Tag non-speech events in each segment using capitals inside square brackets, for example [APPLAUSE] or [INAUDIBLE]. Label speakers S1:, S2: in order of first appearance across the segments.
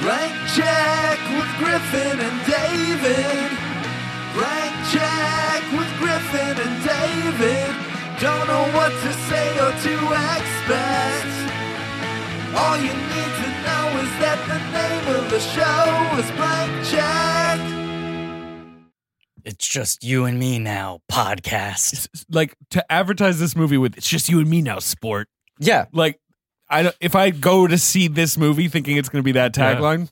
S1: Blank check with Griffin and David. Blank check with Griffin and David. Don't know what to say or to expect. All you need to know is that the name of the show is Blank Check.
S2: It's just you and me now podcast.
S3: It's- like to advertise this movie with it's just you and me now sport
S2: [LAUGHS] Yeah.
S3: like i don't- if i go to see this movie thinking it's going to be that
S4: Yeah.
S3: tagline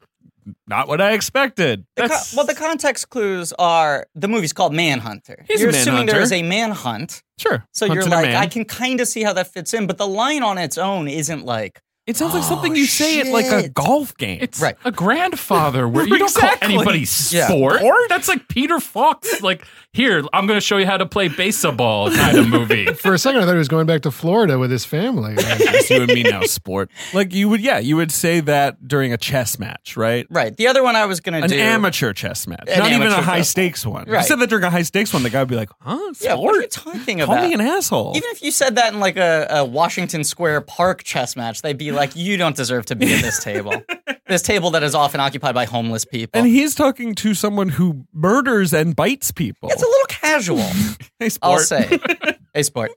S3: not what i expected
S2: The co-
S3: That's-
S2: well, the context clues are the movie's called Manhunter.
S3: He's a
S2: you're assuming
S3: manhunter.
S2: there is a manhunt,
S3: sure
S2: so
S3: Hunts
S2: you're
S3: and a
S2: like,
S3: man.
S2: I can kind of see how that fits in, but the line on its own isn't like
S3: it sounds like
S2: Oh,
S3: something you say at like a
S2: shit.
S3: golf game
S4: It's
S2: Right.
S4: a grandfather
S3: [LAUGHS]
S4: where you
S3: Exactly.
S4: don't call anybody
S2: Yeah.
S4: sport. That's like Peter Fox. Like, here, I'm going to show you how to play baseball kind of movie.
S5: For a second, I thought he was going back to Florida with his family. Like,
S3: [LAUGHS] It's you and me now sport like you would yeah you would say that during a chess match right
S2: right. The other one I was gonna
S3: an
S2: do
S3: amateur chess match
S2: An
S3: not even a
S2: amateur
S3: high
S2: chess-
S3: stakes one if you
S2: Right.
S3: said that during a high stakes one the guy would be like huh
S2: Yeah, what are you
S3: sport
S2: talking
S3: call
S2: about?
S3: me an asshole
S2: Even if you said that in like a, a Washington Square Park chess match, they'd
S3: [LAUGHS]
S2: be like, "You don't deserve to be at this table. this table that is often occupied by homeless people."
S3: and he's talking to someone who murders and bites people
S2: it's a little casual.
S3: [LAUGHS] Hey,
S2: I'll
S3: sport.
S2: say, "Hey, sport,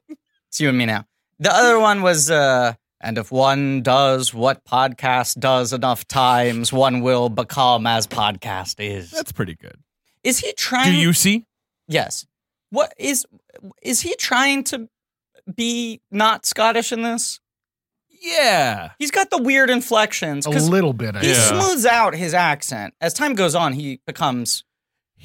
S2: it's you and me now." The other one was, uh, "And if one does what podcast does enough times, one will become as podcast is."
S3: [LAUGHS] That's pretty good.
S2: is he
S3: Do
S2: trying?
S3: you see?
S2: Yes. What is? Is he trying to be not Scottish in this?
S3: Yeah.
S2: He's got the weird inflections
S5: [LAUGHS] a
S2: because
S5: little bit, I
S2: He
S4: Yeah.
S5: guess.
S2: smooths out his accent. As time goes on, he becomes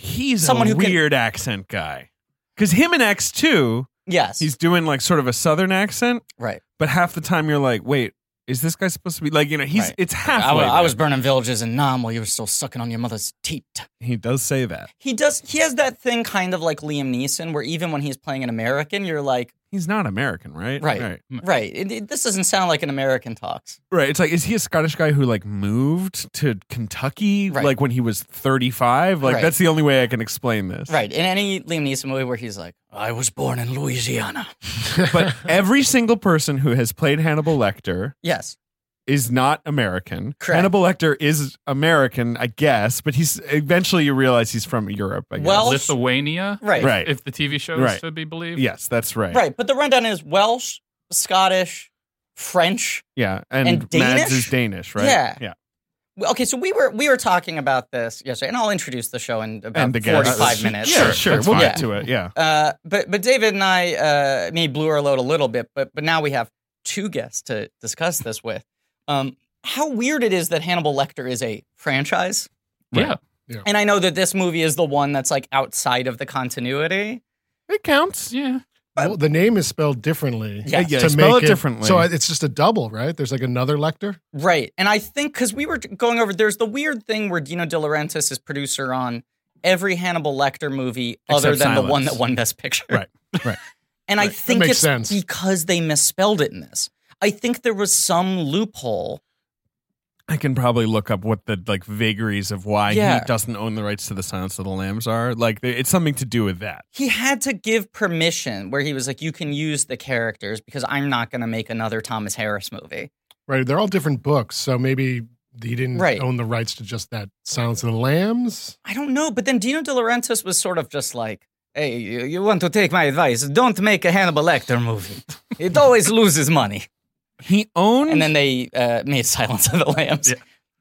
S3: He's
S2: Someone
S3: a
S2: who can-
S3: weird accent guy. Because him in X2,
S2: yes,
S3: he's doing like sort of a southern accent,
S2: right.
S3: but half the time you're like, wait, is this guy supposed to be like, you know, he's
S2: Right.
S3: it's
S2: I,
S3: halfway.
S2: wa- I was
S3: there.
S2: burning villages in Nam while you were still sucking on your mother's teat.
S3: He does say that.
S2: He does. He has that thing kind of like Liam Neeson, where even when he's playing an American, you're like,
S3: He's not American, right?
S2: Right.
S3: Right.
S2: right, it, it- this doesn't sound like an American talks.
S3: Right. It's like, is he a Scottish guy who like moved to Kentucky
S2: Right.
S3: like when he was 35? Like,
S2: Right.
S3: that's the only way I can explain this.
S2: Right. In any Liam Neeson movie where he's like, I was born in Louisiana. [LAUGHS]
S3: But every single person who has played Hannibal Lecter
S2: Yes.
S3: is not American.
S2: Correct.
S3: Hannibal Lecter is American, I guess, but he's eventually you realize he's from Europe. I guess.
S2: Well-
S4: Lithuania,
S2: Right.
S3: right,
S4: if the TV show
S3: Right.
S4: is to be believed.
S3: yes, that's right.
S2: Right. But the rundown is Welsh, Scottish, French.
S3: yeah, and,
S2: And
S3: Mads
S2: Danish?
S3: is Danish, right?
S2: Yeah.
S3: yeah,
S2: Okay, so we were we were talking about this yesterday, and I'll introduce the show in about
S3: and the guest.
S2: forty five minutes.
S3: Yeah, sure,
S4: That's
S3: we'll
S2: fine.
S3: get to it. Yeah,
S2: Uh, but but David and I, uh, I mean, blew our load a little bit, but but now we have two guests to discuss this with. Um, how weird it is that Hannibal Lecter is a franchise,
S4: Yeah.
S2: and I know that this movie is the one that's like outside of the continuity.
S3: it counts.
S4: Yeah.
S5: Well, the name is spelled differently.
S2: Yeah.
S3: yeah, spell it differently.
S5: So it's just a double, right? There's like another Lecter.
S2: Right. And I think because we were going over, there's the weird thing where Dino De Laurentiis is producer on every Hannibal Lecter movie other
S3: Except
S2: than the one
S3: Silence.
S2: that won Best Picture.
S3: Right, right,
S2: and I
S5: right. That
S2: think
S5: makes
S2: it's
S5: sense.
S2: because they misspelled it in this. I think there was some loophole.
S3: I can probably look up what the like vagaries of why
S2: Yeah.
S3: he doesn't own the rights to the Silence of the Lambs are. Like, they- it's something to do with that.
S2: He had to give permission where he was like, you can use the characters because I'm not going to make another Thomas Harris movie.
S5: Right. They're all different books. So maybe he didn't
S2: Right.
S5: own the rights to just that Silence of the Lambs.
S2: I don't know. But then Dino De Laurentiis was sort of just like, hey, you, you want to take my advice? Don't make a Hannibal Lecter
S3: [LAUGHS]
S2: movie. It always loses money.
S3: He owned,
S2: And then they uh, made Silence of the Lambs.
S4: Yeah.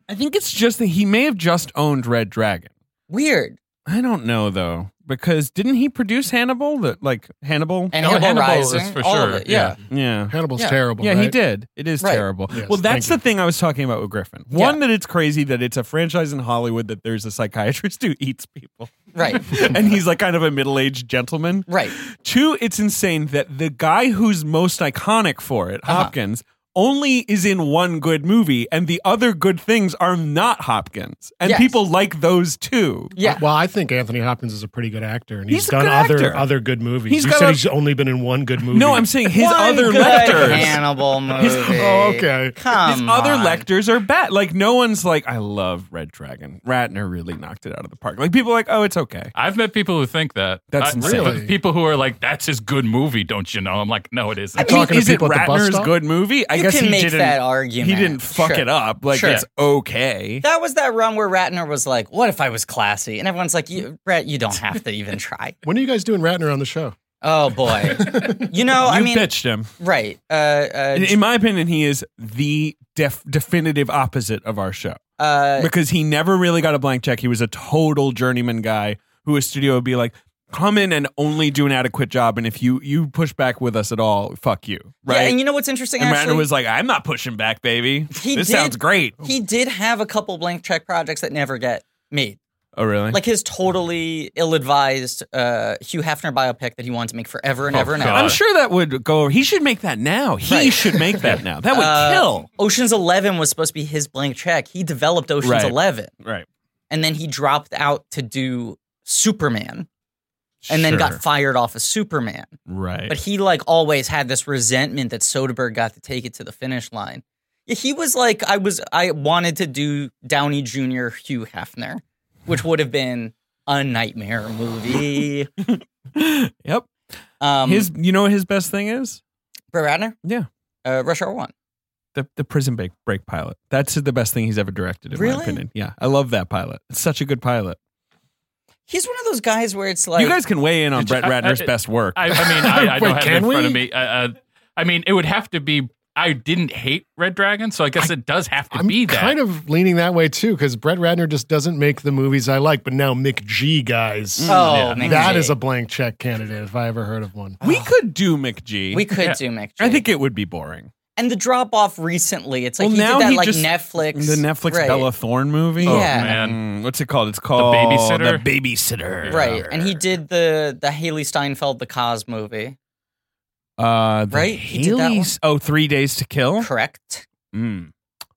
S3: I think it's just that he may have just owned Red Dragon.
S2: Weird.
S3: I don't know though, because didn't he produce Hannibal? That like Oh, Hannibal.
S2: And
S4: No,
S2: Hannibal,
S4: Hannibal is
S2: Rising.
S4: for
S2: all of
S4: sure,
S2: it, Yeah.
S3: yeah.
S5: Hannibal's
S2: Yeah.
S5: terrible.
S3: Yeah, he
S5: right?
S3: did. It is
S2: Right.
S3: terrible.
S5: Yes,
S3: well, that's
S5: thank
S3: the
S5: you.
S3: thing I was talking about with Griffin. One, that it's crazy that it's a franchise in Hollywood that there's a psychiatrist who eats people. [LAUGHS]
S2: Right.
S3: and he's like kind of a middle aged gentleman. [LAUGHS]
S2: Right.
S3: Two, it's insane that the guy who's most iconic for it,
S2: Uh-huh.
S3: Hopkins, only is in one good movie, and the other good things are not Hopkins. And
S2: Yes.
S3: people like those too.
S2: Yeah.
S5: Well, I think Anthony Hopkins is a pretty good actor, and
S3: He's
S5: he's,
S3: a
S5: done
S3: good
S5: other
S3: actor.
S5: other good movies.
S3: He's
S5: you
S3: got
S5: said
S3: a-
S5: he's only been in one good movie.
S3: No, I'm saying his
S2: One
S3: other
S2: good
S3: lectors.
S2: Hannibal movie.
S3: [LAUGHS] His-
S5: Oh, okay.
S2: Come
S3: His other
S2: on.
S3: lectors are bad. Like no one's like, I love Red Dragon. Ratner really knocked it out of the park. Like people are like, oh, it's okay.
S4: I've met people who think that.
S3: That's
S4: I-
S3: insane.
S5: Really?
S4: People who are like, that's his good movie, don't you know? I'm like, no, it isn't.
S5: Talking to
S3: is it
S5: people at the bus
S3: Ratner's
S5: stop?
S3: good movie? I
S2: You
S3: guess
S2: can
S3: he
S2: make
S3: didn't-
S2: that argument.
S3: He didn't fuck
S2: Sure.
S3: it up. Like
S2: Sure.
S3: it's okay.
S2: That was that run where Ratner was like, "What if I was classy?" And everyone's like, you, "Brett, you don't have to even try."
S5: When are you guys doing Ratner on the show?
S2: Oh boy, you know,
S3: you
S2: I mean,
S3: bitched him.
S2: right? Uh, uh,
S3: In, in my opinion, he is the def- definitive opposite of our show
S2: uh,
S3: because he never really got a blank check. He was a total journeyman guy who a studio would be like, "Come in and only do an adequate job, and if you you push back with us at all, fuck you." Right?
S2: yeah. And you know what's interesting?
S3: And
S2: actually,
S3: Ratner was like, "I'm not pushing back, baby.
S2: He
S3: this
S2: did-
S3: sounds great."
S2: he did have a couple blank check projects that never get made.
S3: Oh, really?
S2: Like his totally ill-advised uh, Hugh Hefner biopic that he wanted to make forever and
S4: Oh,
S2: ever and
S4: God.
S2: ever.
S3: I'm sure that would go over. He should make that now. He
S2: Right.
S3: should make [LAUGHS] that now. That would
S2: Uh,
S3: kill.
S2: Ocean's Eleven was supposed to be his blank check. He developed Ocean's
S3: Right.
S2: Eleven,
S3: Right.
S2: and then he dropped out to do Superman, and then got
S3: Sure.
S2: fired off of Superman.
S3: right.
S2: But he like always had this resentment that Soderbergh got to take it to the finish line. Yeah, He was like, I was, I wanted to do Downey Jr. Hugh Hefner, which would have been a nightmare
S3: [LAUGHS]
S2: movie.
S3: yep.
S2: Um,
S3: his, you know what his best thing is?
S2: Brett Ratner,
S3: Yeah.
S2: uh, Rush Hour One.
S3: The, the prison break, break pilot. That's the best thing he's ever directed, in
S2: Really?
S3: my opinion. Yeah, I love that pilot. It's such a good pilot.
S2: He's one of those guys where it's like,
S3: you guys can weigh in on
S4: Did you-
S3: Brett Ratner's
S4: I- I-
S3: best work.
S4: I, I mean, I, I
S5: [LAUGHS]
S4: don't
S5: Wait,
S4: have it
S5: can
S4: in front of
S5: we?
S4: me. Uh, uh, I mean, it would have to be. I didn't hate Red Dragon, so I guess it does have to
S5: I'm
S4: be that.
S5: kind of leaning that way too, because Brett Ratner just doesn't make the movies I like. But now Mick G, guys,
S2: oh,
S4: Mm, Yeah.
S2: man,
S5: that is a blank check candidate if I ever heard of one.
S3: we could do McGee.
S2: Oh. we could
S4: yeah.
S2: do McG.
S3: I think it would be boring.
S2: and the drop off recently. It's like
S3: Well,
S2: he
S3: now
S2: did that
S3: he
S2: like
S3: just-
S2: Netflix,
S3: The Netflix
S2: right.
S3: Bella Thorne movie.
S2: Oh, Yeah.
S4: man.
S3: Mm, what's it called? It's called
S4: Babysitter?
S3: The Babysitter.
S2: right? And he did the the Haley Steinfeld the Cos movie,
S3: Uh, the
S2: Right? He did that one?
S3: Haley's. Oh, Three Days to Kill.
S2: correct?
S3: Mm.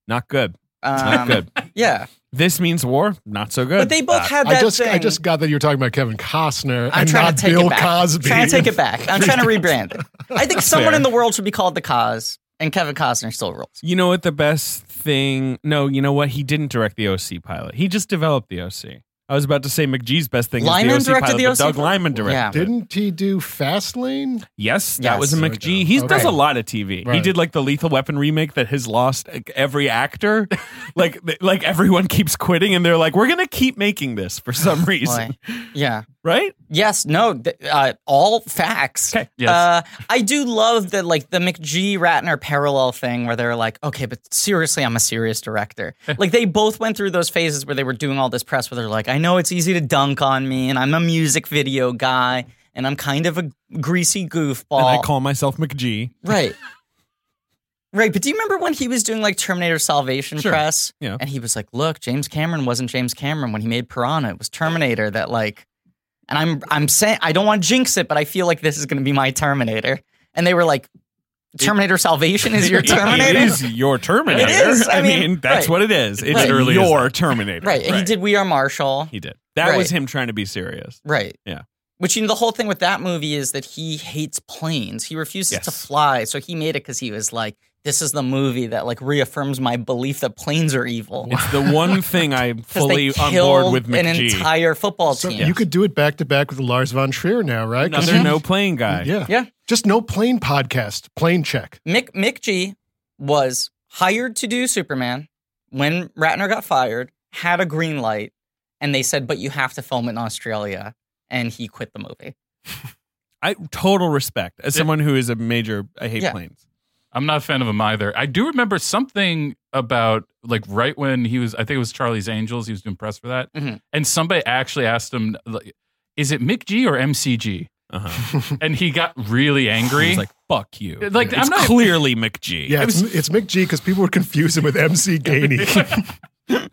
S3: Not good.
S2: Um,
S3: Not good.
S2: Yeah,
S3: This means war. Not so good.
S2: but they both
S3: Uh,
S2: had that
S5: I just
S2: thing.
S5: I just got that you were talking about Kevin Costner
S2: I'm
S5: and
S2: trying
S5: not
S2: to take
S5: Bill
S2: it back.
S5: Cosby.
S2: trying to take it back. I'm trying to rebrand it. I think someone
S3: fair.
S2: in the world should be called the Cos, and Kevin Costner still rules.
S3: You know what the best thing? No, you know what? He didn't direct the OC pilot. He just developed the OC. I was about to say McGee's best thing
S2: Lyman
S3: is the OC
S2: directed
S3: pilot,
S2: the
S3: but
S2: OC?
S3: Doug Lyman
S2: Yeah.
S3: directed. it.
S5: [LAUGHS] Didn't he do Fastlane?
S3: Yes, that
S2: Yes.
S3: was a
S5: There we
S3: McGee.
S5: go.
S3: He
S5: Okay.
S3: does a lot of TV. He
S5: Right.
S3: did like the Lethal Weapon remake that has lost like, every
S5: [LAUGHS]
S3: actor. like th- like everyone keeps quitting and they're like we're going to keep making this
S2: [LAUGHS]
S3: for some reason.
S2: Yeah.
S3: Right?
S2: Yes, no, th- uh, all facts.
S3: Okay,
S4: yes.
S2: Uh, I do love the like the McG Ratner parallel thing where they're like, okay, but seriously, I'm a serious
S3: [LAUGHS]
S2: director. like they both went through those phases where they were doing all this press where they're like, I know it's easy to dunk on me, and I'm a music video guy, and I'm kind of a greasy goofball.
S3: And I call myself McGee.
S2: right. Right, but do you remember when he was doing like Terminator Salvation
S3: Sure.
S2: press?
S3: Yeah.
S2: And he was like, "Look, James Cameron wasn't James Cameron when he made Piranha. It was Terminator that like and I'm I'm saying I don't want to jinx it, but I feel like this is going to be my Terminator." And they were like, "Terminator Salvation is your Terminator?"
S3: [LAUGHS] It is your Terminator.
S2: It is, I
S3: I, mean,
S2: mean,
S3: that's
S2: right.
S3: what it is. It's
S4: literally is
S3: your Terminator.
S2: Right. And he did We Are Marshall.
S3: He did. That
S2: Right.
S3: was him trying to be serious.
S2: Right.
S3: Yeah.
S2: Which you know the whole thing with that movie is that he hates planes. He refuses to
S3: Yes.
S2: fly, so he made it because he was like, "This is the movie that like reaffirms my belief that planes are evil."
S3: It's the one thing I'm
S2: [LAUGHS] 'Cause
S3: fully
S2: they
S3: on board
S2: killed
S3: with
S2: an
S3: McGee.
S2: entire football
S5: So
S2: team.
S5: you could do it back to back with Lars von Trier now, right? 'Cause
S3: Another no
S5: [LAUGHS]
S3: playing guy.
S5: Yeah.
S2: Yeah.
S5: Just no plane podcast, plane check.
S2: Mick Mick G was hired to do Superman when Ratner got fired, had a green light, and they said, "But you have to film it in Australia," and he quit the movie.
S3: I total respect as someone who is a major. I hate
S2: Yeah.
S3: planes.
S4: I'm not a fan of him either. I do remember something about like right when he was, I think it was Charlie's Angels. He was doing press for that,
S5: Mm-hmm.
S2: Mhm.
S4: and somebody actually asked him, like, "Is it Mick G or MCG?"
S3: Uh-huh.
S4: And he got really
S5: [LAUGHS]
S4: angry.
S3: He's like, "Fuck you."
S4: Like,
S3: it's
S4: I'm not-
S3: clearly
S4: [LAUGHS]
S3: McGee.
S5: Yeah, it's, it's Mick G because people would confuse him with MC
S4: [LAUGHS]
S5: Gainey.
S3: [LAUGHS]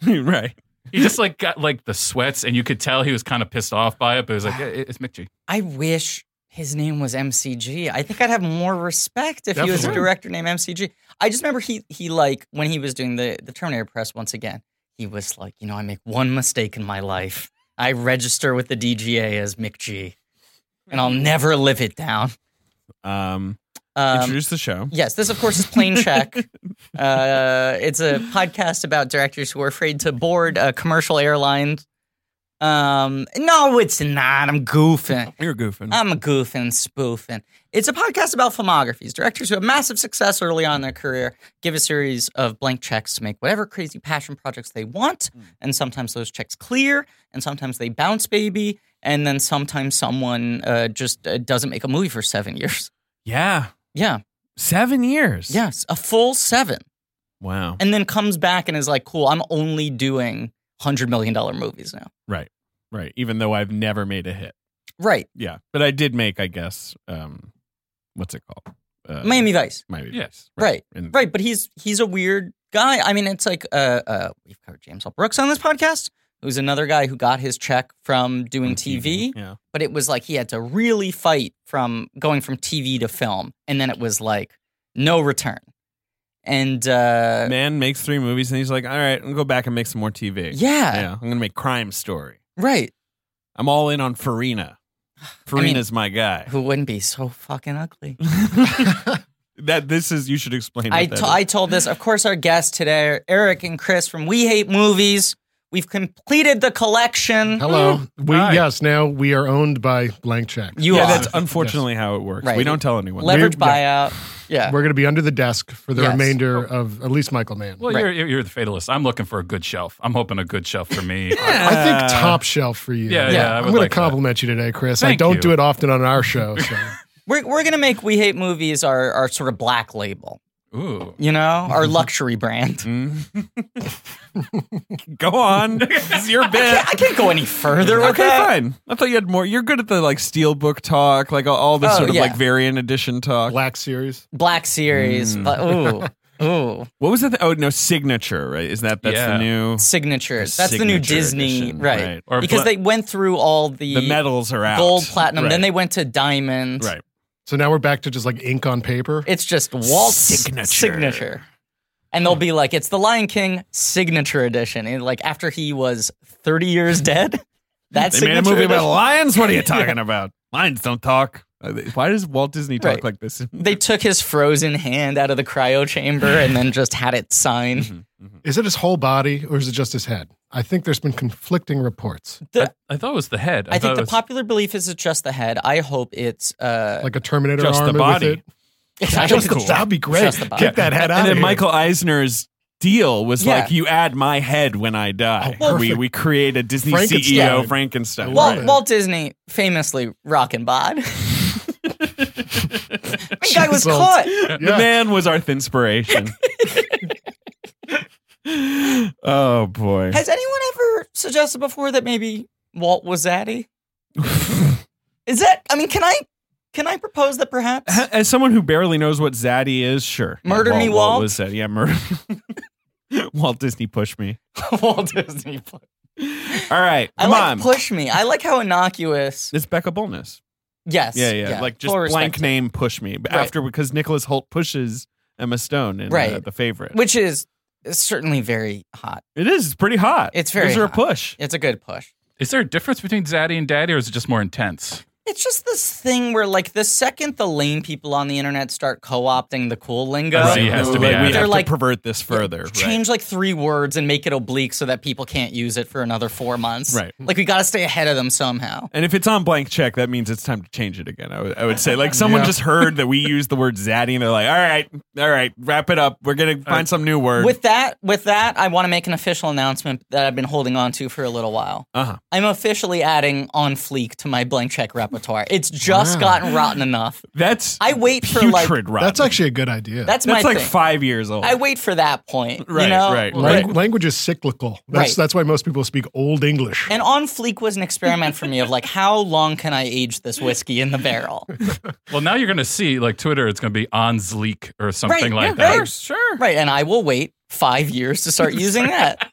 S3: right.
S4: he just like got like the sweats, and you could tell he was kind of pissed off by it. But it was like, yeah, it- "It's Mick G."
S2: I wish his name was MCG. I think I'd have more respect if he was a
S5: Definitely.
S2: director named MCG. I just remember he he like when he was doing the the Terminator press once again. He was like, you know, I make one mistake in my life. I register with the DGA as Mick G, and I'll never live it down.
S3: Um,
S2: Um,
S3: introduce the show.
S2: Yes, this, of course, is Plain Check. uh, it's a podcast about directors who are afraid to board a commercial airline Um, no, it's not. I'm goofing.
S3: You're goofing.
S2: I'm goofing, spoofing. It's a podcast about filmographies. Directors who have massive success early on in their career give a series of blank checks to make whatever crazy passion projects they want. And sometimes those checks clear, and sometimes they bounce, baby. And then sometimes someone uh, just uh, doesn't make a movie for seven years. [LAUGHS]
S3: yeah.
S2: Yeah.
S3: Seven years.
S2: Yes. A full seven.
S3: Wow.
S2: And then comes back and is like, cool, I'm only doing $100 million movies now.
S3: Right. Right. Even though I've never made a hit.
S2: Right.
S3: Yeah. But I did make, I guess, um, what's it called? Uh,
S2: Miami Vice.
S3: Miami
S4: Yeah.
S3: Vice.
S2: Right.
S3: And-
S2: Right, but he's he's a weird guy. I mean, it's like uh, uh, we've covered James L. Brooks on this podcast, who's another guy who got his check from doing TV,
S3: Yeah.
S2: but it was like he had to really fight from going from TV to film, and then it was like no return. And uh,
S3: Man makes three movies and he's like, all right, I'm gonna go back and make some more TV.
S2: yeah,
S3: Yeah. I'm gonna make Crime Story.
S2: right.
S3: I'm all in
S2: [SIGHS]
S3: on Farina. Farina's my guy.
S2: Who wouldn't be so fucking ugly?
S3: that this is you should explain.
S2: I
S3: what that
S2: to- I told this, of course, our guests today, Eric and Chris from We Hate Movies. We've completed the collection.
S5: Hello. We
S4: Hi.
S5: yes, now we are owned by blank check.
S2: You
S3: yeah,
S2: are
S3: that's unfortunately how it works. We
S2: Right.
S3: don't tell anyone.
S2: leverage
S5: We're-
S2: buyout. Yeah.
S5: We're going to be under the desk for the
S2: Yes. Oh.
S5: remainder of at least Michael Mann.
S4: Well, you're, you're the fatalist. I'm looking for a good shelf. I'm hoping a good shelf for
S2: [LAUGHS]
S4: me.
S5: I think top shelf for you.
S4: Yeah, yeah, I
S5: I'm
S4: would
S5: going
S4: like
S5: to
S4: that.
S5: compliment you today, Chris. I
S4: Thank
S5: don't
S4: you.
S5: do it often on our show. So. [LAUGHS]
S2: We're, we're gonna make We Hate Movies our, our sort of black label,
S4: Ooh.
S2: you know,
S3: Mm-hmm.
S2: our luxury brand. [LAUGHS]
S3: Go on. it's your bit.
S2: I can't go any further with
S3: Okay,
S2: that.
S3: fine. I thought you had more. You're good at the like steelbook talk, like all, all the
S2: Oh,
S3: sort of
S2: yeah.
S3: like variant edition talk.
S5: Black series.
S2: Black series,
S3: Mm.
S2: but ooh,
S3: [LAUGHS]
S2: ooh,
S3: What was that? Th- oh no, signature. Right? Is that that's
S4: Yeah.
S3: the new?
S2: signatures. That's the new
S3: Signature
S2: Disney,
S3: edition,
S2: right?
S3: right.
S4: Or
S2: because
S4: bla-
S2: they went through all the,
S3: The medals are out.
S2: gold, platinum,
S3: Right.
S2: then they went to diamond.
S3: right.
S5: So now we're back to just like ink on paper.
S2: It's just waltz
S3: Signature.
S2: signature. signature. And they'll be like, it's the Lion King signature edition. And like after he was 30 years dead, [LAUGHS] that's
S3: They made a movie about lions. What are you
S2: [LAUGHS]
S3: talking about? Lions don't talk. Uh, they- Why does Walt Disney talk
S2: Right.
S3: like this?
S2: they took his frozen hand out of the cryo chamber and then just had it signed.
S5: Is it his whole body or is it just his head? I think there's been conflicting reports,
S2: The-
S4: I thought it was the head.
S2: I
S4: I, thought
S2: think the
S4: it was,
S2: popular belief is it's just the head. I hope it's
S5: [LAUGHS]
S2: uh,
S5: like a Terminator
S3: Just the
S5: arm
S3: body.
S5: with it.
S2: I hope
S5: Just-
S2: it's
S5: That'd be great.
S2: Just the body.
S5: Get that head out.
S3: and
S5: of
S3: then
S5: here.
S3: Michael Eisner's deal was
S2: Yeah.
S3: like, you add my head when I die.
S5: Oh,
S3: we
S5: perfect.
S3: we create a Disney
S5: Frankenstein.
S3: CEO Frankenstein.
S5: Well,
S2: Walt,
S5: Right.
S2: Walt Disney famously rock and bod. that guy was
S5: Jesus.
S2: caught.
S3: The
S5: Yeah.
S3: man was
S2: [LAUGHS]
S3: our inspiration. oh boy.
S2: Has anyone ever suggested before that maybe Walt was zaddy? is that? I mean, can I can I propose that perhaps?
S3: [LAUGHS] Ha- As someone who barely knows what Zaddy is, sure.
S2: Murder
S3: Walt-
S2: me, Walt.
S3: was Zaddy. Yeah, murder. [LAUGHS] Walt Disney pushed me.
S2: [LAUGHS] Walt Disney. Come
S3: All right,
S2: I
S3: come
S2: like
S3: on.
S2: push me. I like how innocuous.
S3: it's Becca Bolness.
S2: Yes.
S3: Yeah, yeah, Like just
S2: Full
S3: blank
S2: respect to him.
S3: name, push me. But
S2: Right.
S3: after because Nicholas Holt pushes Emma Stone in uh,
S2: Right.
S3: the favorite,
S2: which is certainly very hot.
S3: it is pretty hot.
S2: It's very
S3: Gives her a
S2: hot.
S3: push.
S2: It's a good push.
S4: Is there a difference between Zaddy and Daddy, or is it just more intense?
S2: It's just this thing where, like, the second the lame people on the internet start co-opting the cool lingo,
S4: Right. He has to be
S3: Like, we
S4: added.
S2: They're
S3: have
S2: like- uh,
S3: to pervert this further. right.
S2: change like three words and make it oblique so that people can't use it for another four months.
S3: Right.
S2: Like, we got to stay ahead of them somehow.
S3: And if it's on blank check, that means it's time to change it again. I would, I would say, like, someone just heard that we used the word zaddy, and they're like, "All right, all right, wrap it up. We're gonna find some new word."
S2: Uh, With that, with that, I want to make an official announcement that I've been holding on to for a little while.
S3: Uh-huh.
S2: I'm officially adding on fleek to my blank check repertoire. It's just gotten rotten enough.
S3: that's
S2: I wait for,
S3: putrid
S2: like-
S3: rotten.
S5: That's actually a good idea.
S2: That's,
S3: that's
S2: my
S3: like
S2: thing.
S3: five years old.
S2: I wait for that point.
S3: Right,
S2: you know?
S3: right,
S2: Like,
S5: Lang- language is cyclical. That's
S2: Right.
S5: that's why most people speak old English.
S2: And on fleek was an experiment for me of like, how long can I age this whiskey in the
S3: [LAUGHS]
S2: barrel?
S4: Well, now you're going to see, like Twitter, it's going to be on Zleek or something
S2: Right,
S4: like
S2: yeah,
S4: that.
S2: right.
S3: sure.
S2: Right. And I will wait five years to start using that.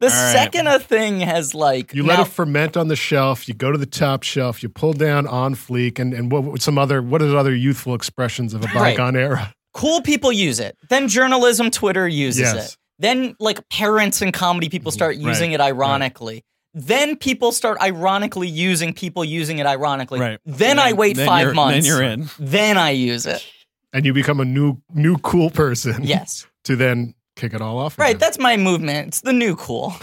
S2: The
S3: right.
S2: second a thing has like
S5: you let
S2: now-
S5: it ferment on the shelf. You go to the top shelf. You pull down on fleek, and and what what- some other what are the other youthful expressions of a
S2: Right.
S5: bygone era?
S2: cool people use it. Then journalism, Twitter uses
S5: Yes.
S2: it. Then like parents and comedy people start using it ironically. Then people start ironically using people using it ironically.
S3: Right.
S2: Then I wait
S3: Then
S2: five
S3: you're-
S2: months.
S3: Then you're in.
S2: Then I use it.
S5: And you become a new new cool person.
S2: Yes.
S5: To then kick it all off.
S2: Right. [LAUGHS]
S5: again.
S2: That's my movement. It's the new cool.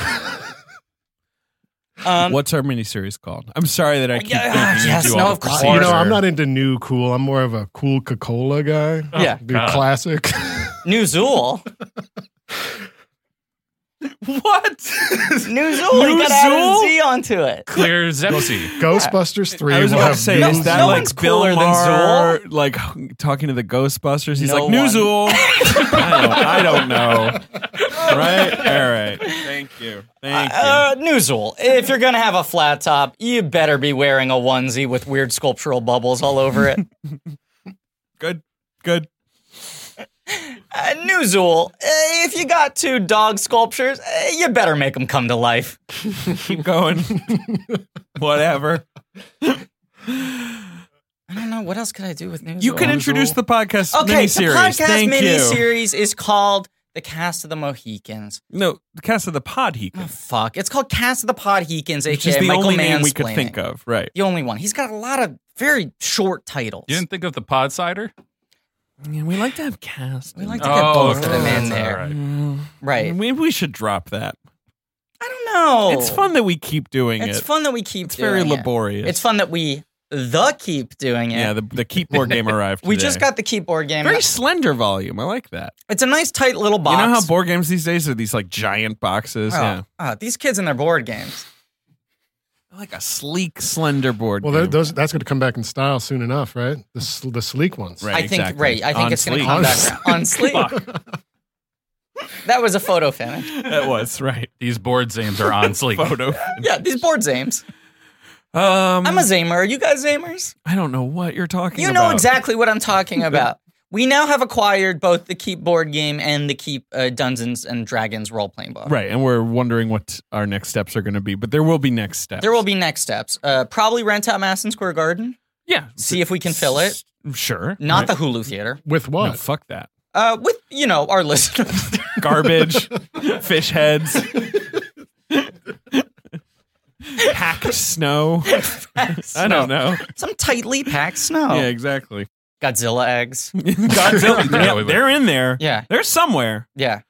S2: Um,
S3: What's our miniseries called? I'm sorry that I keep
S2: Yeah,
S3: thinking you
S2: yes,
S3: do
S2: no,
S3: all
S2: of
S3: the
S2: course.
S5: you know,
S3: procedure.
S5: I'm not into new cool. I'm more of a cool Coca-Cola guy.
S2: Oh, Yeah.
S5: The
S2: [LAUGHS]
S4: God.
S5: classic. [LAUGHS]
S2: New [LAUGHS] Zool.
S3: What?
S2: New Zool. He
S3: New
S2: got added
S3: Zool?
S2: Z onto it.
S4: Clear Zepsi.
S5: Ghostbusters 3
S3: I was
S5: will
S3: about
S5: have
S3: to say,
S5: new
S3: is that
S2: no one's
S3: like Bill
S2: cooler than
S3: Maher, like talking to the Ghostbusters? He's
S2: No
S3: like, new
S2: one.
S3: [LAUGHS] Zool. I, don't, I don't know. Right? All right. Thank you. Thank you.
S2: Uh, Newsel, if you're gonna have a flat top, you better be wearing a onesie with weird sculptural bubbles all over [LAUGHS] it.
S3: good. Good.
S2: uh, Newsel, uh, if you got two dog sculptures, uh, you better make them come to life.
S3: Keep [LAUGHS] going. Whatever.
S2: I don't know what else could I do with Newsel.
S3: You can introduce the podcast
S2: okay.
S3: miniseries.
S2: The podcast
S3: Thank
S2: mini
S3: you.
S2: series is called "The Cast of the Mohicans."
S3: No, the cast of the pod he
S2: Oh, fuck, it's called "Cast of the Podhecans,"
S3: which is
S2: aka
S3: the
S2: Michael
S3: only name we could
S2: Mansplaining.
S3: think of. Right.
S2: The only one. He's got a lot of very short titles.
S4: You didn't think of the pod cider?
S3: Yeah, we like to have cast.
S2: We like to get
S4: Oh,
S2: both of them in there,
S4: All right.
S2: right?
S3: Maybe we should drop that.
S2: I don't know.
S3: Mm-hmm. It's fun that we keep doing
S2: Oh. It's
S3: it.
S2: fun that we keep.
S3: It's very
S2: doing it.
S3: laborious.
S2: It's fun that we the keep doing it.
S3: Yeah, the, the keep board game arrived.
S2: [LAUGHS] we
S3: today.
S2: just got the keep board game.
S3: very slender volume. I like that.
S2: it's a nice tight little box.
S3: You know how board games these days are these like giant boxes.
S2: Oh,
S3: Yeah,
S2: oh, these kids and their board games.
S3: I like a sleek, slender board.
S5: Well,
S3: game.
S5: tho- those, that's going to come back in style soon enough, right? The, sl- the sleek ones.
S3: Right.
S2: I think
S3: exactly.
S2: right. I think
S3: On
S2: it's going to
S3: sleep.
S2: come
S5: On
S2: back
S3: [LAUGHS]
S2: around. on sleep. that was a photo
S3: [LAUGHS]
S2: finish.
S3: that was right.
S4: These board games are on sleep.
S3: Photo.
S2: Yeah, these board zames.
S3: Um,
S2: I'm a zamer. Are you guys zamers?
S3: I don't know what you're talking.
S2: You
S3: about.
S2: know exactly what I'm talking about. We now have acquired both the Keep board game and the Keep uh, Dungeons and Dragons role playing book.
S3: Right, and we're wondering what our next steps are going to be, but there will be next steps.
S2: There will be next steps. Uh, probably rent out Madison Square Garden.
S3: yeah.
S2: See if we can [LAUGHS] fill it.
S3: Sure.
S2: Not the Hulu Theater.
S5: With
S3: No,
S5: what?
S3: fuck that.
S2: Uh, with you know our listeners.
S3: Garbage, fish
S2: [LAUGHS]
S3: heads, [LAUGHS] packed snow. [LAUGHS] I don't know.
S2: [LAUGHS] Some tightly packed snow.
S3: Yeah, exactly.
S2: Godzilla
S3: [LAUGHS]
S2: eggs.
S3: Godzilla.
S4: Yeah,
S3: yeah,
S4: we-
S3: they're in there.
S2: Yeah,
S3: They're somewhere.
S2: yeah.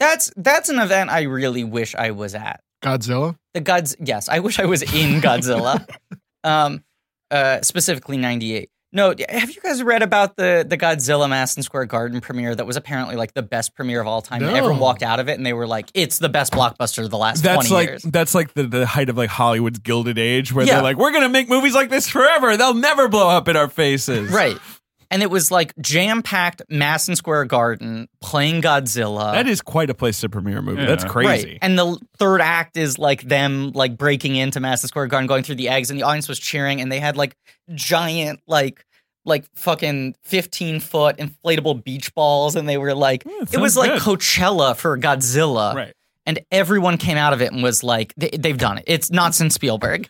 S2: That's that's an event I really wish I was at.
S5: Godzilla?
S2: The gods. Yes, I wish I was
S3: [LAUGHS]
S2: in Godzilla. um, uh, specifically '98. No, have you guys read about the the Godzilla Madison Square Garden premiere that was apparently like the best premiere of all time? And
S5: No.
S2: everyone walked out of it and they were like, "It's the best blockbuster of the last
S3: That's
S2: twenty
S3: like
S2: years."
S3: that's like the, the height of like Hollywood's Gilded Age, where
S2: Yeah.
S3: they're like, we're gonna make movies like this forever. They'll never blow up in our faces.
S2: Right. And it was like jam packed Madison Square Garden playing Godzilla.
S3: That is quite a place to premiere a movie.
S4: Yeah.
S3: That's crazy.
S2: Right. And the l- third act is like them like breaking into Madison Square Garden, going through the eggs, and the audience was cheering, and they had like giant like like fucking 15 foot inflatable beach balls and they were like it was
S3: sounds
S2: like
S3: good.
S2: Coachella for Godzilla
S3: Right.
S2: and everyone came out of it and was like they, they've done it it's not since
S3: [LAUGHS]
S2: Spielberg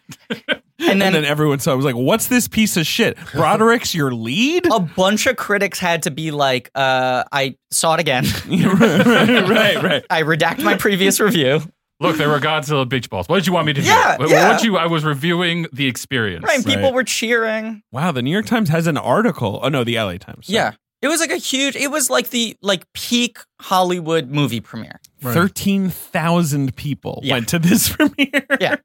S2: and
S3: And
S2: then
S3: then everyone saw it was like, what's this piece of shit? Broderick's your lead?
S2: [LAUGHS] [LAUGHS]
S3: [LAUGHS]
S2: a bunch of critics had to be like uh I saw it again [LAUGHS]
S3: right, right, right.
S2: I redact my previous review.
S4: Look, there were Godzilla beach balls. What did you want me to do?
S2: Yeah,
S4: What-
S2: yeah.
S4: What you? I was reviewing the experience.
S2: Right, and people
S3: [LAUGHS] Right.
S2: were cheering.
S3: Wow, the New York Times has an article. Oh no, the LA Times. sorry.
S2: Yeah. It was like a huge it was like the like peak Hollywood movie premiere.
S3: Thirteen thousand people
S2: Yeah.
S3: went to this [LAUGHS] premiere.
S2: Yeah.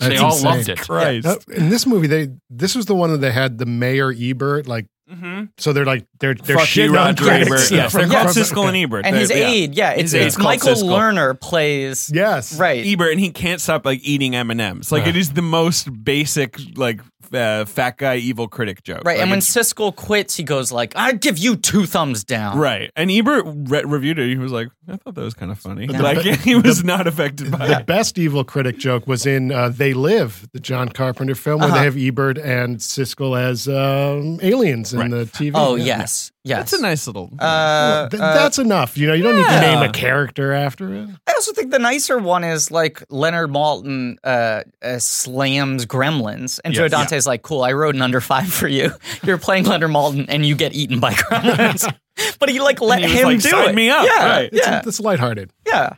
S4: They
S5: That's
S4: all
S5: insane.
S4: loved it.
S3: Christ.
S5: Uh, in this movie, they this was the one that they had the mayor Ebert, like
S3: Mm-hmm.
S5: so they're like they're they're
S3: Fuck you,
S5: shitting on
S3: Roger
S5: critics
S3: Ebert. Yes,
S5: from
S3: they're called
S5: across-
S3: Siskel and
S5: okay.
S3: Ebert.
S2: And
S3: They-
S2: his
S3: yeah.
S2: aide, yeah, it's,
S3: His aide.
S2: it's
S3: It's called
S2: Michael
S3: Siskel.
S2: Lerner plays
S5: Yes,
S2: right.
S3: Ebert, and he can't stop like eating M and M's. Like
S4: Right.
S3: it is the most basic like f- uh, fat guy evil critic joke.
S2: Right.
S3: Like,
S2: and when
S3: it's-
S2: Siskel quits, he goes like, I give you two thumbs down.
S3: right, and Ebert re- reviewed it, he was like, "I thought that was kind of funny."
S5: But the-
S3: Like [LAUGHS] he was not affected by
S5: [LAUGHS] The
S3: it.
S5: best evil critic joke was in uh, "They Live," the John Carpenter film, where
S2: Uh-huh.
S5: they have Ebert and Siskel as um, aliens in
S3: Right.
S5: the TV.
S2: Oh
S5: Yeah.
S2: yes. Yes.
S3: That's a nice little.
S2: uh,
S5: Th-
S2: uh,
S5: that's enough. You know, you don't need
S3: yeah.
S5: to name a character after it.
S2: I also think the nicer one is like Leonard Malton uh, uh, slams Gremlins, and Joe
S4: Yes.
S2: Dante's like, "Cool, I wrote an under five for you. [LAUGHS] You're playing Leonard Malton, and you get eaten by [LAUGHS] Gremlins." but he like let
S3: he was
S2: him
S3: like,
S2: do
S3: "Sign
S2: it.
S3: me up."
S2: Yeah,
S3: Right.
S5: It's,
S2: yeah,
S5: it's lighthearted.
S2: yeah.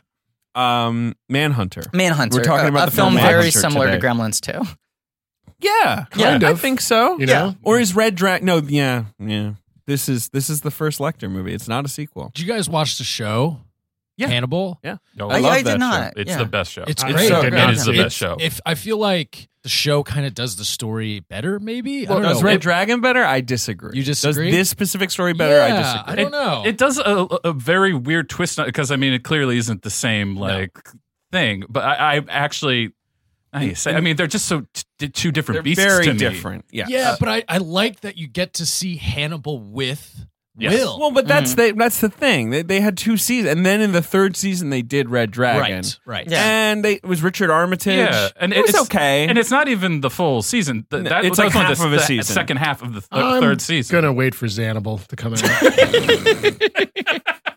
S3: um, Manhunter.
S2: Manhunter.
S3: We're talking
S2: a-
S3: about
S2: a
S3: the film
S2: film very
S3: Manhunter
S2: similar
S3: today.
S2: to Gremlins too.
S3: Yeah,
S2: Kind
S3: I
S5: of.
S3: think so.
S5: You
S2: Yeah.
S5: know,
S3: Or is Red Dragon? No, yeah, yeah. This is this is the first Lecter movie. It's not a sequel.
S6: Did you guys watch the show?
S3: Yeah.
S6: Hannibal.
S4: No,
S2: I-
S4: love
S2: I did
S4: that
S2: not,
S4: Show. It's
S2: yeah.
S4: the best show.
S6: It's
S5: I-
S6: great.
S5: so
S4: it
S5: good.
S4: is the
S6: It's-
S4: best show.
S6: If I feel like the show kind of does the story better, maybe I
S3: Well,
S6: don't
S3: does
S6: know.
S3: Red
S6: It-
S3: Dragon better? I disagree.
S6: You disagree?
S3: Does this specific story better? I
S6: Yeah,
S3: disagree.
S6: I don't know.
S4: It does a, a very weird twist because I mean it clearly isn't the same like thing. But I, I actually, I, say, I mean they're just so t- two different
S3: They're
S4: beasts.
S3: very
S4: to me.
S3: different. Yeah.
S6: yeah, but I, I like that you get to see Hannibal with
S4: Yes. Mm-hmm.
S6: Will.
S3: Well, but that's the that's the thing. They, they had two seasons, and then in the third season they did Red Dragon.
S6: right, right.
S2: Yeah.
S3: And they it was Richard Armitage.
S4: Yeah, and
S3: it was
S4: it's
S3: okay.
S4: And it's not even the full season. Th-
S3: No,
S4: that,
S3: it's
S4: that's
S3: like
S4: only
S3: half
S4: the,
S3: of a
S4: the
S3: season.
S4: second half of the th-
S5: I'm
S4: third season.
S5: Gonna wait for Xanable
S2: [LAUGHS]
S5: to come out.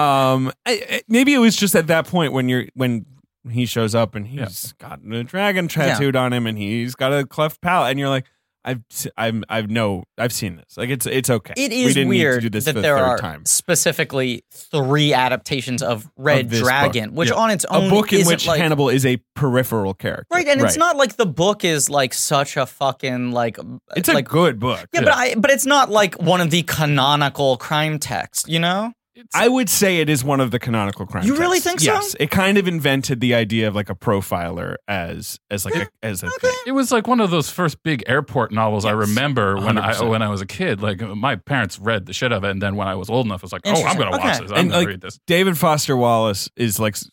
S3: um, I, I- maybe it was just at that point when you're when he shows up and he's got a dragon tattooed on him, and he's got a cleft palate, and you're like. I've s- I'm I've no I've seen this like it's it's okay.
S2: It
S3: we
S2: is
S3: didn't
S2: weird
S3: need to do this
S2: that
S3: for the
S2: there
S3: third
S2: are
S3: time.
S2: specifically three adaptations of Red
S3: Of this
S2: Dragon,
S3: book.
S2: which
S3: Yeah.
S2: on its own
S3: a book in
S2: isn't
S3: which
S2: like,
S3: Hannibal is a peripheral character.
S2: right, and it's not like the book is like such a fucking like
S3: It's a
S2: like
S3: good book.
S2: yeah, but I but it's not like one of the canonical crime texts, you know?
S3: I would say it is one of the canonical crime.
S2: You really
S3: texts.
S2: think so?
S3: Yes, it kind of invented the idea of like a profiler as as like a, as a thing.
S4: It was like one of those first big airport novels I
S3: Yes,
S4: remember when I
S3: 100%.
S4: when I was a kid. Like my parents read the shit of it, and then when I was old enough, I was like, "Oh, I'm
S2: Interesting.
S4: gonna watch
S2: Okay.
S4: this. I'm
S3: And,
S4: gonna
S3: like,
S4: read this."
S3: David Foster Wallace is like s-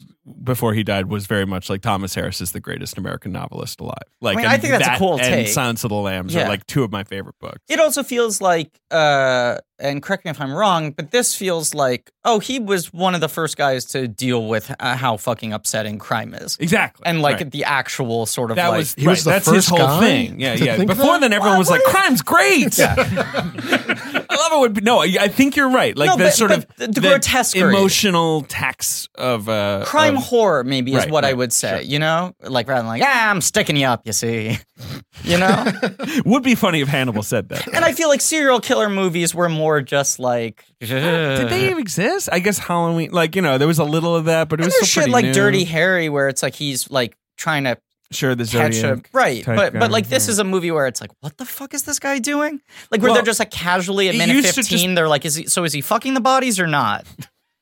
S3: before he died was very much like Thomas Harris is the greatest American novelist alive. Like
S2: mean, I
S3: and
S2: think that's a
S3: that
S2: cool
S3: and
S2: take.
S3: Silence of the Lambs
S2: Yeah.
S3: are like two of my favorite books.
S2: It also feels like uh and correct me if I'm wrong, but this feels like oh, he was one of the first guys to deal with uh, how fucking upsetting crime is.
S3: Exactly,
S2: And like
S3: Right.
S2: the actual sort of
S3: that
S2: like
S3: was
S5: He was
S3: right,
S5: the
S3: that's his
S5: first
S3: whole
S5: guy
S3: thing. Yeah,
S5: to
S3: yeah.
S5: think
S3: Before
S5: that?
S3: then, everyone was like, "Crime's great." [LAUGHS] I love it. Would be, no, I I think you're right. Like
S2: No,
S3: the
S2: but-
S3: sort
S2: but
S3: of
S2: the- the grotesquerie.
S3: emotional tax of uh,
S2: crime
S3: of-
S2: horror maybe
S3: Right,
S2: is what I
S3: right,
S2: would say. You know, like rather than like ah, I'm sticking you up. You see, you know.
S3: [LAUGHS] would be funny if Hannibal said that.
S2: and I feel like serial killer movies were more just like
S3: [LAUGHS] Did they even exist? I guess Halloween, like you know, there was a little of that, but it
S2: and
S3: was
S2: there's
S3: still
S2: shit
S3: pretty
S2: like
S3: new.
S2: Dirty Harry where it's like he's like trying to
S3: Sure, the
S2: catch a
S3: Zodiac.
S2: right,
S3: type
S2: but but
S3: guy.
S2: like this is a movie where it's like what the fuck is this guy doing? Like where
S3: Well,
S2: they're just like casually at
S3: it
S2: minute
S3: used to
S2: fifteen, they're like, is he so is he fucking the bodies or not?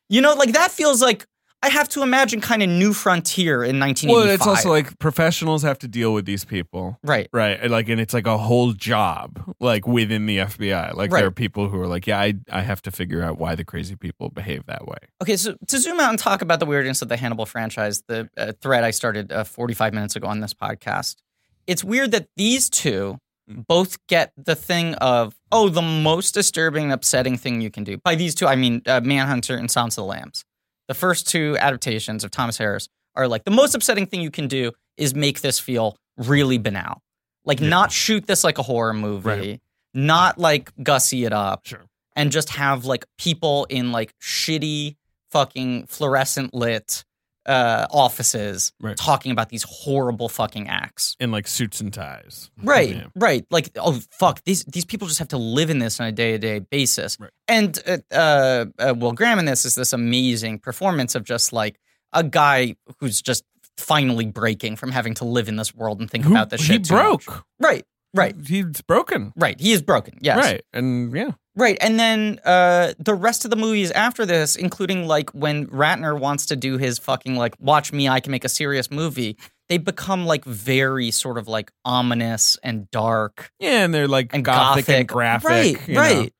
S2: you know, like that feels like. I have to imagine kind of new frontier in 1985.
S3: Well, it's also like professionals have to deal with these people.
S2: right.
S3: Right, and, like, and it's like a whole job, like within the FBI. Like,
S2: Right.
S3: there are people who are like, "Yeah, I, I have to figure out why the crazy people behave that way."
S2: Okay, so to zoom out and talk about the weirdness of the Hannibal franchise, the uh, thread I started uh, 45 minutes ago on this podcast, it's weird that these two both get the thing of, oh, the most disturbing and upsetting thing you can do. By these two, I mean uh, Manhunter and Silence of the Lambs. The first two adaptations of Thomas Harris are like, the most upsetting thing you can do is make this feel really banal. Like, not shoot this like a horror movie,
S4: Right.
S2: not like gussy it up.
S4: Sure.
S2: And just have like people in like shitty fucking fluorescent lit uh, offices
S3: Right.
S2: talking about these horrible fucking acts.
S3: [LAUGHS] In like suits and ties.
S2: Right,
S3: Yeah.
S2: right. Like, oh fuck, these these people just have to live in this on a day to day basis.
S3: Right.
S2: And uh, uh, uh, Will Graham in this is this amazing performance of just like a guy who's just finally breaking from having to live in this world and think
S3: Who-
S2: about this
S3: he
S2: shit. too much.
S3: broke.
S2: Right, right,
S3: He's broken.
S2: right. He is broken. Yes.
S3: Right, and yeah,
S2: Right, and then uh, the rest of the movies after this, including like when Ratner wants to do his fucking like "Watch me, I can make a serious movie," they become like very sort of like ominous and dark
S3: yeah, and they're like
S2: and
S3: gothic,
S2: gothic,
S3: and graphic.
S2: Right,
S3: you know.
S2: right.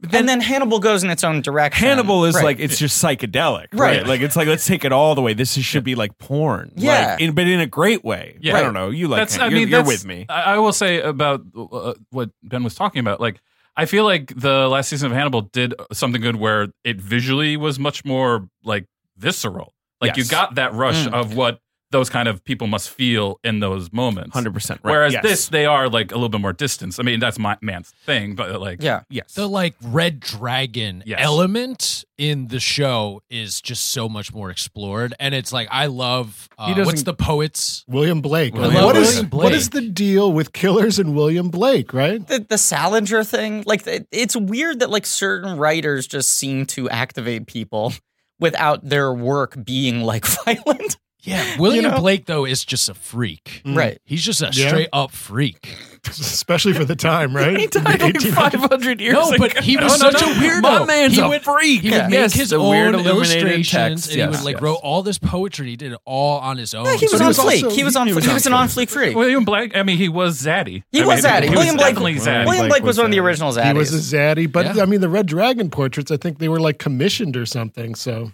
S3: then-
S2: and then Hannibal goes in its own direction.
S3: Hannibal is
S2: Right.
S3: like it's just psychedelic, right.
S2: Right.
S3: Like it's like let's take it all the way. This is, should be like porn,
S2: Yeah.
S3: like, in, but in a great way.
S4: Yeah.
S3: I don't know. You like
S4: That's-
S3: Hannibal. you're, you're with
S4: that's-
S3: me.
S4: I, I will say about uh, what Ben was talking about. Like, I feel like the last season of Hannibal did something good where it visually was much more like visceral. Like
S3: Yes.
S4: you got that rush
S2: Mm.
S4: of what those kind of people must feel in those moments.
S3: Hundred percent. Right.
S4: Whereas
S3: yes.
S4: this, they are like a little bit more distance. I mean, that's my man's thing, but like,
S2: yeah,
S3: yes,
S6: The like red dragon
S4: Yes.
S6: element in the show is just so much more explored, and it's like I love uh,
S3: doesn't-
S6: what's the poets
S5: William Blake.
S6: I love
S5: what is
S6: William
S5: what is the
S6: Blake.
S5: deal with killers and William Blake? Right.
S2: the the Salinger thing. Like it, it's weird that like certain writers just seem to activate people without their work being like [LAUGHS] violent.
S6: Yeah, William
S2: know? Mm.
S6: Blake though is just a freak.
S3: Mm-hmm.
S2: Right.
S6: He's just a
S5: Yeah.
S6: straight up freak.
S5: especially for the
S2: [LAUGHS]
S5: time,
S3: [LAUGHS]
S5: right?
S3: He died like
S5: 1800s.
S3: 500 years
S6: No,
S3: ago.
S6: but he was
S3: No, no,
S6: such
S3: no.
S6: a weirdo.
S3: My man's
S6: he
S3: a
S6: would,
S3: freak.
S6: He would make
S3: Yes,
S6: his
S3: the
S6: own
S3: weird illuminated
S6: illustrations,
S3: text.
S6: and
S3: Yes,
S6: he would like
S3: yes.
S6: wrote all this poetry. He did it all on his own.
S2: Yeah, he
S6: So
S2: was
S5: he
S2: on
S5: was
S2: fleek.
S5: also-
S2: he was on.
S5: he
S2: He
S5: was
S2: was,
S5: on
S2: an on fleek freak.
S4: William Blake. I mean, he was zaddy.
S2: He
S4: I
S2: was
S4: mean,
S2: zaddy.
S4: He
S2: William
S4: was
S2: Blake.
S4: definitely zaddy.
S2: William Blake was one of the
S3: zaddy.
S2: original zaddies.
S5: He was a zaddy, but
S6: Yeah.
S5: I mean, the Red Dragon portraits, I think they were like commissioned or something. So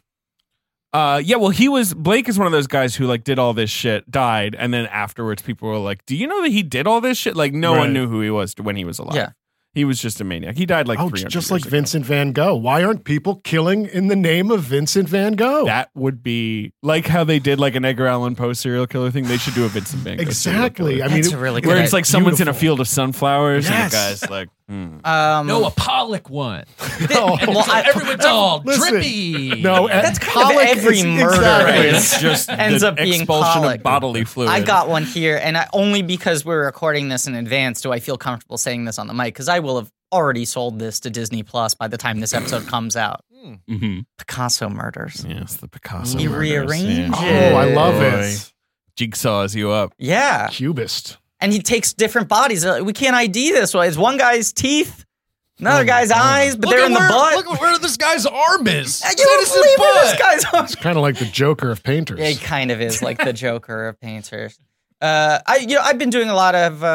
S3: Uh, yeah, well, he was Blake is one of those guys who like did all this shit, died, and then afterwards people were like, "Do you know that he did all this shit?" Like no
S5: Right.
S3: one knew who he was when he was alive.
S2: Yeah.
S3: he was just a maniac. He died like
S5: oh,
S3: 300
S5: just
S3: years
S5: like
S3: ago.
S5: Vincent Van Gogh. Why aren't people killing in the name of Vincent Van Gogh?
S3: That would be like how they did like an Edgar Allan Poe serial killer thing. They should do a Vincent Van Gogh serial
S5: exactly.
S3: killer.
S5: I mean,
S2: That's
S5: it-
S2: a really good
S3: where it's like someone's in a
S5: Beautiful.
S3: field of sunflowers
S5: Yes.
S3: and the guy's like,
S2: [LAUGHS]
S3: hmm.
S2: Um,
S6: No, a Pollock one.
S2: [LAUGHS] well, I-
S6: Everyone's all
S5: Listen,
S6: drippy.
S5: no,
S2: That's kind of every murder
S5: Exactly.
S2: is.
S3: it's just
S2: Ends
S3: the
S2: up being
S3: expulsion
S2: Pollock.
S3: of bodily fluid.
S2: I got one here, and I, only because we're recording this in advance do I feel comfortable saying this on the mic because I will have already sold this to Disney Plus by the time this episode comes out.
S4: hmm
S2: Picasso murders.
S3: yes, the Picasso.
S2: He
S3: murders,
S2: rearranges.
S5: Oh, I love it.
S3: Jigsaws you up.
S2: Yeah,
S5: [LAUGHS] Cubist.
S2: and he takes different bodies. Uh, We can't ID this. one. It's one guy's teeth,
S5: Oh
S2: another guy's eyes, but
S6: Look
S2: they're
S6: at
S2: in the
S6: where,
S2: butt.
S6: Look at where this guy's arm is.
S2: I
S6: It's in
S2: can't
S6: his
S2: believe where
S6: butt.
S2: this guy's [LAUGHS] arm
S5: It's kind of like the Joker of painters.
S2: Yeah, It kind of is
S5: [LAUGHS]
S2: like the Joker of painters. Uh, I you know I've been doing a lot of uh,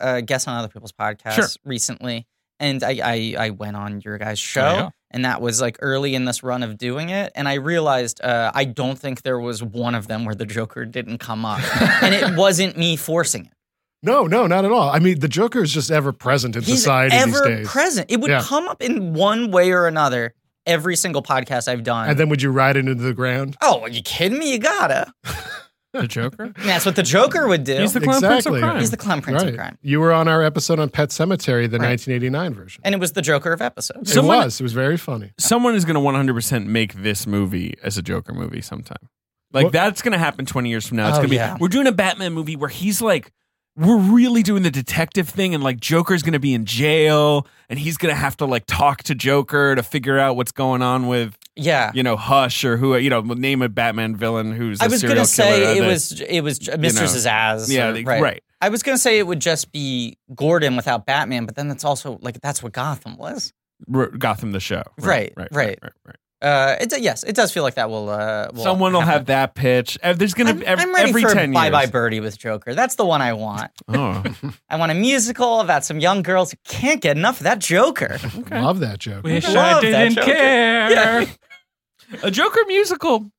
S2: uh, guests on other people's podcasts
S4: Sure.
S2: recently, and I, I I went on your guys' show,
S4: yeah.
S2: and that was like early in this run of doing it, and I realized uh, I don't think there was one of them where the Joker didn't come up, and
S5: [LAUGHS]
S2: it wasn't me forcing it.
S5: No, no, not at all. I mean, the Joker is just ever present in
S2: He's
S5: society
S2: ever
S5: these days.
S2: present. It would
S5: Yeah.
S2: come up in one way or another every single podcast I've done.
S5: and then would you ride it into the ground?
S2: oh, are you kidding me? You gotta.
S3: The Joker.
S2: And that's what the Joker would do.
S3: He's the clown prince
S5: Exactly.
S3: of crime.
S2: He's the clown prince
S5: right.
S2: of crime.
S5: You were on our episode on Pet Cemetery, the
S2: Right.
S5: 1989 version.
S2: and it was the Joker of episodes.
S3: Someone-
S5: it was. It was very funny.
S3: someone is going to 100% make this movie as a Joker movie sometime. Like
S5: What-
S3: that's going to happen 20 years from now. It's
S2: Oh,
S3: going to be
S2: yeah.
S3: we're doing a Batman movie where he's like we're really doing the detective thing and like Joker's going to be in jail and he's going to have to like talk to Joker to figure out what's going on with,
S2: Yeah.
S3: you know, Hush or who, you know, name a Batman villain who's
S2: I
S3: a
S2: was
S3: going to
S2: gonna say it was it was Mr.
S3: you know,
S2: Zazz.
S3: Yeah,
S2: or-
S3: like,
S2: right.
S3: right.
S2: I was gonna say it would just be Gordon without Batman, but then that's also like that's what Gotham was.
S3: R- Gotham the show.
S2: Right,
S3: Right.
S2: right.
S3: Right. right, right.
S2: Uh, it, yes, it does feel like that will. Uh, will
S3: Someone will
S2: happen.
S3: have that pitch. Uh, There's going to
S2: I'm,
S3: be
S2: I'm ready
S3: every
S2: for
S3: 10
S2: Bye
S3: years.
S2: Bye Birdie with Joker. That's the one I want.
S3: [LAUGHS] Oh.
S2: I want a musical about some young girls who can't get enough of that
S3: [LAUGHS]
S2: Joker.
S5: Love that Joker.
S4: Wish
S2: Love
S4: I
S2: that
S4: didn't
S2: Joker.
S4: care.
S3: a Joker musical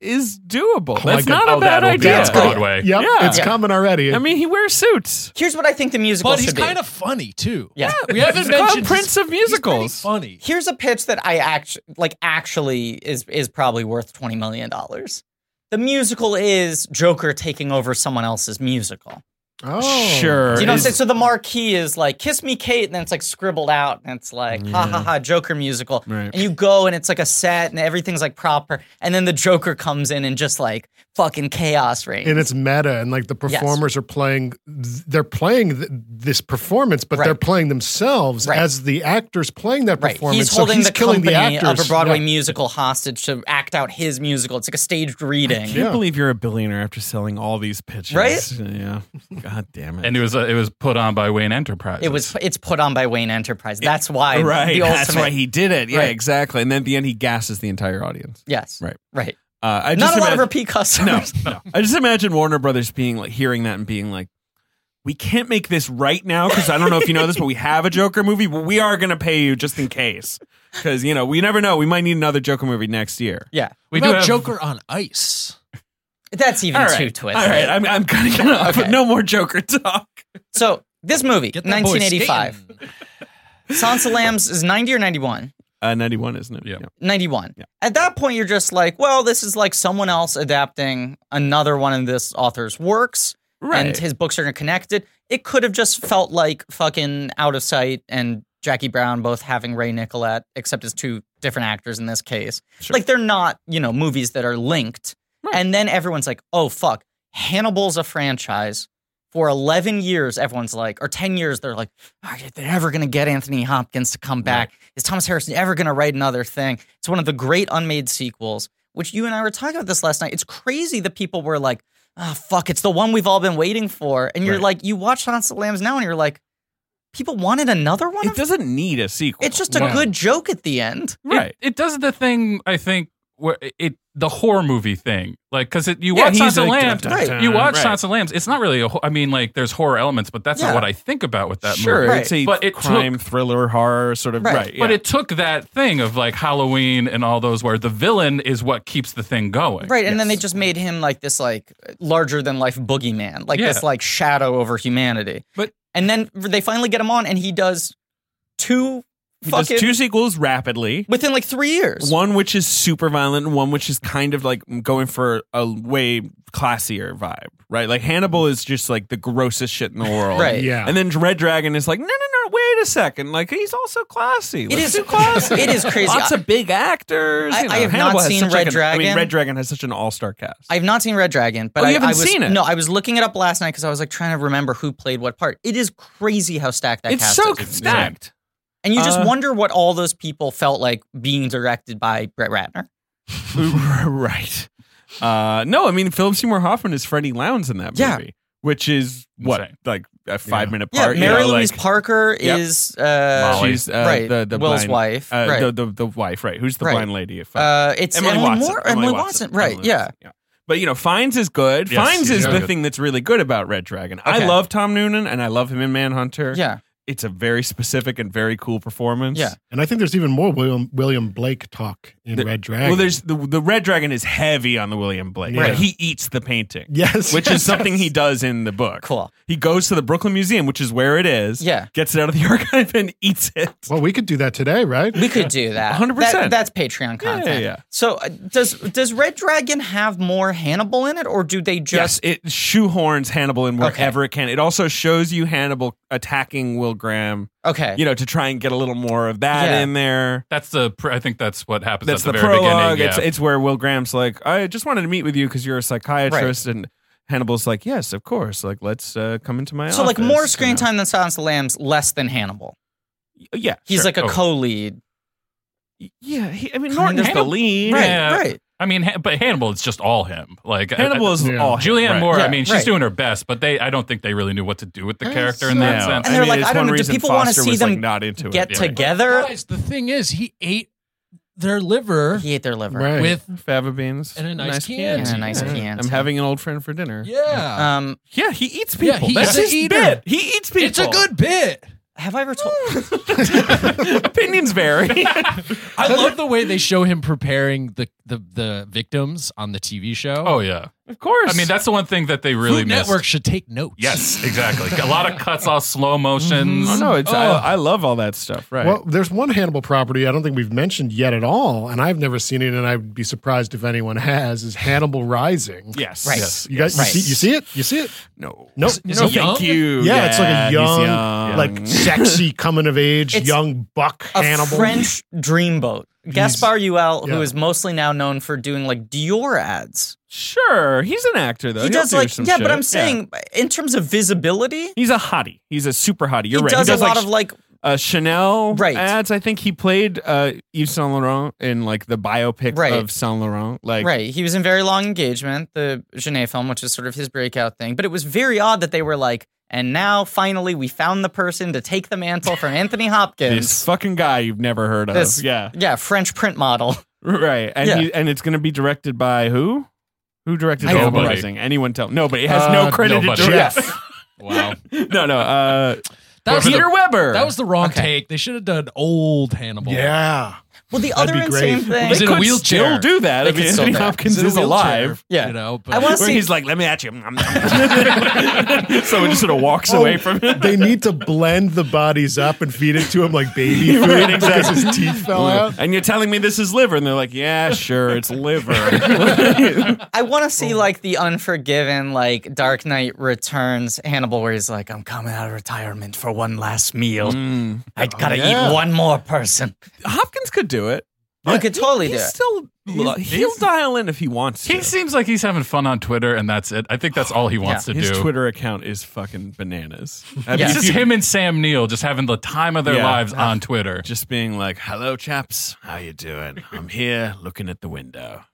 S3: is doable.
S5: my
S3: That's
S5: God.
S3: not a
S5: Oh,
S3: bad
S5: that'll be
S3: idea.
S2: That's
S4: That's
S2: good.
S4: Broadway.
S5: Yep,
S3: Yeah.
S5: it's
S2: Yeah.
S5: coming already.
S3: I mean, he wears suits.
S2: Here's what I think the musical
S6: But he's
S2: should be.
S6: kind of funny too.
S2: yeah.
S6: we haven't
S3: He's called
S6: mentioned
S3: Prince of
S6: he's pretty
S3: Musicals.
S6: funny.
S2: Here's a pitch that I actually like actually is is probably worth 20 million dollars. The musical is Joker taking over someone else's musical.
S5: oh,
S3: Sure.
S2: Do you know what I'm
S3: Is-
S2: saying? So the marquee is like Kiss Me Kate and then it's like scribbled out and it's like ha ha ha Joker musical.
S3: Right.
S2: And you go and it's like a set and everything's like proper and then the Joker comes in and just like fucking chaos reigns.
S5: And it's meta, and like the performers are playing, they're playing th- this performance, but
S2: Right.
S5: they're playing themselves
S2: Right.
S5: as the actors playing that
S2: Right,
S5: performance.
S2: he's holding
S5: so he's
S2: the
S5: killing
S2: company
S5: the actors.
S2: of a Broadway
S5: Yeah.
S2: musical hostage to act out his musical. It's like a staged reading.
S3: Can't believe you're a billionaire after selling all these pitches.
S2: Right?
S3: Yeah. God damn it.
S4: And it was uh, it was put on by Wayne Enterprise.
S2: It was it's put on by Wayne Enterprise. That's why
S3: right. [LAUGHS]
S2: the
S3: That's
S2: ultimate-
S3: why he did it. Yeah,
S2: Right.
S3: exactly. And then at the end, he gasses the entire audience.
S2: Yes.
S3: Right.
S2: Right.
S3: Uh, I
S2: Not
S3: just
S2: a lot of
S3: imagine-
S2: repeat customers.
S3: No, no. I just imagine Warner Brothers being like hearing that and being like, "We can't make this right now because I don't know if you know this, but we have a Joker movie. But we are going to pay you just in case because you know we never know. We might need another Joker movie next year."
S2: [LAUGHS] Yeah.
S4: we
S6: What
S4: do
S6: about
S4: have,
S6: Joker on ice.
S2: That's even
S3: All
S2: too
S3: right,
S2: twisted.
S3: all right. I'm I'm kind of
S2: [LAUGHS]
S3: gonna off. no more Joker talk.
S2: So this movie,
S6: Get that boy
S2: 1985.
S6: skating.
S2: Sansa Lambs is 90 or 91?
S3: Uh, Ninety one, isn't it?
S4: Yeah.
S2: 91. At that point, you're just like, well, this is like someone else adapting another one of this author's works. And
S3: Right.
S2: his books are connected. It could have just felt like fucking Out of Sight and Jackie Brown both having Ray Nicolette, except it's two different actors in this case.
S3: Sure.
S2: Like they're not, you know, movies that are linked. And then everyone's like, oh, fuck, Hannibal's a franchise. For 11 years, everyone's like, or 10 years, they're like, are they ever going to get Anthony Hopkins to come back? Is Thomas Harrison ever going to write another thing? It's one of the great unmade sequels. which you and I were talking about this last night. It's crazy that people were like, "Ah, fuck, it's the one we've all been waiting for," and you're
S3: Right.
S2: like, you watch Silence of the Lambs now, and you're like, people wanted another one.
S3: It
S2: of-
S3: doesn't need a sequel.
S2: it's just a
S6: Wow.
S2: good joke at the end.
S4: It- It, does the thing I think where it the horror movie thing, like because you
S3: Yeah,
S4: watch
S3: he's
S4: Silence of the
S3: like, dun,
S4: Lambs,
S3: dun,
S2: Right.
S3: dun,
S4: you watch
S3: right.
S4: Silence of the Lambs. It's not really a. ho- I mean, like there's horror elements, but that's
S2: Yeah.
S4: not what I think about with that
S3: Sure,
S4: movie.
S2: Right.
S3: it's a
S4: But it
S3: crime thriller horror sort of
S2: Right.
S3: right.
S4: But
S3: yeah.
S4: it took that thing of like Halloween and all those where the villain is what keeps the thing going.
S2: Right, and then they just made him like this, like larger than life boogeyman, like this,
S4: Yeah.
S2: like shadow over humanity.
S3: But-
S2: and then they finally get him on, and he does two
S3: He does
S2: fucking
S3: two sequels rapidly.
S2: within like three years.
S3: One which is super violent, and one which is kind of like going for a way classier vibe, right? Like Hannibal is just like the grossest shit in the world,
S2: Right.
S5: Yeah.
S3: And then Red Dragon is like, no, no, no, wait a second, like he's also classy. Let's
S2: is-
S3: do classy.
S2: [LAUGHS] it is crazy.
S3: Lots of big actors.
S2: I-
S3: you know.
S2: I have not
S3: Hannibal has
S2: seen
S3: such, like,
S2: Red
S3: an- I
S2: Dragon.
S3: mean, Red Dragon has such an all-star cast.
S2: I've not seen Red Dragon, but
S3: Oh, you
S2: I,
S3: haven't
S2: I was,
S3: seen it?
S2: No, I was looking it up last night because I was like trying to remember who played what part. It is crazy how stacked that
S3: it's
S2: cast
S3: so
S2: is.
S3: stacked.
S2: And you just
S3: Uh,
S2: wonder what all those people felt like being directed by Brett Ratner.
S3: [LAUGHS] right. Uh, no, I mean Philip Seymour Hoffman is Freddie Lowndes in that
S2: Yeah.
S3: movie, which is what
S4: Insane.
S3: like a five minute
S2: Yeah,
S3: part. you
S2: Mary
S3: know,
S2: Louise
S3: like,
S2: Parker
S3: Yep.
S2: is uh,
S4: Molly.
S3: she's uh,
S2: right,
S3: the, the
S2: Will's
S3: blind-
S2: wife.
S3: uh,
S2: right.
S3: the, the the wife, right? Who's the
S2: Right.
S3: blind lady? If I-
S2: uh, it's Emily,
S3: Watson,
S2: Moore, Emily, Watson, right?
S3: Emily
S2: yeah,
S3: Watson, But you know, Fines is good.
S4: Yes,
S3: Fines
S4: he's
S3: is
S4: very
S3: the
S4: good.
S3: thing that's really good about Red Dragon.
S2: Okay.
S3: I love Tom Noonan, and I love him in Manhunter.
S2: yeah.
S3: it's a very specific and very cool performance.
S2: Yeah.
S5: And I think there's even more William William Blake talk in
S3: The-
S5: Red Dragon.
S3: Well, there's the the Red Dragon is heavy on the William Blake.
S5: Right.
S3: He eats the painting.
S5: yes,
S3: which is something he does in the book.
S2: Cool.
S3: He goes to the Brooklyn Museum, which is where it is.
S2: Yeah.
S3: Gets it out of the [LAUGHS] archive and eats it.
S5: Well, we could do that today, right?
S2: We could do that.
S3: 100%.
S2: That- That's Patreon content.
S3: yeah.
S2: So uh, does does Red Dragon have more Hannibal in it, or do they
S3: Yes,
S2: just?
S3: it shoehorns Hannibal in wherever
S2: Okay.
S3: it can. It also shows you Hannibal attacking Will Graham,
S2: Okay.
S3: you know, to try and get a little more of that
S2: Yeah.
S3: in there.
S4: That's the. pr- I think that's what happens.
S3: That's
S4: at
S3: the,
S4: the, very
S3: prologue.
S4: beginning.
S3: It's,
S4: yeah.
S3: it's where Will Graham's like, I just wanted to meet with you because you're a psychiatrist. And Hannibal's like, yes, of course. Like, let's uh, come into my office.
S2: so like more screen
S3: you know.
S2: time than Silence of the Lambs, less than Hannibal.
S3: Yeah.
S2: He's
S4: Sure.
S2: like a
S4: Oh.
S2: co-lead.
S3: Yeah. He, I mean,
S2: Kind
S3: Norton
S2: of
S3: is the
S4: Hannibal-
S3: lead.
S2: Right.
S4: Yeah.
S2: Right.
S4: I mean, Han- but Hannibal, it's just all him. Like I-
S3: Hannibal
S4: I-
S3: is
S5: Yeah.
S3: all him,
S4: Julianne
S3: right.
S4: Moore.
S2: Yeah,
S4: I mean, she's
S2: right.
S4: doing her best, but they. I don't think they really knew what to do with the character in that
S3: Yeah.
S4: sense.
S2: And they're
S3: I mean,
S2: like,
S3: it's
S2: I don't
S3: one
S2: know, do
S3: reason
S2: people wanna
S3: Foster
S2: see
S3: was,
S2: them
S3: like, not into
S2: Get
S3: it.
S2: together.
S6: Guys, the thing is, he ate their liver
S2: He ate their liver.
S5: Right.
S6: with
S3: fava beans
S6: And a nice can.
S2: And a nice can.
S3: I'm having an old friend for dinner. Uh,
S6: yeah.
S2: Um,
S3: Yeah, he eats people.
S6: Yeah, he's
S3: That's
S6: a
S3: his
S6: eater.
S3: bit. He eats people.
S6: it's a good bit.
S2: have I ever told?
S3: [LAUGHS]
S2: [LAUGHS]
S3: Opinions vary.
S6: I love the way they show him preparing the, the, the victims on the TV show.
S4: Oh yeah.
S3: of course.
S4: I mean, that's the one thing that they really
S6: Food
S4: missed.
S6: Network should take notes.
S4: Yes, exactly. a lot of cuts, all slow motions.
S3: Oh no, it's
S6: Oh.
S3: I, I love all that stuff. Right.
S5: Well, there's one Hannibal property I don't think we've mentioned yet at all, and I've never seen it, and I'd be surprised if anyone has. Is Hannibal Rising?
S3: yes.
S2: Right.
S3: Yes.
S5: You guys,
S2: Right.
S5: you, see, you see it? You see it?
S3: No.
S5: Nope.
S6: Is
S3: no,
S6: he young?
S3: thank you.
S5: Yeah, it's like a
S3: he's
S5: young,
S3: young.
S5: [LAUGHS] like sexy coming of age
S2: It's
S5: young buck
S2: a
S5: Hannibal.
S2: French dreamboat. Gaspar Uel,
S5: yeah.
S2: who is mostly now known for doing like Dior ads.
S3: sure. He's an actor though.
S2: he
S3: Oh, He'll
S2: does
S3: do
S2: like
S3: some
S2: yeah,
S3: shit.
S2: but I'm saying in terms of visibility,
S3: He's a hottie. He's a super hottie. You're
S2: he
S3: right.
S2: does
S3: he does
S2: a lot
S3: like
S2: of like
S3: uh, Chanel
S2: Right.
S3: ads. I think he played uh, Yves Saint Laurent in like the biopic
S2: Right.
S3: of Saint Laurent. Like,
S2: right. He was in very long engagement, the Genet film, which is sort of his breakout thing. But it was very odd that they were like, and now finally we found the person to take the mantle from
S3: [LAUGHS]
S2: Anthony
S3: this
S2: Hopkins.
S3: fucking guy you've never heard of.
S2: This-
S3: yeah,
S2: yeah, French print model. [LAUGHS]
S3: right. And
S2: Yeah.
S3: he, and it's going to be directed by who? Who directed
S2: I don't
S3: Hannibal
S4: know.
S3: Rising? Anyone tell? Nobody. It has no
S5: Uh,
S3: credit.
S4: nobody.
S3: [LAUGHS]
S5: Jeff.
S6: Wow.
S3: no, no. Uh,
S6: That was,
S3: Peter
S6: the,
S3: Weber.
S6: that was the wrong
S2: Okay.
S6: take. They should have done old Hannibal.
S5: yeah.
S2: Well, the
S5: That'd
S2: other
S5: be great.
S2: insane thing.
S6: Was
S3: They
S6: in a
S3: could
S6: wheelchair.
S3: Still do that.
S2: They
S3: I mean,
S2: could still
S3: Anthony
S2: do that.
S3: Hopkins
S6: He's in a
S3: is
S6: wheelchair,
S3: alive.
S2: Yeah.
S6: You know, but
S2: I wanna
S3: Where
S2: see-
S3: he's like, "Let me [LAUGHS] at you," so he just sort of walks away from him.
S5: they need to blend the bodies up and feed it to him
S3: [LAUGHS]
S5: like baby food
S3: Right,
S5: because
S3: exactly.
S5: his teeth fell out.
S3: And you're telling me this is liver, and they're like, "Yeah, [LAUGHS] sure, it's liver."
S2: I want to see like the Unforgiven, like Dark Knight Returns Hannibal, where he's like, "I'm coming out of retirement for one last meal. I gotta
S5: Mm. Oh, yeah.
S2: eat one more person.
S3: [LAUGHS] Hopkins could do it.
S2: I could totally do
S3: He's
S2: it."
S3: still he'll
S4: he's-
S3: dial in if he wants to.
S4: He seems like he's having fun on Twitter, and that's it. I think that's all he wants to
S3: His
S4: do.
S3: Twitter account is fucking bananas. I mean,
S2: Yeah.
S4: It's
S3: if
S4: just
S3: you-
S4: him and Sam Neill just having the time of their
S3: Yeah.
S4: lives on Twitter.
S3: just being like, "Hello, chaps, how you doing? I'm here looking at the window."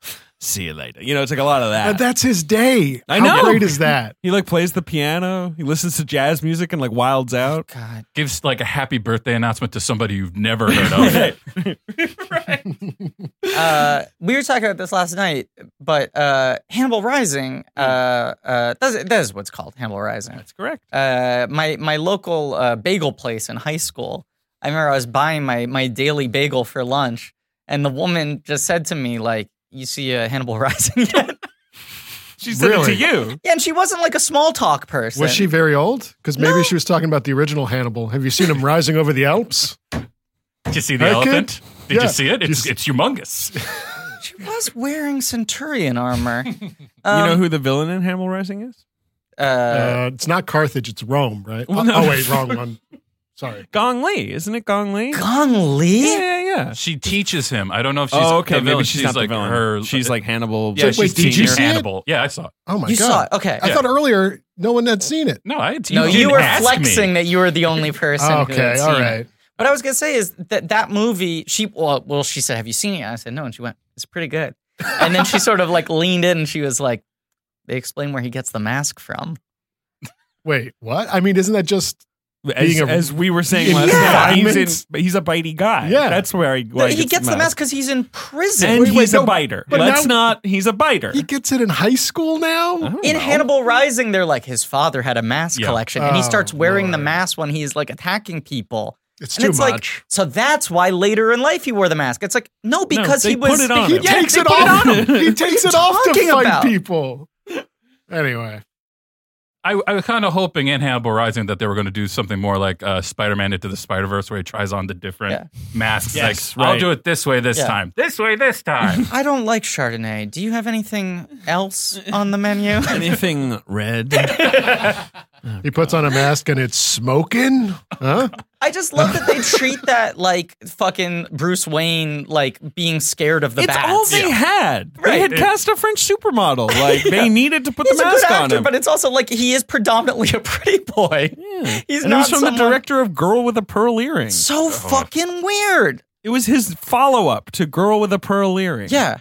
S3: see you later. You know, it's like a lot of that.
S5: But that's his day.
S3: I
S5: How
S3: know.
S5: great is that?
S3: he like plays the piano. He listens to jazz music and like wilds out.
S2: God.
S4: Gives like a happy birthday announcement to somebody you've never heard of.
S2: Uh, we were talking about this last night, but uh, Hannibal Rising, uh, uh, that's, that is what's called Hannibal Rising.
S3: That's correct.
S2: Uh, my my local uh, bagel place in high school. I remember I was buying my my daily bagel for lunch, and the woman just said to me like, "You see a Hannibal [LAUGHS] Rising yet?"
S3: [LAUGHS] She said
S5: Really?
S3: it to you.
S2: yeah, and she wasn't like a small talk person.
S5: Was she very old? Because maybe she was talking about the original Hannibal. Have you seen him rising over the Alps?
S4: Did you see the
S5: I could-
S4: elephant? Did
S5: yeah.
S4: you see it? It's,
S5: Just-
S4: it's humongous.
S2: She was wearing Centurion armor. Um,
S3: you know who the villain in Hannibal Rising is?
S2: uh,
S5: Uh, it's not Carthage. It's Rome, right?
S3: Well,
S5: Oh-
S3: no.
S5: Oh wait, wrong one. Sorry.
S3: Gong Lee, isn't it? Gong Lee.
S2: Gong Li.
S3: yeah, yeah, yeah.
S4: She teaches him. I don't know if she's
S3: oh, okay.
S4: the
S3: Maybe
S4: villain.
S3: she's, not the
S4: like
S3: villain.
S4: her. uh,
S3: she's like Hannibal.
S4: yeah, she's
S5: Wait, did you
S4: senior
S5: see it?
S4: Hannibal. Yeah, I saw. It.
S5: Oh my
S2: You
S5: god.
S2: saw it. Okay.
S5: I thought earlier no one had seen it.
S4: No, I had
S2: no, you,
S4: didn't
S2: were
S4: ask
S2: flexing
S4: Me.
S2: that you were the only person. who had
S5: okay.
S2: seen
S5: All
S2: it.
S5: right.
S2: What I was gonna say is that that movie. She well, well, she said, "Have you seen it?" I said, "No," and she went, "It's pretty good." And then she sort of like leaned in and she was like, "They explain where he gets the mask from."
S5: Wait, what? I mean, isn't that just
S3: As,
S5: Being a-
S3: as we were saying
S5: in
S3: last
S5: Yeah.
S3: night, he's, in,
S5: confinement.
S3: but he's a bitey guy.
S5: Yeah.
S3: that's where he, why
S2: But he gets the mask because he's in prison.
S3: and
S5: Wait, wait,
S3: he's a
S5: no,
S3: biter.
S5: but
S3: Let's
S5: now-
S3: not. He's a biter.
S5: he gets it in high school
S3: I
S5: now?
S3: don't
S2: in
S3: know.
S2: Hannibal Rising, they're like his father had a mask
S4: Yeah.
S2: collection, and he
S5: Oh,
S2: starts wearing the
S5: Lord.
S2: mask when he's like attacking people.
S5: It's
S2: And
S5: too
S2: it's like,
S5: much.
S2: so that's why later in life he wore the mask. It's like, no, because
S3: they
S2: he was.
S3: put it on
S5: he
S3: him.
S2: Yeah,
S5: takes
S2: they
S5: it
S2: put
S5: off.
S2: on him.
S5: he takes it off to
S2: talking
S5: fight
S2: about?
S5: people. Anyway,
S4: I, I was kind of hoping in Hannibal Rising that they were going to do something more like uh, Spider-Man into the Spider-Verse, where he tries on the different masks.
S3: Yes,
S4: like, I'll
S3: right.
S4: do it this way this
S2: Yeah.
S4: time. This way this time.
S2: I don't like Chardonnay. Do you have anything else on the menu?
S3: Anything red?
S5: he puts on a mask and it's smoking. Huh?
S2: I just love that [LAUGHS] they treat that like fucking Bruce Wayne, like being scared of the
S3: it's
S2: bats.
S3: all they had. They
S2: Right.
S3: had cast a French supermodel. Like they needed to put
S2: He's
S3: the
S2: a good
S3: mask on
S2: actor,
S3: him.
S2: but it's also like he is predominantly a pretty boy.
S3: Yeah.
S2: He's
S3: and it
S2: not
S3: was from the
S2: someone-
S3: director of Girl with a Pearl Earring.
S2: So fucking weird.
S3: It was his follow up to Girl with a Pearl Earring.
S2: Yeah.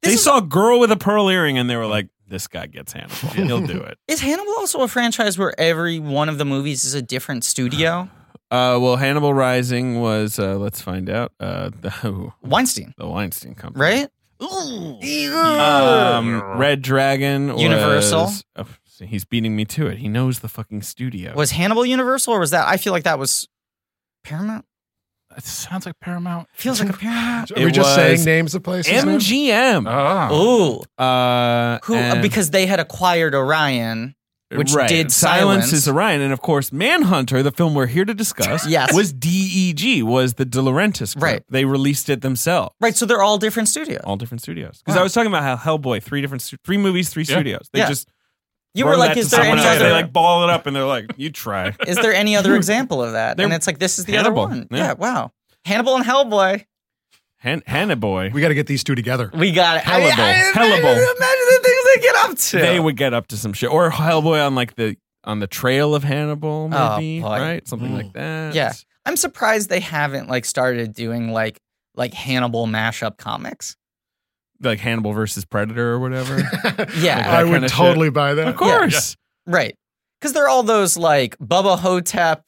S2: This
S3: they
S2: is,
S3: saw Girl with a Pearl Earring and they were like, "This guy gets
S2: [LAUGHS]
S3: Hannibal. He'll do it."
S2: is Hannibal also a franchise where every one of the movies is a different
S3: [SIGHS]
S2: studio?
S3: Uh, well, Hannibal Rising was. Uh, let's find out. Uh, the, [LAUGHS]
S2: Weinstein,
S3: the Weinstein Company,
S2: right?
S3: Um, Red Dragon, was-
S2: Universal?
S3: Oh, he's beating me to it. He knows the fucking studio.
S2: Was Hannibal Universal or was that? I feel like that was Paramount.
S4: [LAUGHS] It sounds like Paramount.
S2: Feels like a Paramount.
S5: Are
S3: It
S5: we just
S3: was
S5: saying names of places? now?
S3: MGM?
S4: Oh.
S2: Ooh,
S3: Uh,
S2: who?
S3: and-
S2: because they had acquired Orion. which did Silence.
S3: is Orion, and of course, Manhunter, the film we're here to discuss,
S2: [LAUGHS] Yes.
S3: was DEG, was the De Laurentiis group.
S2: Right.
S3: They released it themselves,
S2: Right, so they're all different studios.
S3: all different studios. Because
S2: Wow.
S3: I was talking about how Hellboy, three different, stu- three movies, three
S4: Yeah.
S3: studios. They
S2: Yeah.
S3: just
S2: You were
S3: run
S2: like,
S3: that
S2: is
S3: to
S2: there
S3: someone
S2: any
S3: else.
S2: other?
S3: They like ball it up, and they're like, "You
S2: [LAUGHS]
S3: try."
S2: is there any other example of that? and
S3: They're-
S2: it's like this is the
S3: Hannibal,
S2: other one. Yeah.
S3: yeah.
S2: wow. Hannibal and Hellboy.
S3: Han- Hannaboy.
S5: We got to get these two [LAUGHS] together.
S2: We got it. I- I-
S3: Hellable.
S2: I-
S3: Hellable.
S2: Imagine the things they get up to.
S3: They would get up to some shit, or Hellboy on like the on the trail of Hannibal,
S2: Oh,
S3: maybe
S2: boy.
S3: right, something
S5: Mm.
S3: like that.
S2: Yeah. I'm surprised they haven't like started doing like like Hannibal mashup comics.
S3: like Hannibal versus Predator or whatever.
S5: Oh
S2: Yeah,
S3: That
S5: I
S3: kinda
S5: would
S3: shit.
S5: totally buy that.
S3: of course,
S2: right. Because they're all those like Bubba Hotep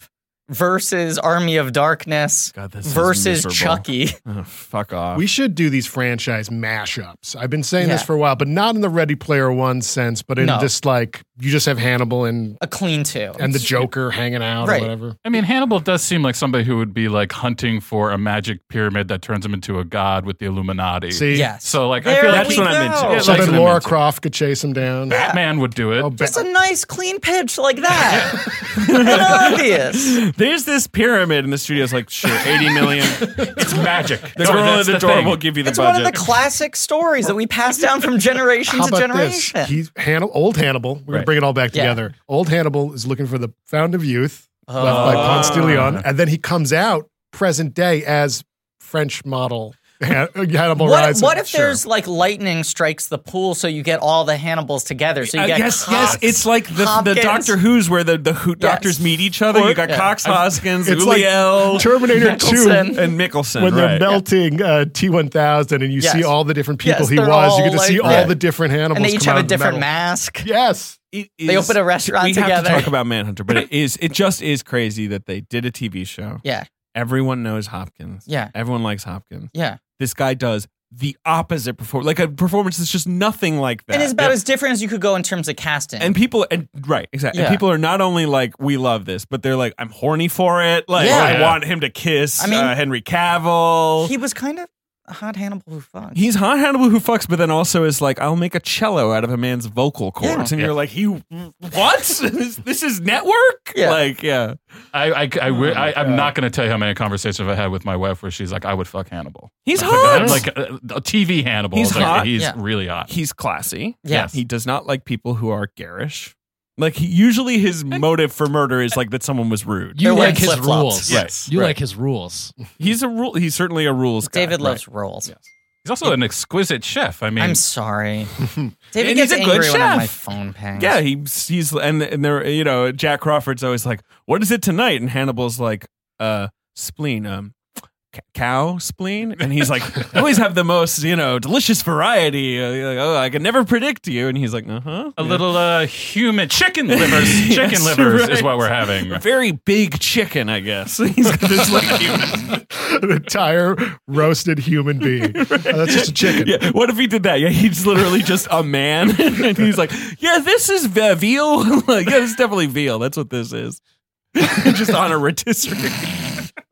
S2: versus Army of Darkness
S3: God, this is
S2: versus
S3: miserable.
S2: Chucky. [LAUGHS]
S3: Oh, fuck off.
S5: We should do these franchise mashups. I've been saying this
S2: Yeah.
S5: for a while, but not in the Ready Player One sense, but in
S2: No.
S5: just like you just have Hannibal and
S2: A clean two.
S5: and the Joker hanging out
S2: Right.
S5: or whatever.
S4: I mean, Hannibal does seem like somebody who would be like hunting for a magic pyramid that turns him into a god with the Illuminati.
S5: See,
S2: yes.
S4: So like, I
S2: There
S4: feel
S2: we
S4: like
S3: That's what I'm
S2: go.
S3: into.
S4: Yeah,
S5: so
S4: like-
S5: then Laura Croft could chase him down.
S4: Batman would do it.
S5: Oh,
S2: Just a
S5: Ba-
S2: nice clean pitch like that. [LAUGHS] and obvious.
S3: There's this pyramid in the studio's like,
S2: [LAUGHS]
S3: sure, 80 million.
S5: [LAUGHS]
S4: It's magic.
S3: The
S4: Sorry,
S3: girl at
S4: that's
S3: the,
S4: the
S3: door
S4: thing.
S3: will give you the
S2: It's one
S3: budget.
S2: of the classic stories that we pass down from generation
S5: How
S2: to
S5: about this?
S2: generation.
S5: He's Hannibal, old Hannibal. We're gonna
S3: Right.
S5: bring it all back
S2: Yeah.
S5: together. Old Hannibal is looking for the Fountain of Youth
S2: Oh.
S5: left by Ponce de Leon, and then he comes out present day as French model Han- Hannibal
S2: What,
S5: Rising.
S2: what if
S5: sure.
S2: there's like lightning strikes the pool, so you get all the Hannibals together? So you
S3: Uh,
S2: get
S3: yes, yes,
S2: Cox,
S3: it's like the, the
S2: Hopkins.
S3: Doctor Who's where the, the who, doctors meet each other. you got
S2: yeah.
S3: Cox Hoskins,
S5: It's
S2: [LAUGHS]
S5: like
S3: Uliel,
S5: Terminator
S2: Nicholson.
S5: Two?
S3: and Mickelson.
S5: When they're
S3: right.
S5: melting uh, T1000 and you see
S2: Yes.
S5: all the different people
S2: Yes,
S5: he
S2: they're
S5: was, you
S2: all
S5: get to see
S2: like-
S5: all
S2: Yeah.
S5: the different Hannibals.
S2: and they each have
S5: come out
S2: a
S5: of the
S2: different
S5: metal.
S2: mask.
S5: Yes. [LAUGHS]
S3: It
S2: They
S3: is-
S2: open a restaurant
S3: we have
S2: together.
S3: to talk about Manhunter,
S2: [LAUGHS]
S3: but it is it just is crazy that they did a TV show.
S2: Yeah.
S3: Everyone knows Hopkins.
S2: Yeah.
S3: Everyone likes Hopkins.
S2: Yeah,
S3: This guy does the opposite performance, like a performance that's just nothing like that.
S2: and it's about as different as you could go in terms of casting.
S3: and people and right exactly and
S2: Yeah.
S3: people are not only like we love this but they're like i'm horny for it like
S2: Yeah.
S3: i
S5: Yeah.
S3: want him to kiss
S2: I mean-
S3: uh, henry cavill
S2: he was kind of a hot Hannibal who fucked.
S3: he's hot hannibal who fucks but then also is like i'll make a cello out of a man's vocal cords
S2: Yeah.
S3: and you're like he what [LAUGHS] this, this is network
S2: Yeah.
S3: like yeah
S4: I, I, I,
S5: Oh
S4: wi- I, am not going to tell you how many conversations I had with my wife where she's like, I would fuck Hannibal.
S3: he's
S4: Like, I'm
S3: hot
S4: like a, a TV Hannibal.
S3: He's
S4: I was like,
S3: hot.
S4: He's
S2: Yeah.
S4: really hot.
S3: he's classy
S2: Yes.
S3: he does not like people who are garish like he, usually his motive for murder is like that someone was rude
S6: You
S2: They're
S6: like
S2: wearing
S6: his
S2: flip-flops.
S6: rules.
S4: Yes,
S6: You
S3: right.
S6: like his rules.
S3: he's a rule he's certainly a rules guy
S2: David
S3: right?
S2: loves roles.
S4: He's also an exquisite chef. I mean,
S2: I'm
S3: [LAUGHS]
S2: sorry. David
S3: And
S2: gets
S3: he's a
S2: angry
S3: good
S2: when I'm
S3: chef.
S2: my phone pings.
S3: Yeah, he's he's and and they're you know Jack Crawford's always like, "What is it tonight?" And Hannibal's like, "Uh, spleen, um, c- cow spleen." And he's
S4: [LAUGHS]
S3: like, "I "Always have the most you know delicious variety." Uh, you're like, oh, I can never predict you. And he's like, "Uh huh."
S4: a little uh, human chicken livers.
S3: Yes,
S4: Chicken livers is
S3: right.
S4: what we're having.
S3: very big chicken, I guess. [LAUGHS]
S4: [LAUGHS]
S3: He's got this like human.
S5: An entire roasted
S2: [LAUGHS]
S5: human being. Oh, that's just a chicken.
S3: Yeah, what if he did that? Yeah, he's literally just a man, [LAUGHS] and he's like, "Yeah, this is ve- veal. [LAUGHS] like, yeah, this is definitely veal. That's what this is." [LAUGHS] just on a rotisserie.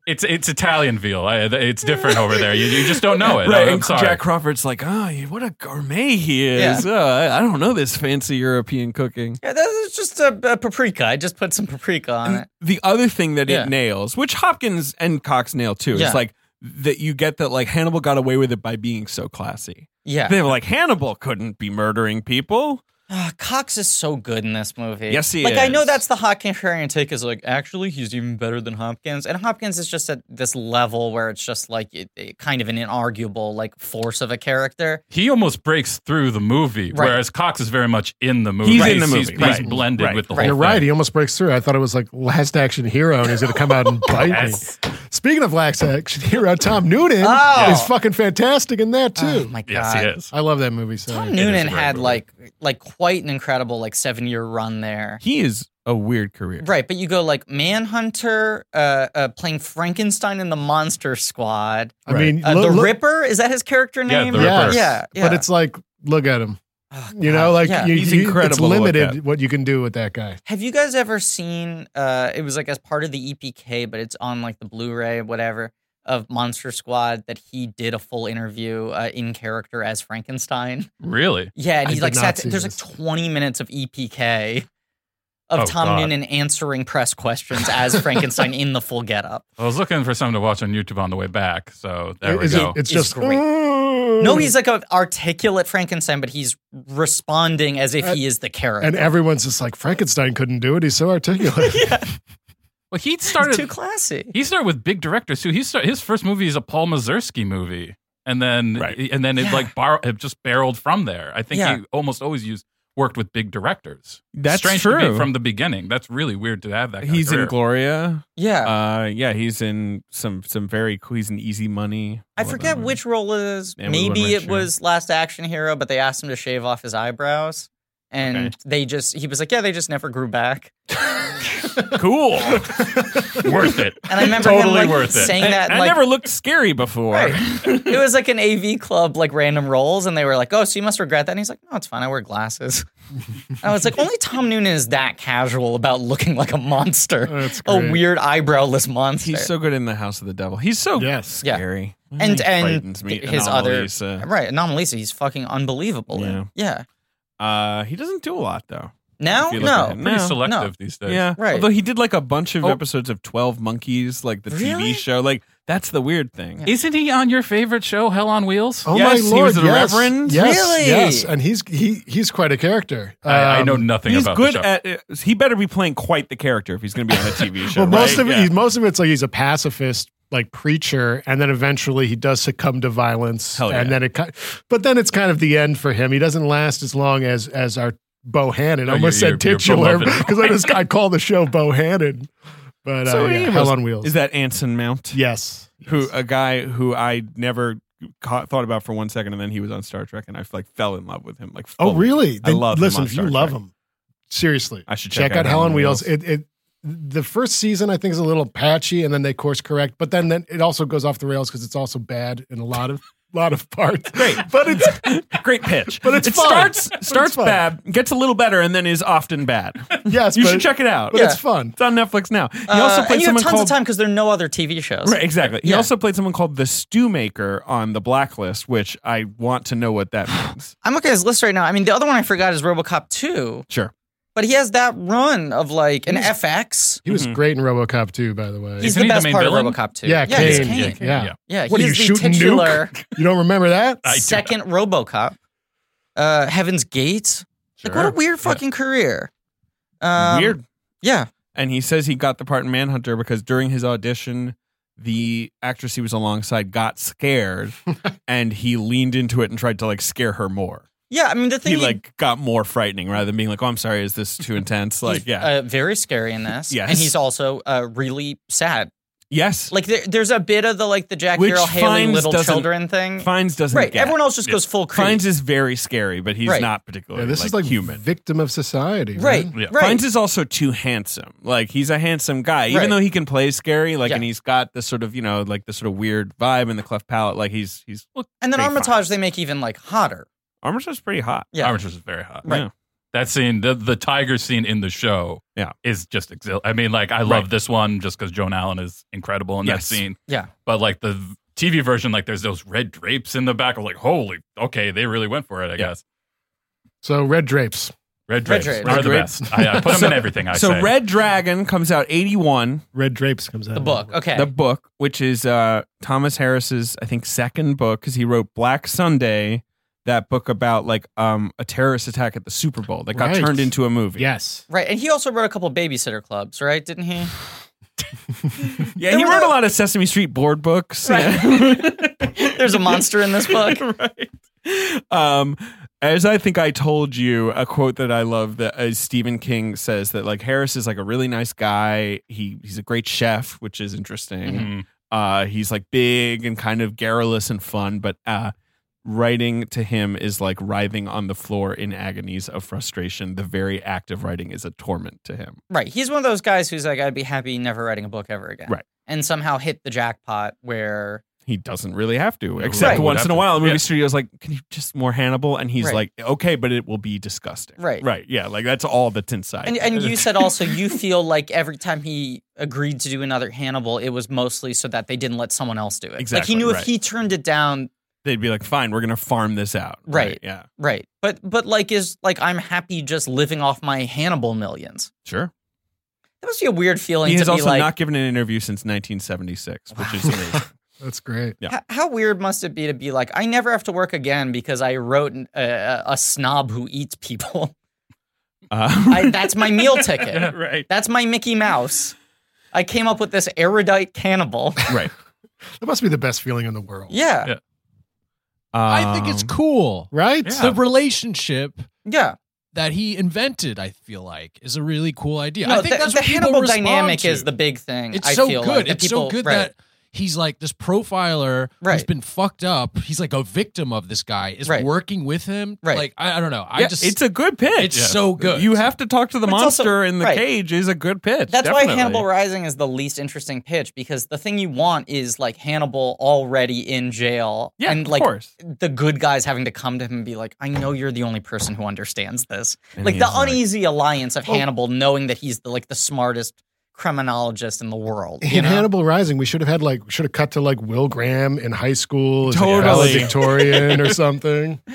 S4: It's it's Italian veal. I, it's different over there. You, you just don't know it.
S3: [LAUGHS] Right.
S4: I, am
S3: and
S4: Oh, sorry.
S3: Jack Crawford's like, oh, what a gourmet he is. Oh, I, I don't know this fancy European cooking.
S2: Yeah, that was just a, a paprika. I just put some paprika on it.
S3: The other thing that
S2: Yeah.
S3: it nails, which Hopkins and Cox nail too,
S2: Yeah.
S3: is like that you get that like Hannibal got away with it by being so classy.
S2: Yeah.
S3: They were like, Hannibal couldn't be murdering people.
S2: Ah, Cox is so good in this movie.
S3: Yes, he
S2: like, I know
S3: is.
S2: that's the hot contrarian take is like, actually, he's even better than Hopkins. And Hopkins is just at this level where it's just like it, it- kind of an inarguable like force of a character.
S4: he almost breaks through the movie,
S2: Right.
S4: whereas Cox is very much in the movie.
S3: He's in the movie,
S4: He's,
S3: right.
S4: blended
S3: Right.
S4: with the
S2: Right.
S4: whole
S5: You're right. He almost breaks through. I thought it was like Last Action Hero, and he's going to come out and bite
S4: Yes.
S5: me. Speaking of Last Action Hero, Tom Noonan
S2: Oh.
S5: is fucking fantastic in that too.
S2: Oh my god.
S4: Yes, he is.
S5: I love that movie so.
S2: Tom
S5: much.
S2: Noonan
S4: great
S2: had
S4: movie.
S2: like like quite an incredible like seven year run there.
S3: He is a weird career.
S2: Right, but you go like Manhunter, uh, uh, playing Frankenstein in the Monster Squad.
S5: I mean,
S2: Uh,
S5: look-
S2: the
S5: look-
S2: Ripper is that his character
S4: Yeah,
S2: name?
S4: the
S5: Yes.
S4: Ripper.
S2: Yeah, yeah.
S5: But it's like, look at him.
S2: Oh,
S5: You
S2: God.
S5: know, like
S2: Yeah.
S5: you,
S3: He's
S5: you- It's
S3: incredible to look
S5: limited
S3: at.
S5: what you can do with that guy.
S2: Have you guys ever seen? Uh, it was like as part of the EPK, but it's on like the Blu-ray, or whatever, of Monster Squad that he did a full interview uh, in character as Frankenstein. [LAUGHS]
S4: Really?
S2: Yeah, and
S5: I
S2: he
S5: did
S2: like
S5: not
S2: sat.
S5: see
S2: There's
S5: this.
S2: like 20 minutes of EPK of
S4: Oh,
S2: Tom
S4: God.
S2: Noonan answering press questions
S5: [LAUGHS]
S2: as Frankenstein in the full getup.
S4: I was looking for something to watch on YouTube on the way back, so there
S5: Is
S4: we
S5: it-
S4: go.
S5: it's
S2: It's
S5: just
S2: great. No, he's like an articulate Frankenstein, but he's responding as if he is the character.
S5: Uh, and everyone's just like Frankenstein couldn't do it. He's so articulate.
S4: well, he
S2: It's too
S4: started.
S2: classy.
S4: He started with big directors too. He start, his first movie is a Paul Mazursky movie, and then
S3: Right.
S4: and then it
S2: Yeah.
S4: like bar, it just barreled from there. I think
S2: Yeah.
S4: he almost always used worked with big directors.
S3: That's
S4: Strange to
S3: true.
S4: be from the beginning. That's really weird to have that. Kind
S3: he's
S4: of
S3: in
S4: career.
S3: Gloria.
S2: Yeah.
S3: Uh, yeah, he's in some some very cool. He's in Easy Money.
S2: I forget
S3: Whatever.
S2: which role it is.
S3: Yeah, we
S2: Maybe
S3: wouldn't
S2: it
S3: sure.
S2: was Last Action Hero, but they asked him to shave off his eyebrows. And
S3: Okay.
S2: they just, he was like, yeah, they just never grew back.
S3: Cool.
S2: [LAUGHS]
S4: worth it.
S2: And I
S3: [LAUGHS]
S2: remember
S4: Totally
S2: him like,
S4: worth it.
S2: saying
S3: I,
S2: that.
S3: I
S2: like,
S3: never looked scary before.
S2: Right. it was
S3: [LAUGHS]
S2: like an AV club, like random roles. And they were like, oh, so you must regret that. And he's like, no, it's fine. I wear
S3: [LAUGHS]
S2: glasses. And I was like, only Tom Noonan is that casual about looking like a monster,
S5: That's
S2: a
S5: great.
S2: weird eyebrowless monster.
S3: He's so good in the House of the Devil. He's so Mm-hmm.
S5: Yes.
S3: scary.
S2: And-
S3: He
S2: and
S3: frightens me.
S2: his
S3: Anomalisa.
S2: Right. Anomalisa, he's fucking unbelievable. Yeah.
S3: Yeah. Uh, he doesn't do a lot though.
S2: Now?
S3: If you look at
S2: No.
S3: him.
S4: Pretty
S3: No.
S4: selective
S2: No.
S4: these days.
S3: Yeah,
S2: Right.
S3: Although he did like a bunch of
S4: Oh.
S3: episodes of Twelve Monkeys, like the
S2: Really?
S3: TV show. Like that's the weird thing.
S4: Isn't he on your favorite show, Hell on Wheels?
S5: Oh
S3: Yes,
S5: my
S3: he
S5: lord!
S3: was the
S5: yes,
S3: Reverend.
S5: Yes,
S2: Really?
S5: yes, and he's he he's quite a character.
S4: I, I know
S5: Um,
S4: nothing
S3: He's
S4: about
S3: good
S4: the show.
S3: at. uh, [LAUGHS] He better be playing quite the character if he's going to be on a TV show.
S5: Well, most
S3: right?
S5: of
S3: Yeah.
S5: it, most of it's like he's a pacifist like preacher, and then eventually he does succumb to violence,
S3: Hell yeah.
S5: and then it. ki- But then it's kind of the end for him. He doesn't last as long as as our Bohannon. I
S4: Oh,
S5: almost
S4: your-
S5: said
S4: your- your
S5: titular [LAUGHS]
S4: beloved.
S5: because I just I call the show Bohannon, but uh, yeah, Hell on Wheels.
S3: Is that Anson Mount?
S5: yes?
S3: Who a guy who I never caught, thought about for one second, and then he was on Star Trek, and I like fell in love with him. Like,
S5: Oh,
S3: fully.
S5: really?
S3: I love him
S5: Listen,
S3: on
S5: if you
S3: Star
S5: love
S3: Trek.
S5: him, seriously,
S3: I should
S5: check, out Hell on Wheels. It, it the first season I think is a little patchy, and then they course correct, but then then it also goes off the rails because it's also bad in a lot of [LAUGHS] lot of parts. Great, [LAUGHS] but it's
S3: [LAUGHS] Great pitch,
S5: But it's
S3: it
S5: fun.
S3: starts
S5: But it's
S3: starts
S5: fun.
S3: bad, gets a little better, and then is often bad.
S5: yes,
S3: you
S5: but,
S3: should check it out.
S5: But
S3: It's-
S5: it's fun.
S3: It's on Netflix now. He
S2: Uh,
S3: also
S2: and
S3: played
S2: you have
S3: someone
S2: tons
S3: called
S2: of time because there are no other TV shows.
S3: Right, exactly. He
S2: Yeah.
S3: also played someone called the Stew Maker on the Blacklist, which I want to know what that
S2: [SIGHS]
S3: means.
S2: I'm looking at his list right now. I mean, the other one I forgot is RoboCop 2,
S3: Sure.
S2: but he has that run of like an FX.
S5: He was
S3: Mhm.
S5: great in RoboCop too, by the way.
S2: He's
S4: Isn't
S2: the
S4: he the
S2: best
S4: main
S2: part
S4: villain?
S2: of RoboCop 2.
S5: yeah,
S2: he's
S5: Kane.
S2: Kane.
S5: Yeah.
S2: Yeah,
S5: What are
S2: he's
S5: you
S2: the
S5: shooting, Nuke?
S2: titular
S5: you don't remember that?
S4: I do
S2: second RoboCop. Uh, Heaven's Gate. Like what a weird fucking career. Um,
S3: Weird.
S2: Yeah.
S3: And he says he got the part in Manhunter because during his audition, the actress he was alongside
S2: [LAUGHS]
S3: got scared, and he leaned into it and tried to like scare her more.
S2: Yeah. I mean, the thing
S3: He like got more frightening rather than being like, "Oh, I'm sorry, is this
S2: [LAUGHS]
S3: too intense?" Like,
S2: he's,
S3: yeah,
S2: uh, very scary in this.
S3: Yes.
S2: And he's also uh, really sad.
S3: yes.
S2: Like there, there's a bit of the like the Jack
S3: Which
S2: Carroll Haley
S3: Fiennes
S2: little
S3: doesn't-
S2: children thing.
S3: Fines doesn't
S2: Right.
S3: get.
S2: Everyone else just
S4: Yeah.
S2: goes full creep.
S3: Fines is very scary, but he's
S2: Right.
S3: not particularly.
S5: Yeah, this
S3: like,
S5: is like
S3: human.
S5: victim of society.
S2: right.
S4: Yeah.
S2: Right.
S3: Fines is also too handsome. Like he's a handsome guy, even
S2: Right.
S3: though he can play scary. Like
S2: Yeah.
S3: and he's got this sort of you know like this sort of weird vibe in the cleft palate. Like he's he's
S2: and then
S3: Hey,
S2: Armitage they make even like hotter.
S3: Armiture's pretty hot.
S2: Yeah.
S4: Orange was very hot.
S2: Right.
S3: Yeah.
S4: That scene, the, the tiger scene in the show,
S3: Yeah.
S4: is just exil. I mean, like I love
S3: Right.
S4: this one just because Joan Allen is incredible in
S3: Yes.
S4: that scene.
S2: Yeah.
S4: but like the v- TV version, like there's those red drapes in the back. I'm like, holy, okay, they really went for it. I guess
S5: So red drapes.
S4: red
S2: Red
S4: drapes
S2: drapes.
S4: are
S3: Red
S4: the
S3: drapes.
S4: best. I, I put them in everything.
S3: [LAUGHS]
S4: I
S3: so
S4: say. [LAUGHS]
S3: Red Dragon comes out eighty one,
S5: Red drapes comes out.
S2: The book. Okay.
S3: the book, which is uh Thomas Harris's I think second book because he wrote Black Sunday, that book about like um a terrorist attack at the Super Bowl that got
S5: Right.
S3: turned into a movie.
S5: Yes.
S2: right. And he also wrote a couple of babysitter clubs, right? Didn't he?
S3: yeah. He
S2: There were
S3: wrote
S2: the-
S3: a lot of Sesame Street board books.
S2: Right. [LAUGHS]
S3: Yeah.
S2: There's a monster in this
S3: [LAUGHS]
S2: book.
S3: right. Um, as I think I told you, a quote that I love that uh, Stephen King says that like Harris is like a really nice guy. He he's a great chef, which is interesting.
S2: Mm-hmm.
S4: Mhm.
S3: Uh, he's like big and kind of garrulous and fun, but uh, writing to him is like writhing on the floor in agonies of frustration. The very act of writing is a torment to him.
S2: Right. He's one of those guys who's like, I'd be happy never writing a book ever again.
S3: Right.
S2: And somehow hit the jackpot where
S3: He doesn't really have to,
S4: Right.
S3: except
S2: Right.
S3: once in a while. The movie
S4: Yeah.
S3: studio's like, "Can you just more Hannibal?" And he's
S2: Right.
S3: like, "Okay, but it will be disgusting."
S2: Right.
S3: right, yeah, like that's all that's inside.
S2: and,
S3: [LAUGHS]
S2: and you said also you feel like every time he agreed to do another Hannibal, it was mostly so that they didn't let someone else do it. Like
S3: Exactly,
S2: he knew
S3: right.
S2: if he turned it down,
S3: they'd be like, "Fine, we're gonna farm this out."
S2: Right.
S3: Yeah.
S2: right. But but like is like I'm happy just living off my Hannibal millions.
S3: Sure.
S2: That must be a weird feeling
S3: He
S2: to
S3: has
S2: be
S3: also
S2: like
S3: not given an interview since 1976, which
S2: [LAUGHS]
S3: is amazing.
S5: That's great.
S3: Yeah.
S2: H- How weird must it be to be like, I never have to work again because I wrote an- a, a, a snob who eats people.
S3: Uh,
S2: I, that's my meal
S3: [LAUGHS]
S2: ticket.
S3: right.
S2: That's my Mickey Mouse. I came up with this erudite cannibal.
S3: Right.
S5: That must be the best feeling in the world.
S2: Yeah,
S4: Yeah.
S6: I think it's
S3: Um,
S6: cool.
S5: Right?
S4: Yeah.
S6: The relationship
S2: yeah.
S6: that he invented, I feel like, is a really cool idea.
S2: No,
S6: I think
S2: the,
S6: that's
S2: the
S6: what people
S2: Hannibal
S6: respond
S2: dynamic
S6: to.
S2: is the big thing.
S6: It's
S2: I
S6: so
S2: feel
S6: good.
S2: like, that
S6: it's
S2: people,
S6: so good
S2: right.
S6: that he's like this profiler who's
S2: Right.
S6: been fucked up. He's like a victim of this guy. Is
S2: Right.
S6: working with him.
S2: Right.
S6: Like I, I don't know. I
S3: yeah,
S6: just
S3: it's a good pitch.
S6: it's so good.
S3: You have to talk to the
S2: But it's also-
S3: monster in the
S2: right.
S3: cage is a good pitch.
S2: That's
S3: definitely.
S2: why Hannibal Rising is the least interesting pitch because the thing you want is like Hannibal already in jail
S3: Yeah,
S2: and
S3: of
S2: like
S3: course.
S2: the good guys having to come to him and be like, I know you're the only person who understands this.
S3: And
S2: like
S3: he
S2: the
S3: is like- Oh.
S2: uneasy alliance of Hannibal knowing that he's the, like the smartest criminologist in the world. You
S5: in
S2: know?
S5: Hannibal Rising, we should have had like should have cut to like Will Graham in high school, as like, a
S3: Totally.
S5: valedictorian or something.
S2: [LAUGHS] and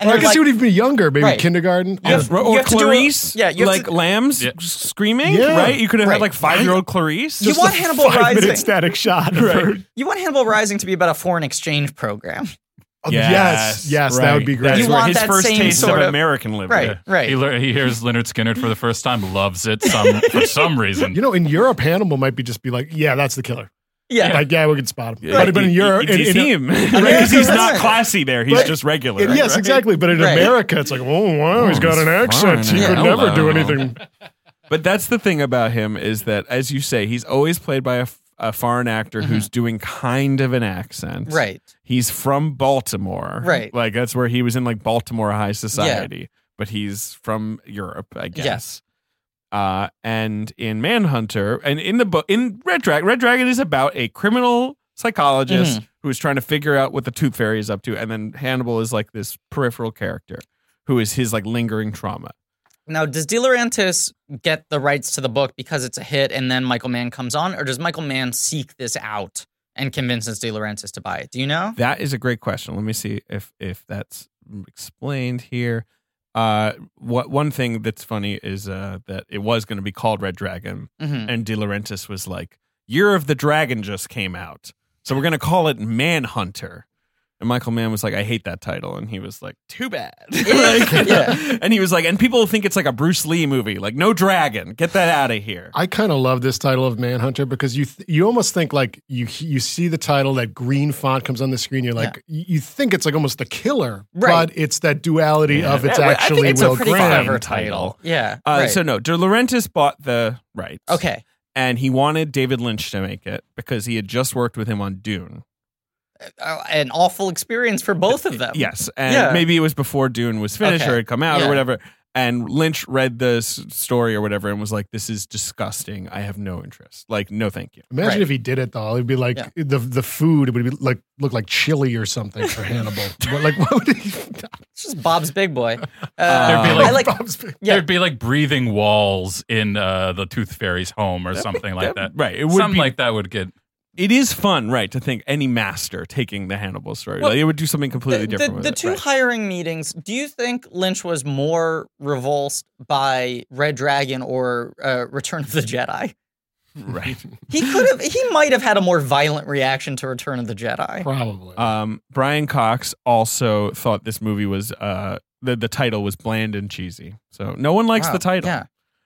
S5: Or I
S2: they're
S5: guess
S2: like,
S5: he would even be younger, maybe
S2: Right.
S5: kindergarten.
S2: You have-
S3: Or,
S2: you
S3: or
S2: have to do a-
S3: Clarice,
S2: yeah, you have
S3: like
S2: to-
S3: lambs
S4: Yeah.
S3: screaming,
S5: Yeah.
S3: right? You could have
S2: Right.
S3: had like five-year-old Clarice.
S2: you want Hannibal Rising.
S5: static shot. Right.
S2: You want Hannibal Rising to be about a foreign exchange program,
S3: Oh,
S5: Yes, yes, that would be great.
S3: That's
S2: You
S3: where
S2: want
S3: his
S2: that
S3: first
S2: same
S3: taste
S2: sort
S3: of
S2: of-
S3: American living.
S2: right? Right.
S4: He, lear- he hears Leonard Skinner for the first time, loves it some for some reason.
S3: [LAUGHS]
S5: You know, in Europe, Hannibal might be just be like, yeah, that's the killer.
S2: Yeah.
S5: Like, yeah, we can spot him.
S3: Like,
S5: but, but in
S3: you-
S5: Europe,
S3: you- you
S5: in-
S3: see him.
S5: in-
S3: [LAUGHS] Right, 'cause he's not classy there. He's
S5: Right.
S3: just regular.
S5: in- yes,
S3: right?
S5: exactly. But in
S2: Right.
S5: America, it's like, oh wow, he's got an accent. He
S3: Yeah.
S5: could never do
S4: Hello.
S5: anything.
S3: But that's the thing about him is that, as you say, he's always played by a, f- a foreign actor who's doing kind of an accent.
S2: Mm-hmm. Right.
S3: He's from Baltimore.
S2: Right.
S3: Like that's where he was in like Baltimore high society. But he's from Europe, I guess. Uh, and in Manhunter, and in the book, in Red Dragon, Red Dragon is about a criminal psychologist who's trying to figure out what the Tooth Fairy is up to, and then Hannibal is like this peripheral character who is his like lingering trauma.
S2: Now, does De Laurentiis get the rights to the book because it's a hit and then Michael Mann comes on, or does Michael Mann seek this out and convinces De Laurentiis to buy it? Do you know?
S3: That is a great question. Let me see if if that's explained here. Uh, what one thing that's funny is uh, that it was going to be called Red Dragon,
S2: hmm
S3: and De Laurentiis was like, "Year of the Dragon just came out, so we're going to call it Manhunter." And Michael Mann was like, "I hate that title," and he was like, "Too bad." [LAUGHS]
S2: [LAUGHS]
S3: Like,
S2: Yeah.
S3: [LAUGHS] And he was like, "And people think it's like a Bruce Lee movie, like no dragon, get that out of
S2: Uh,
S3: here."
S5: I kind of love this title of Manhunter because you th- you almost think like you you see the title that green font comes on the screen you're like you you think it's like almost the killer
S2: Right.
S5: but it's that duality of it's
S3: Yeah, I think
S5: actually
S3: it's a
S5: Will
S3: pretty
S5: Graham.
S3: clever
S2: Yeah.
S3: Uh,
S2: right.
S3: So no, De Laurentiis bought the rights.
S2: okay.
S3: and he wanted David Lynch to make it because he had just worked with him on Dune.
S2: Uh, an awful experience for both of them.
S3: Yes, and
S2: Um, Yeah.
S3: maybe it was before Dune was finished
S2: Okay.
S3: or had come out
S2: Yeah.
S3: or whatever. And Lynch read the s- story or whatever and was like, "This is disgusting. I have no interest. Like, no, thank you."
S5: Imagine
S2: Right.
S5: if he did it though. It'd be like
S2: Yeah.
S5: the the food would be like look like chili or something
S2: [LAUGHS]
S5: for Hannibal. But like what would he?
S2: It's just Bob's Big Boy.
S3: There'd be
S2: Uh,
S4: like-
S2: [LAUGHS] I
S5: [LAUGHS]
S2: like.
S5: Bob's Big-
S2: Yeah.
S4: There'd be like breathing walls in uh, the Tooth Fairy's home or something like that.
S3: Right. It would
S4: Something
S3: be,
S4: like that would get.
S3: it is fun, right, to think any master taking the Hannibal story.
S2: Well,
S3: like, it would do something completely
S2: the,
S3: different.
S2: the,
S3: with
S2: the
S3: it,
S2: two
S3: right.
S2: hiring meetings. Do you think Lynch was more revulsed by Red Dragon or uh, Return of the Jedi?
S3: right.
S2: He could have. he might have had a more violent reaction to Return of the Jedi.
S5: Probably.
S3: Um, Brian Cox also thought this movie was uh, the the title was bland and cheesy, so no one likes
S2: Wow,
S3: the title.
S2: Yeah.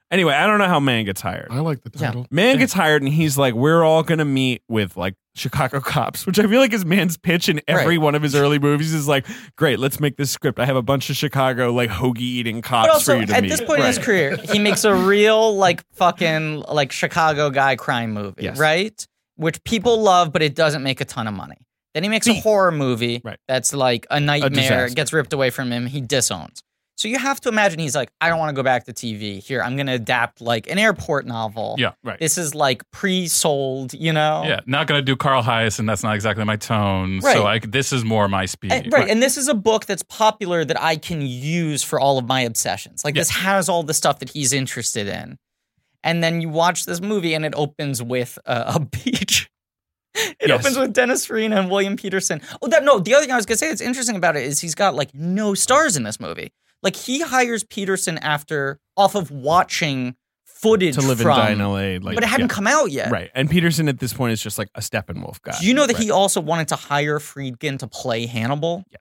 S3: Anyway, I don't know how Man gets hired.
S5: I like the
S2: yeah.
S5: title.
S3: Man gets hired and he's like, we're all going to meet with like Chicago cops, [LAUGHS] which I feel like is man's pitch in every
S2: Right.
S3: one of his early movies is like, great, let's make this script. I have a bunch of Chicago like hoagie eating cops
S2: But also,
S3: for you to
S2: at
S3: meet.
S2: this point in his
S3: Right.
S2: career, he makes a real like fucking like Chicago guy crime movie,
S3: Yes.
S2: right? Which people love, but it doesn't make a ton of money. Then he makes a
S3: Beat.
S2: horror movie
S3: Right.
S2: that's like a nightmare,
S3: disaster.
S2: gets ripped away from him, he disowns. So you have to imagine he's like, I don't want to go back to TV. Here, I'm going to adapt like an airport novel.
S4: Yeah.
S3: Right.
S2: This is like pre-sold, you know?
S4: Yeah. Not going to do Carl Hyacin. That's not exactly my tone.
S2: Right.
S4: So I, c- this is more my speed.
S2: And- Eh, right, and this is a book that's popular that I can use for all of my obsessions. Like this has all the stuff that he's interested in, and then you watch this movie and it opens with a, [LAUGHS] a beach. It
S3: Yes.
S2: opens with Dennis Farina and William Peterson. Oh, that no. The other thing I was gonna say that's interesting about it is he's got like no stars in this movie. Like he hires Peterson after off of watching footage
S3: to live
S2: from,
S3: and die in LA. Like,
S2: but it hadn't
S3: yeah.
S2: come out yet.
S3: Right. And Peterson at this point is just like a Steppenwolf guy.
S2: Do you know that
S3: Right.
S2: he also wanted to hire Friedkin to play Hannibal?
S3: Yes.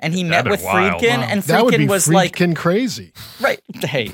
S2: And he
S4: That'd
S2: met
S4: be
S2: with
S4: wild.
S2: Friedkin,
S4: Wow.
S2: and
S5: That would be
S2: Friedkin was like,
S5: freaking crazy.
S2: right,
S3: [LAUGHS]
S2: hey,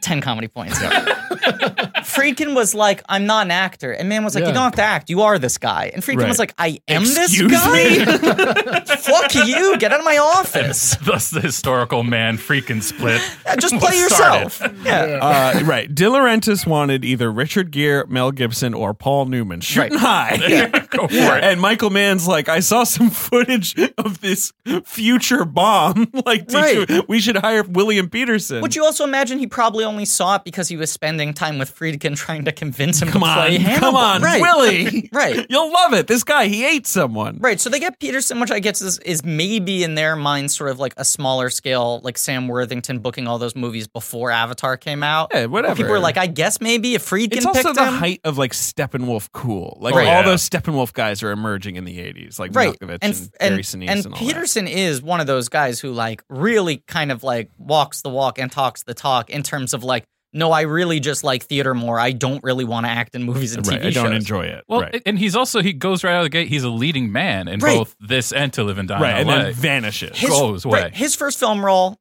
S2: 10 comedy points. Friedkin was like, I'm not an actor. And man was like,
S5: Yeah.
S2: You don't have to act. You are this guy. And Friedkin
S3: Right.
S2: was like, I am
S3: Excuse
S2: this
S3: [LAUGHS]
S2: guy? Fuck you. Get out of my office.
S4: [LAUGHS] Thus, the historical man freaking [LAUGHS] split.
S2: Yeah, Just
S4: was
S2: play
S4: started.
S2: yourself. Yeah.
S3: Uh, right. De Laurentiis wanted either Richard Gere, Mel Gibson, or Paul Newman. Shooting high. [LAUGHS]
S4: Go for it.
S3: And Michael Mann's like, I saw some footage of this future bomb. [LAUGHS] Like, did
S2: Right.
S3: you, we should hire William Peterson.
S2: Would you also imagine he probably only saw it because he was spending time with Friedkin trying to convince him
S3: come
S2: to play
S3: on,
S2: Hannibal?
S3: come on,
S2: right.
S3: Willie.
S2: [LAUGHS] Right.
S3: [LAUGHS] You'll love it. This guy, he ate someone.
S2: Right, so they get Peterson, which I guess is, is maybe in their mind sort of like a smaller scale, like Sam Worthington booking all those movies before Avatar came out.
S3: Yeah, whatever.
S2: People were like, I guess maybe if Friedkin
S3: it's also
S2: picked
S3: the
S2: him.
S3: height of like Steppenwolf cool. Like
S2: Right.
S3: all
S4: Yeah.
S3: those Steppenwolf guys are emerging in the '80s, like
S2: right,
S3: Malkovich
S2: and
S3: and,
S2: f-
S3: Gary
S2: and,
S3: Sinise
S2: and
S3: all that.
S2: Peterson is one of those guys who like really kind of like walks the walk and talks the talk in terms of like, no, I really just like theater more. I don't really want to act in movies and
S3: Right,
S2: TV
S3: I don't
S2: shows.
S3: enjoy it.
S4: Well,
S3: right,
S4: and he's also he goes right out of the gate. He's a leading man in
S2: Right.
S4: both this and To Live and Die.
S3: right, and
S4: in LA.
S3: then vanishes
S2: his,
S4: goes away.
S2: right, his first film role,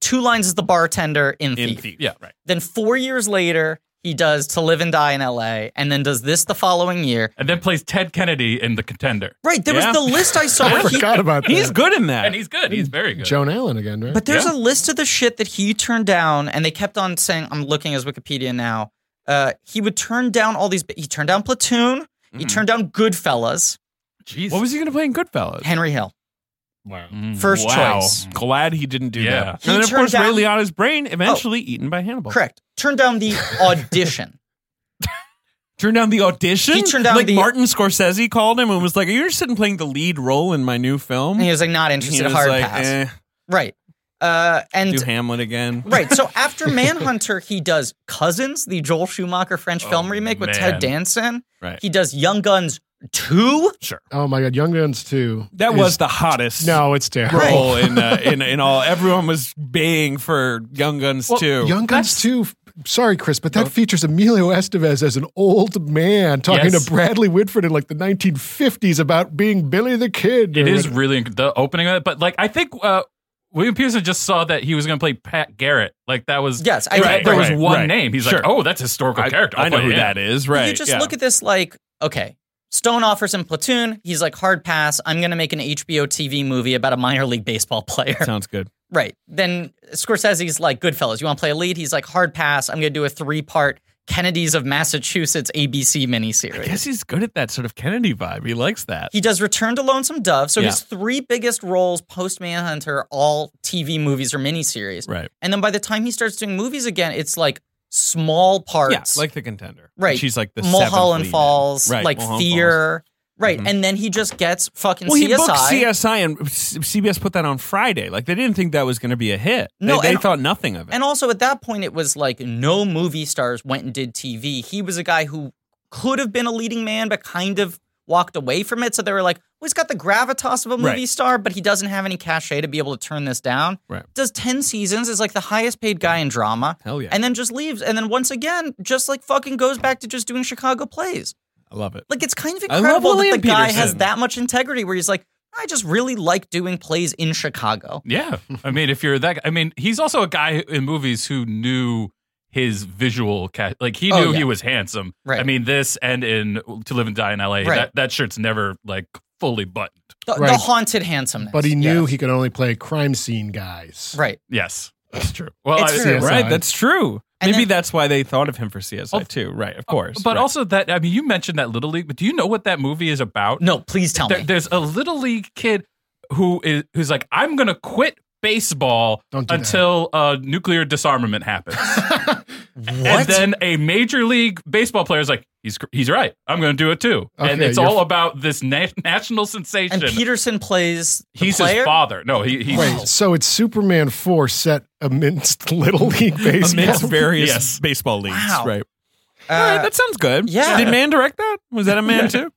S2: two lines as the bartender in,
S3: in
S2: Thief.
S3: Thief.
S4: yeah, right.
S2: Then four years later, He does To Live and Die in L.A. and then does this the following year.
S4: and then plays Ted Kennedy in The Contender.
S2: Right. There
S3: Yeah.
S2: was the list I
S3: [LAUGHS]
S2: saw.
S5: I
S2: where [LAUGHS] he-
S5: forgot about that.
S3: He's good in that.
S4: And he's good. He's very good.
S5: Joan Allen again, right?
S2: But there's a
S4: Yeah.
S2: list of the shit that he turned down, and they kept on saying, "I'm looking as Wikipedia now." Uh, he would turn down all these. He turned down Platoon.
S3: Mm.
S2: He turned down Goodfellas.
S4: Jeez.
S3: what was he going to play in Goodfellas?
S2: Henry Hill,
S5: wow.
S4: Mm.
S2: first
S3: wow.
S2: choice.
S3: Glad he didn't do
S4: Yeah.
S3: that.
S2: He
S3: and then, of
S2: turned
S3: course,
S2: down-
S3: Ray Liotta's brain eventually eaten by Hannibal.
S2: Correct. Turned down
S3: [LAUGHS]
S2: the audition.
S3: Turned down the audition?
S2: He turned down
S3: Like
S2: the-
S3: Martin Scorsese called him and was like, Are you interested in playing the lead role in my new film?
S2: and he was like, "Not
S3: And he
S2: interested.
S3: was
S2: Hard
S3: like,
S2: pass."
S3: "Eh,
S2: Right. Uh, and
S3: do Hamlet again.
S2: Right. So
S3: [LAUGHS]
S2: after Manhunter, he does Cousins, the Joel Schumacher French film remake with Ted Danson.
S3: Oh, Right.
S2: He does Young Guns 2.
S5: Oh my God, Young Guns too.
S3: That was the hottest
S5: no, it's terrible.
S2: Right.
S3: role in,
S2: [LAUGHS]
S3: uh, in in all. Everyone was baying for Young Guns too.
S5: Young Guns too. Sorry, Chris, but
S3: Oh.
S5: that features Emilio Estevez as an old man talking
S4: Yes.
S5: to Bradley Whitford in like the 1950s about being Billy the Kid.
S4: It
S5: or
S4: is
S5: whatever.
S4: really the opening of it, but like I think uh, William Pearson just saw that he was going to play Pat Garrett. Like that was
S2: Yes, I-
S4: there-
S2: Right,
S4: there
S3: right,
S4: was one
S3: right.
S4: name. He's
S3: Sure.
S4: like, oh, that's a historical
S3: I,
S4: character. I'll
S3: I know
S4: play
S3: who
S4: him.
S3: that is, right?
S2: you just
S3: yeah.
S2: look at this like, okay, Stone offers him Platoon. He's like, hard pass. I'm going to make an HBO TV movie about a minor league baseball
S3: [LAUGHS]
S2: player. [LAUGHS]
S3: Sounds good.
S2: right. Then Scorsese's like, Goodfellas, you want to play a lead? He's like, hard pass. I'm going to do a three part Kennedy's of Massachusetts ABC
S3: I
S2: miniseries.
S3: guess he's good at that sort of Kennedy vibe. He likes that.
S2: He does Return to Lonesome Dove. So
S3: Yeah.
S2: his three biggest roles post Manhunter, all TV movies or miniseries.
S3: right.
S2: And then by the time he starts doing movies again, it's like small
S3: Yeah,
S2: parts.
S3: like the contender.
S2: Right.
S3: She's like the seventh
S2: Mulholland
S3: lead.
S2: Falls,
S3: Right,
S2: like
S3: Mulholland
S2: Fear. Right.
S3: Mhm.
S2: And then he just gets fucking
S3: Well, he
S2: CSI.
S3: booked CSI and C- CBS put that on Friday. Like they didn't think that was going to be a hit. They-
S2: No,
S3: they,
S2: and-
S3: thought nothing of it.
S2: and also at that point, it was like no movie stars went and did TV. He was a guy who could have been a leading man, but kind of walked away from it. So they were like, well, he's got the gravitas of a movie
S3: Right.
S2: star, but he doesn't have any cachet to be able to turn this down.
S3: Right.
S2: Does 10 seasons, is like the highest paid guy in drama.
S3: Hell yeah,
S2: And then just leaves. And then once again, just like fucking goes back to just doing Chicago plays.
S3: I love it.
S2: Like it's kind of
S3: I love
S2: incredible that the
S3: William
S2: guy has
S3: Peterson.
S2: that much integrity where he's like, I just really like doing plays in Chicago.
S4: Yeah, I mean, if you're that, guy- I mean, he's also a guy in movies who knew his visual cat. Like he knew
S2: Oh, yeah.
S4: he was handsome.
S2: Right.
S4: I mean, this and in To Live and Die in L.A.
S2: Right.
S4: That that shirt's never like fully buttoned.
S2: The, the
S5: Right.
S2: haunted handsomeness.
S5: But he knew
S2: Yes.
S5: he could only play crime scene guys.
S2: Right.
S4: Yes, that's true. Well,
S2: It's
S4: I,
S2: true.
S5: CSI.
S3: Right, that's true.
S2: And
S3: Maybe
S2: then-
S3: that's why they thought of him for CSI
S4: Oh,
S3: too. Right, of course.
S4: but
S3: Right.
S4: also that I mean, you mentioned that Little League, but do you know what that movie is about?
S2: No, please tell
S4: There-
S2: me.
S4: there's a little league kid who is who's like, I'm gonna quit baseball
S5: Don't do that.
S4: until uh, nuclear
S5: [LAUGHS]
S4: disarmament happens. And then a major league baseball player is like, he's he's right. I'm gonna do it too. and
S5: Okay,
S4: it's
S5: you're-
S4: all about this na- national
S2: and
S4: sensation.
S2: Peterson plays the
S4: he's
S2: player.
S4: his father. No, he, he's
S5: Wait, so it's Superman 4 set amidst [LAUGHS] Little League
S2: [LAUGHS]
S5: Baseball.
S3: amidst various
S4: Yes.
S3: baseball leagues.
S2: Wow.
S3: Right.
S2: Uh,
S3: All right, that sounds good.
S2: yeah.
S3: Did man direct that? Was that a man too?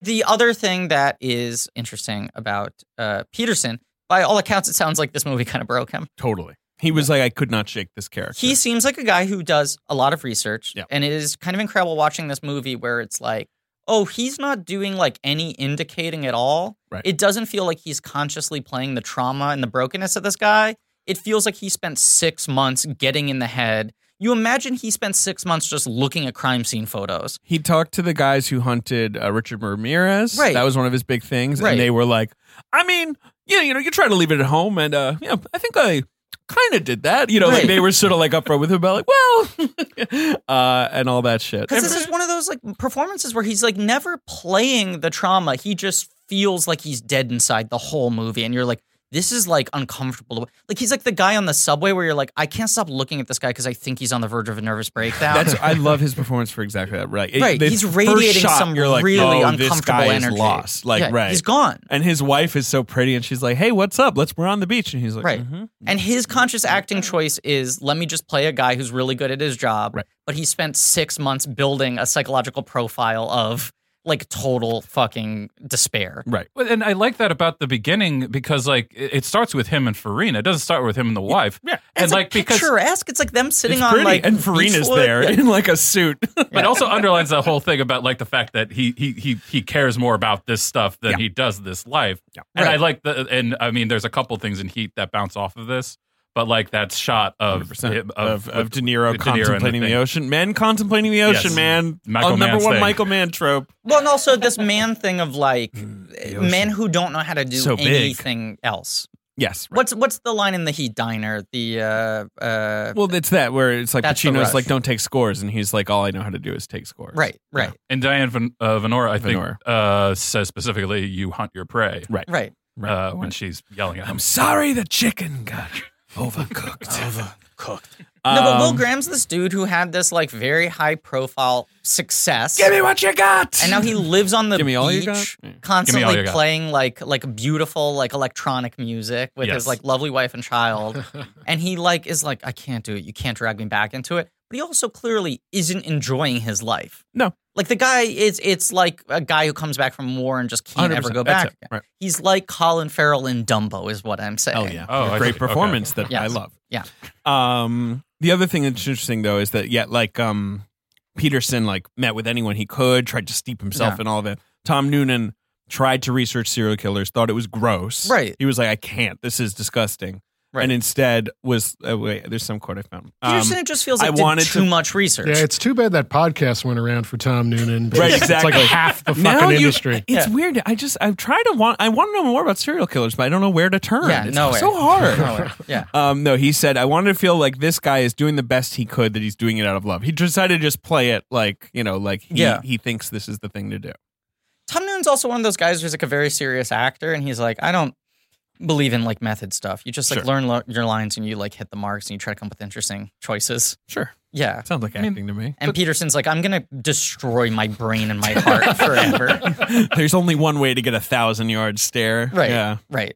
S2: the other thing that is interesting about uh, Peterson, by all accounts, it sounds like this movie kind of broke him.
S3: [LAUGHS] Totally. He was like, I could not shake this character.
S2: He seems like a guy who does a lot of research,
S3: Yeah.
S2: and it is kind of incredible watching this movie where it's like, oh, he's not doing like any indicating at all.
S3: Right.
S2: It doesn't feel like he's consciously playing the trauma and the brokenness of this guy. It feels like he spent six months getting in the head. You imagine he spent six months just looking at crime scene photos.
S3: he talked to the guys who hunted uh, Richard Ramirez.
S2: Right.
S3: That was one of his big things.
S2: Right.
S3: And they were like, I mean, yeah, you know, you try to leave it at home. And, uh, yeah, I think I kind of did that. You know, like
S2: Right.
S3: they were sort of like upfront with him about, like, well, [LAUGHS] uh, and all that shit.
S2: Because this is one of those like performances where he's like never playing the trauma. He just feels like he's dead inside the whole movie, and you're like, this is like uncomfortable. Like he's like the guy on the subway where you're like, I can't stop looking at this guy because I think he's on the verge of a nervous breakdown.
S3: That's I love his performance for exactly that. Right, It-
S2: Right,
S3: the
S2: he's
S3: first
S2: radiating
S3: shot,
S2: some
S3: you're like,
S2: really
S3: oh,
S2: uncomfortable
S3: this guy
S2: energy.
S3: Is lost, like
S2: Yeah,
S3: right.
S2: he's gone.
S3: and his wife is so pretty, and she's like, "Hey, what's up? Let's we're on the beach." And he's like,
S2: Right.
S3: "Mhm."
S2: And his conscious acting choice is let me just play a guy who's really good at his job,
S3: Right.
S2: but he spent six months building a psychological profile of like total fucking despair.
S3: right."
S4: Well, and I like that about the beginning because like it it starts with him and Farina. It doesn't start with him and the wife.
S3: Yeah.
S4: and
S2: it's
S4: like
S2: like,
S4: because
S2: picturesque. It's like them sitting
S3: It's
S2: on
S3: pretty,
S2: like
S3: and Farina's
S2: beechwood.
S3: there [LAUGHS]
S2: Yeah.
S3: in like a suit.
S4: but it also underlines the whole thing about like the fact that he he he he cares more about this stuff than
S3: Yeah.
S4: he does this life. And I
S2: Right.
S4: like the and I mean there's a couple things in Heat that bounce off of this. but like that shot of
S3: 100%
S4: him-
S3: [LAUGHS] of,
S4: of,
S3: of De Niro
S4: with De Niro and the
S3: contemplating the,
S4: thing.
S3: ocean. Men contemplating the ocean,
S4: Yes.
S3: man.
S4: Michael
S3: oh, number
S4: Mann's
S3: one
S4: thing.
S3: Michael Mann trope.
S2: Well, and also this man thing of like eh, men who don't know how to do
S3: Mm, So big.
S2: anything else.
S3: Yes.
S2: What's what's the line in the Heat Diner? The uh, uh,
S3: Well, it's that where it's like
S2: That's the
S3: Pacino's
S2: rush.
S3: like, don't take scores. And he's like, all I know how to do is take scores.
S2: right, right,
S4: and Diane Van, uh, Venora, I think,
S3: Venora.
S4: uh, says specifically, "You hunt your prey."
S2: right.
S4: Uh, when she's yelling at him,
S3: I'm sorry the chicken got overcooked. [LAUGHS] Um, overcooked.
S2: no, but Will Graham's this dude who had this like very high profile success.
S3: Give me what you got.
S2: and now he lives on the
S3: Give me all you
S2: beach,
S3: got? Yeah.
S2: constantly
S4: Give me all you got.
S2: playing like like beautiful like electronic music with
S4: Yes.
S2: his like lovely wife and
S3: [LAUGHS]
S2: child. and he like is like, I can't do it. You can't drag me back into it. But he also clearly isn't enjoying his life.
S3: No.
S2: like the guy is. It's like a guy who comes back from war and just can't
S3: 100%.
S2: ever go
S3: That's
S2: back.
S3: it. Right.
S2: He's like Colin Farrell in Dumbo, is what I'm saying.
S3: Hell yeah.
S4: Oh, I
S3: great
S4: see.
S3: performance that
S2: Yes.
S3: I love.
S2: Yeah.
S3: Um, the other thing that's interesting though is that yeah, like um, Peterson like met with anyone he could, tried to steep himself
S2: Yeah.
S3: in all of it. Tom Noonan tried to research serial killers, thought it was gross.
S2: Right.
S3: He was like, I can't. This is disgusting.
S2: Right.
S3: And instead was uh, wait, there's some quote I found. Um,
S2: Peterson, it just feels
S3: I
S2: like did
S3: wanted
S2: too
S3: to-
S2: much research.
S5: Yeah, it's too bad that podcast went around for Tom Noonan.
S3: Right, exactly.
S5: It's like half the fucking
S3: Now you-
S5: industry.
S3: It's
S2: Yeah.
S3: weird. I just I've tried to want I want to know more about serial killers, but I don't know where to turn.
S2: Yeah,
S3: it's
S2: nowhere.
S3: so
S2: [LAUGHS]
S3: hard.
S2: Nowhere. Yeah.
S3: Um, no, he said, I wanted to feel like this guy is doing the best he could, that he's doing it out of love. He decided to just play it like, you know, like he,
S2: Yeah.
S3: he thinks this is the thing to do.
S2: Tom Noon's also one of those guys who's like a very serious actor, and he's like, I don't believe in like method stuff. You just like
S3: Sure.
S2: learn lo- your lines and you like hit the marks and you try to come up with interesting choices.
S3: Sure.
S2: Yeah.
S3: Sounds like acting to me.
S2: And Peterson's like, I'm gonna destroy my brain and my heart forever.
S3: [LAUGHS] There's only one way to get a thousand yard stare.
S2: Right.
S3: Yeah.
S2: Right.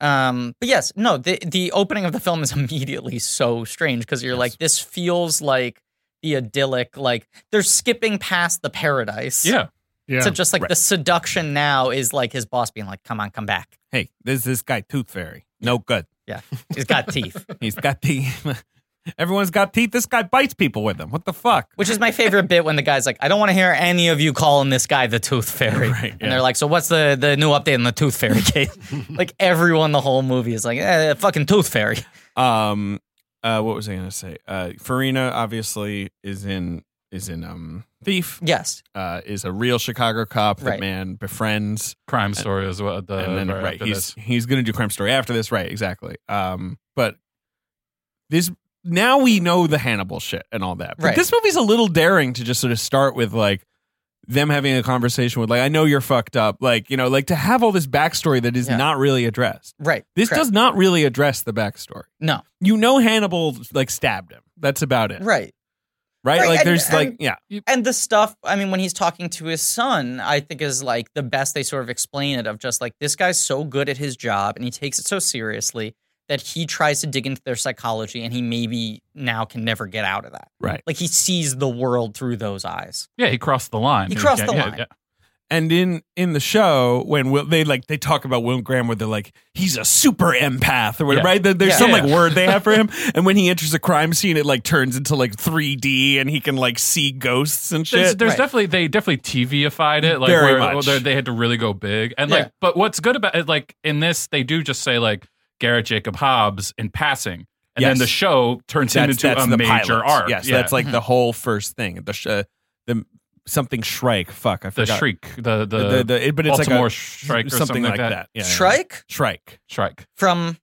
S2: Um, but yes, no, the the opening of the film is [LAUGHS] immediately so strange because you're like, this feels like the idyllic, like they're skipping past the paradise.
S4: yeah,
S5: Yeah.
S2: So just like
S3: Right.
S2: the seduction now is like his boss being like, Come on, come back.
S3: Hey, there's this guy, Tooth Fairy. No good.
S2: He's got teeth.
S3: He's got the. [LAUGHS] Everyone's got teeth. This guy bites people with them. What the fuck?
S2: Which is my favorite bit when the guy's like, I don't want to hear any of you calling this guy the Tooth Fairy.
S3: Right, yeah.
S2: And they're like, So what's the, the new update on the Tooth Fairy case?
S3: [LAUGHS]
S2: like, everyone the whole movie is like, eh, fucking Tooth Fairy.
S3: Um, uh, what was I gonna say? Uh, Farina obviously is in is in um Thief.
S2: Yes.
S3: Uh, is a real Chicago cop that
S2: Right.
S3: man befriends.
S4: crime story as well. The,
S3: and then
S4: right
S3: right,
S4: after
S3: he's
S4: this.
S3: he's gonna do crime story after this, right? Exactly. Um, but this now we know the Hannibal shit and all that. But
S2: Right.
S3: this movie's a little daring to just sort of start with like them having a conversation with like I know you're fucked up, like you know, like to have all this backstory that is
S2: Yeah.
S3: not really addressed.
S2: Right.
S3: This
S2: Correct.
S3: does not really address the backstory.
S2: No.
S3: You know, Hannibal like stabbed him. That's about it, right?
S2: Right. Right,
S3: Like
S2: and-
S3: there's
S2: and-
S3: like yeah,
S2: And the stuff, I mean, when he's talking to his son, I think is like the best they sort of explain it of just like this guy's so good at his job and he takes it so seriously that he tries to dig into their psychology and he maybe now can never get out of that.
S3: right.
S2: Like he sees the world through those eyes.
S4: yeah, he crossed the line.
S2: He crossed
S4: can't-
S2: the
S4: yeah,
S2: line.
S4: yeah.
S3: And in in the show, when Will, they like they talk about Will Graham, where they're like he's a super empath or whatever,
S4: Yeah.
S3: right? There- There's
S2: Yeah.
S3: some
S4: Yeah.
S3: like word they have for
S4: [LAUGHS]
S3: him. And when he enters a crime scene, it like turns into like 3D, and he can like see ghosts and
S4: There's,
S3: shit.
S4: there's
S2: Right.
S4: definitely they definitely TVified it like
S3: Very
S4: where
S3: much.
S4: they- they had to really go big and
S2: Yeah.
S4: like but what's good about it like in this they do just say like Garrett Jacob Hobbs in passing and
S3: Yes.
S4: then the show turns him
S3: that's
S4: into
S3: that's
S4: a
S3: the
S4: major
S3: pilot.
S4: arc
S3: Yes,
S4: Yeah.
S3: that's like
S4: [LAUGHS]
S3: the whole first thing. The sh- uh, the something Shrike. Fuck, I
S4: the
S3: forgot.
S4: shriek the the,
S3: The, the- it- but it's
S4: Baltimore
S3: like a,
S4: Shrike or
S3: something,
S4: something
S3: like
S4: like
S3: that.
S4: that.
S3: Yeah, yeah, yeah.
S2: Shrike
S3: Shrike.
S4: shrike
S2: from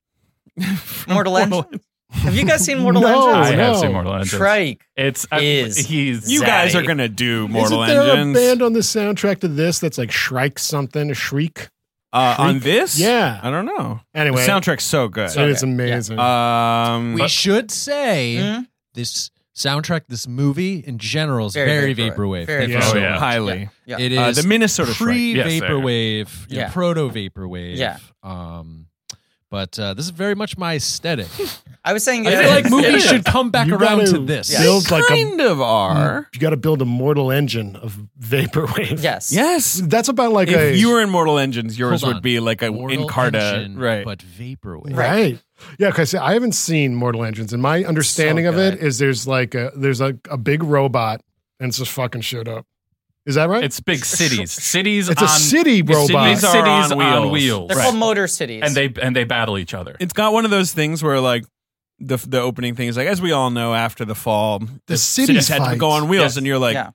S2: Mortal Engines. Have you guys seen Mortal
S3: Oh,
S5: No.
S4: I
S2: Engines?
S4: have
S5: no.
S4: seen Mortal Engines
S2: Shrike.
S4: it's
S2: is
S4: he's
S3: You guys are
S4: zaddy.
S3: gonna do
S5: Isn't
S3: Mortal
S5: there
S3: Engines
S5: a band on the soundtrack to this that's like Shrike something, a Shriek?
S3: uh, on this?
S5: Yeah.
S3: I don't know. The
S5: Anyway,
S3: soundtrack's so good.
S5: it is
S2: Okay.
S5: amazing.
S3: um,
S6: We should say
S2: Mhm.
S6: this soundtrack, this movie in general is
S2: Very
S6: very,
S2: vaporwave.
S6: vaporwave.
S2: Very
S6: Thank you
S5: vaporwave.
S6: so
S4: Oh, yeah.
S6: much.
S3: highly.
S2: Yeah.
S6: It is
S3: Uh, the Minnesota Shrike.
S6: pre
S4: Yes, there you go.
S6: vaporwave,
S2: Yeah.
S6: proto vaporwave.
S2: Yeah.
S6: Um, but uh, this is very much
S2: [LAUGHS]
S6: my aesthetic.
S2: I was saying
S6: I
S2: yeah,
S6: feel like
S2: it's-
S6: movies
S2: it's-
S6: should come back
S5: You
S6: around
S5: gotta
S6: to this.
S2: Yeah.
S5: Build like a,
S3: kind of are.
S5: you got to build a mortal engine of vaporwave.
S2: Yes.
S3: Yes.
S5: That's about like a
S3: If you were in Mortal Engines, yours
S6: Hold
S3: would
S6: on.
S3: be like a
S6: Mortal
S3: Encarta,
S6: Engine,
S3: right?
S6: But vaporwave.
S5: Right. Yeah, because I haven't seen Mortal Engines, and my understanding of it
S2: good.
S5: is there's like a there's a, a big robot, and it's just fucking shit up. Is that right?
S4: it's big cities cities
S5: It's a
S4: on
S5: city robot.
S4: cities,
S3: These are
S4: cities
S3: on
S4: on
S3: wheels.
S4: wheels,
S2: They're called Motor Cities.
S4: and they and they battle each other
S3: it's got one of those things where like the the opening thing is like, as we all know, after the fall, the,
S5: cities
S3: had to
S5: fight.
S3: go on wheels,
S4: Yes.
S3: and you're like,
S2: Yeah.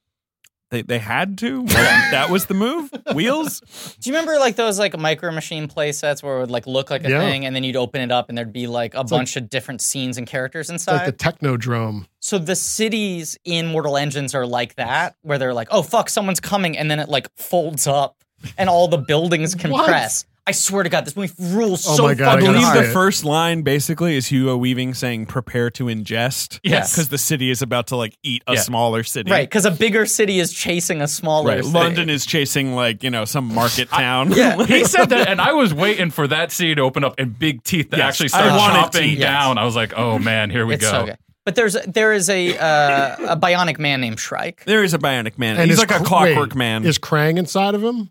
S3: they they had to. that was the move. Wheels.
S2: Do you remember like those like micro machine play sets where it would like look like a
S5: Yeah.
S2: thing and then you'd open it up and there'd be like a
S5: like-
S2: bunch of different scenes and characters
S5: It's
S2: inside?
S5: like the Technodrome.
S2: so the cities in Mortal Engines are like that, where they're like, oh fuck, someone's coming, and then it like folds up and all the buildings compress. I swear to God, this movie rules
S5: Oh
S2: so
S5: my God, I
S3: I
S2: fucking
S5: gotta
S3: believe
S5: see
S2: hard.
S3: the first line basically is Hugo Weaving saying, "Prepare to ingest."
S2: Yes.
S3: because the city is about to like eat a
S4: Yeah.
S3: smaller city.
S2: Right, because a bigger city is chasing a smaller
S3: Right.
S2: city.
S3: London is chasing like you know some market town.
S2: Yeah. [LAUGHS]
S4: He said that, and I was waiting for that sea to open up in big teeth that
S3: Yes,
S4: actually
S3: I
S4: start
S3: wanted
S4: chopping
S3: teeth.
S4: down. I was like, oh man, here we
S2: it's
S4: go.
S2: so good. But there's there is a uh, a bionic man named
S3: [LAUGHS]
S2: Shrike.
S3: [LAUGHS] there is a bionic man. He's
S5: is
S3: like a
S5: Kr-
S3: clockwork
S5: wait,
S3: man.
S5: Is Krang inside of him?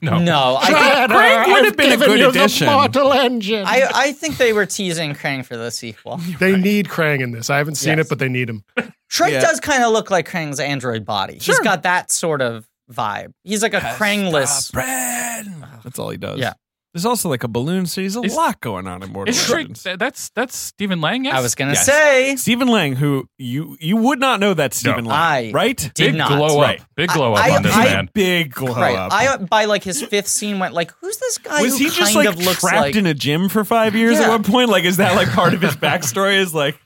S4: No.
S2: No, I think
S3: Krang would have been a
S5: Given
S3: good
S5: you
S3: addition.
S5: The mortal engine.
S2: I, I think they were teasing Krang for the sequel.
S5: they need Krang in this. I haven't seen
S2: Yes.
S5: it, but they need him.
S2: Shrike
S3: Yeah.
S2: does kind of look like Krang's android body. He's
S3: Sure.
S2: got that sort of vibe. He's like a Krangless.
S3: Brand. That's all he does.
S2: Yeah.
S3: There's also like a balloon city. There's a
S4: Is-
S3: lot going on in Mortal
S4: Is Shrike,
S3: Engines.
S4: that- that's that's Stephen Lang. Yes?
S2: I was gonna
S3: Yes.
S2: say
S3: Stephen Lang, who you you would not know that Stephen Lang,
S2: I
S3: right?
S2: did
S4: big
S2: not.
S4: glow up,
S3: Right.
S4: big glow up
S2: I-
S4: on this
S2: I-
S4: man.
S3: Big glow
S2: right.
S3: up.
S2: I by like his fifth scene went like, who's this guy?
S3: was
S2: who
S3: he just
S2: kind
S3: like
S2: of looks
S3: trapped
S2: like
S3: in a gym for five years at
S2: Yeah.
S3: one point? Like, is that like part of his backstory? Is like,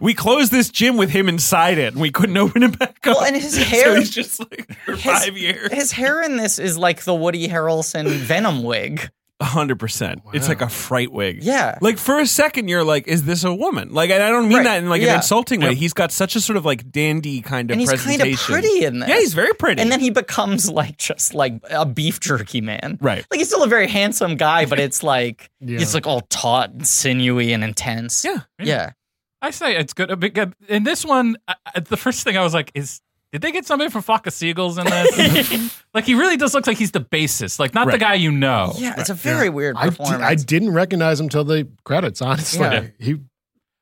S3: we closed this gym with him inside it, and we couldn't open it back up.
S2: Well, and his hair-
S3: [LAUGHS] So he's just like for
S2: His-
S3: five years,
S2: His hair in this is like the Woody Harrelson Venom
S3: [LAUGHS]
S2: wig.
S3: hundred percent. It's like a fright wig.
S2: Yeah.
S3: Like for a second, you're like, is this a woman? Like, and I don't mean
S2: Right.
S3: that in like an
S2: Yeah.
S3: insulting way. He's got such a sort of like dandy kind of
S2: And he's kind
S3: presentation.
S2: of pretty in this.
S3: Yeah, he's very pretty.
S2: And then he becomes like just like a beef jerky man.
S3: Right.
S2: Like he's still a very handsome guy, but it's like
S5: Yeah.
S2: it's like all taut and sinewy and intense.
S3: Yeah.
S2: Yeah.
S4: I say it's good. But good- in this one, I, I- the first thing I was like is. Did they get somebody from Flock of Seagulls
S2: [LAUGHS]
S4: in this? like he really does look like he's the bassist, like not the
S3: Right.
S4: guy you
S3: Oh,
S4: know.
S2: Yeah, it's a very weird
S5: I,
S2: performance.
S5: di- I didn't recognize him till the credits. Honestly,
S2: Yeah.
S5: he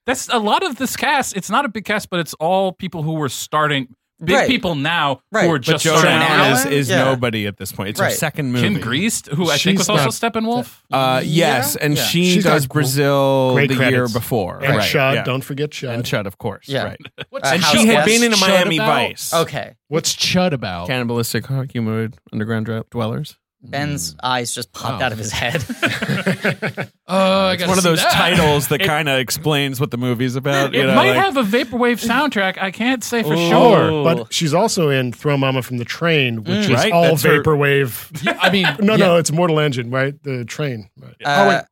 S4: That's a lot of this cast. It's not a big cast, but it's all people who were starting big
S2: Right.
S4: people now
S2: Right.
S4: who are
S2: But
S3: but
S4: just
S3: Joan
S4: starting
S3: Allen
S4: out.
S3: is, is
S2: Yeah.
S3: nobody at this point. It's her
S2: Right.
S3: second movie.
S4: Kim Greist, who I think
S5: She's
S4: was also
S5: not-
S4: Steppenwolf.
S3: Uh,
S2: Yeah.
S3: yes, and
S2: Yeah.
S3: she
S5: She's got
S3: does
S5: gr-
S3: Brazil the
S5: great
S3: year
S5: credits.
S3: before.
S5: and
S3: right.
S5: Shud.
S3: yeah.
S5: Don't forget Shud.
S3: and Chud, of course.
S2: Yeah.
S3: right.
S6: What's
S2: Uh,
S3: and
S2: House
S3: she had
S2: Guest
S3: been in a
S6: Chud
S3: Miami
S6: about?
S3: Vice.
S2: Okay.
S6: What's Chud about?
S3: Cannibalistic humanoid underground dra- dwellers.
S2: Ben's
S3: Mm.
S2: eyes just popped
S6: Wow.
S2: out of
S3: Oh.
S2: his head.
S3: [LAUGHS]
S6: uh, I
S3: It's
S6: gotta
S3: one of
S6: see
S3: those
S6: that.
S3: titles that kind of explains what the movie's about.
S4: [LAUGHS] It
S3: you know,
S4: might
S3: like-
S4: have a vaporwave soundtrack. I can't say for sure.
S2: Ooh.
S5: But she's also in Throw Mama from the
S2: Mm.
S5: Train, which is
S3: Right,
S5: all
S3: that's her-
S5: vaporwave.
S6: Yeah, I mean,
S5: No,
S6: yeah.
S5: no, it's Mortal Engine, right? The train. Right. Oh,
S2: Uh,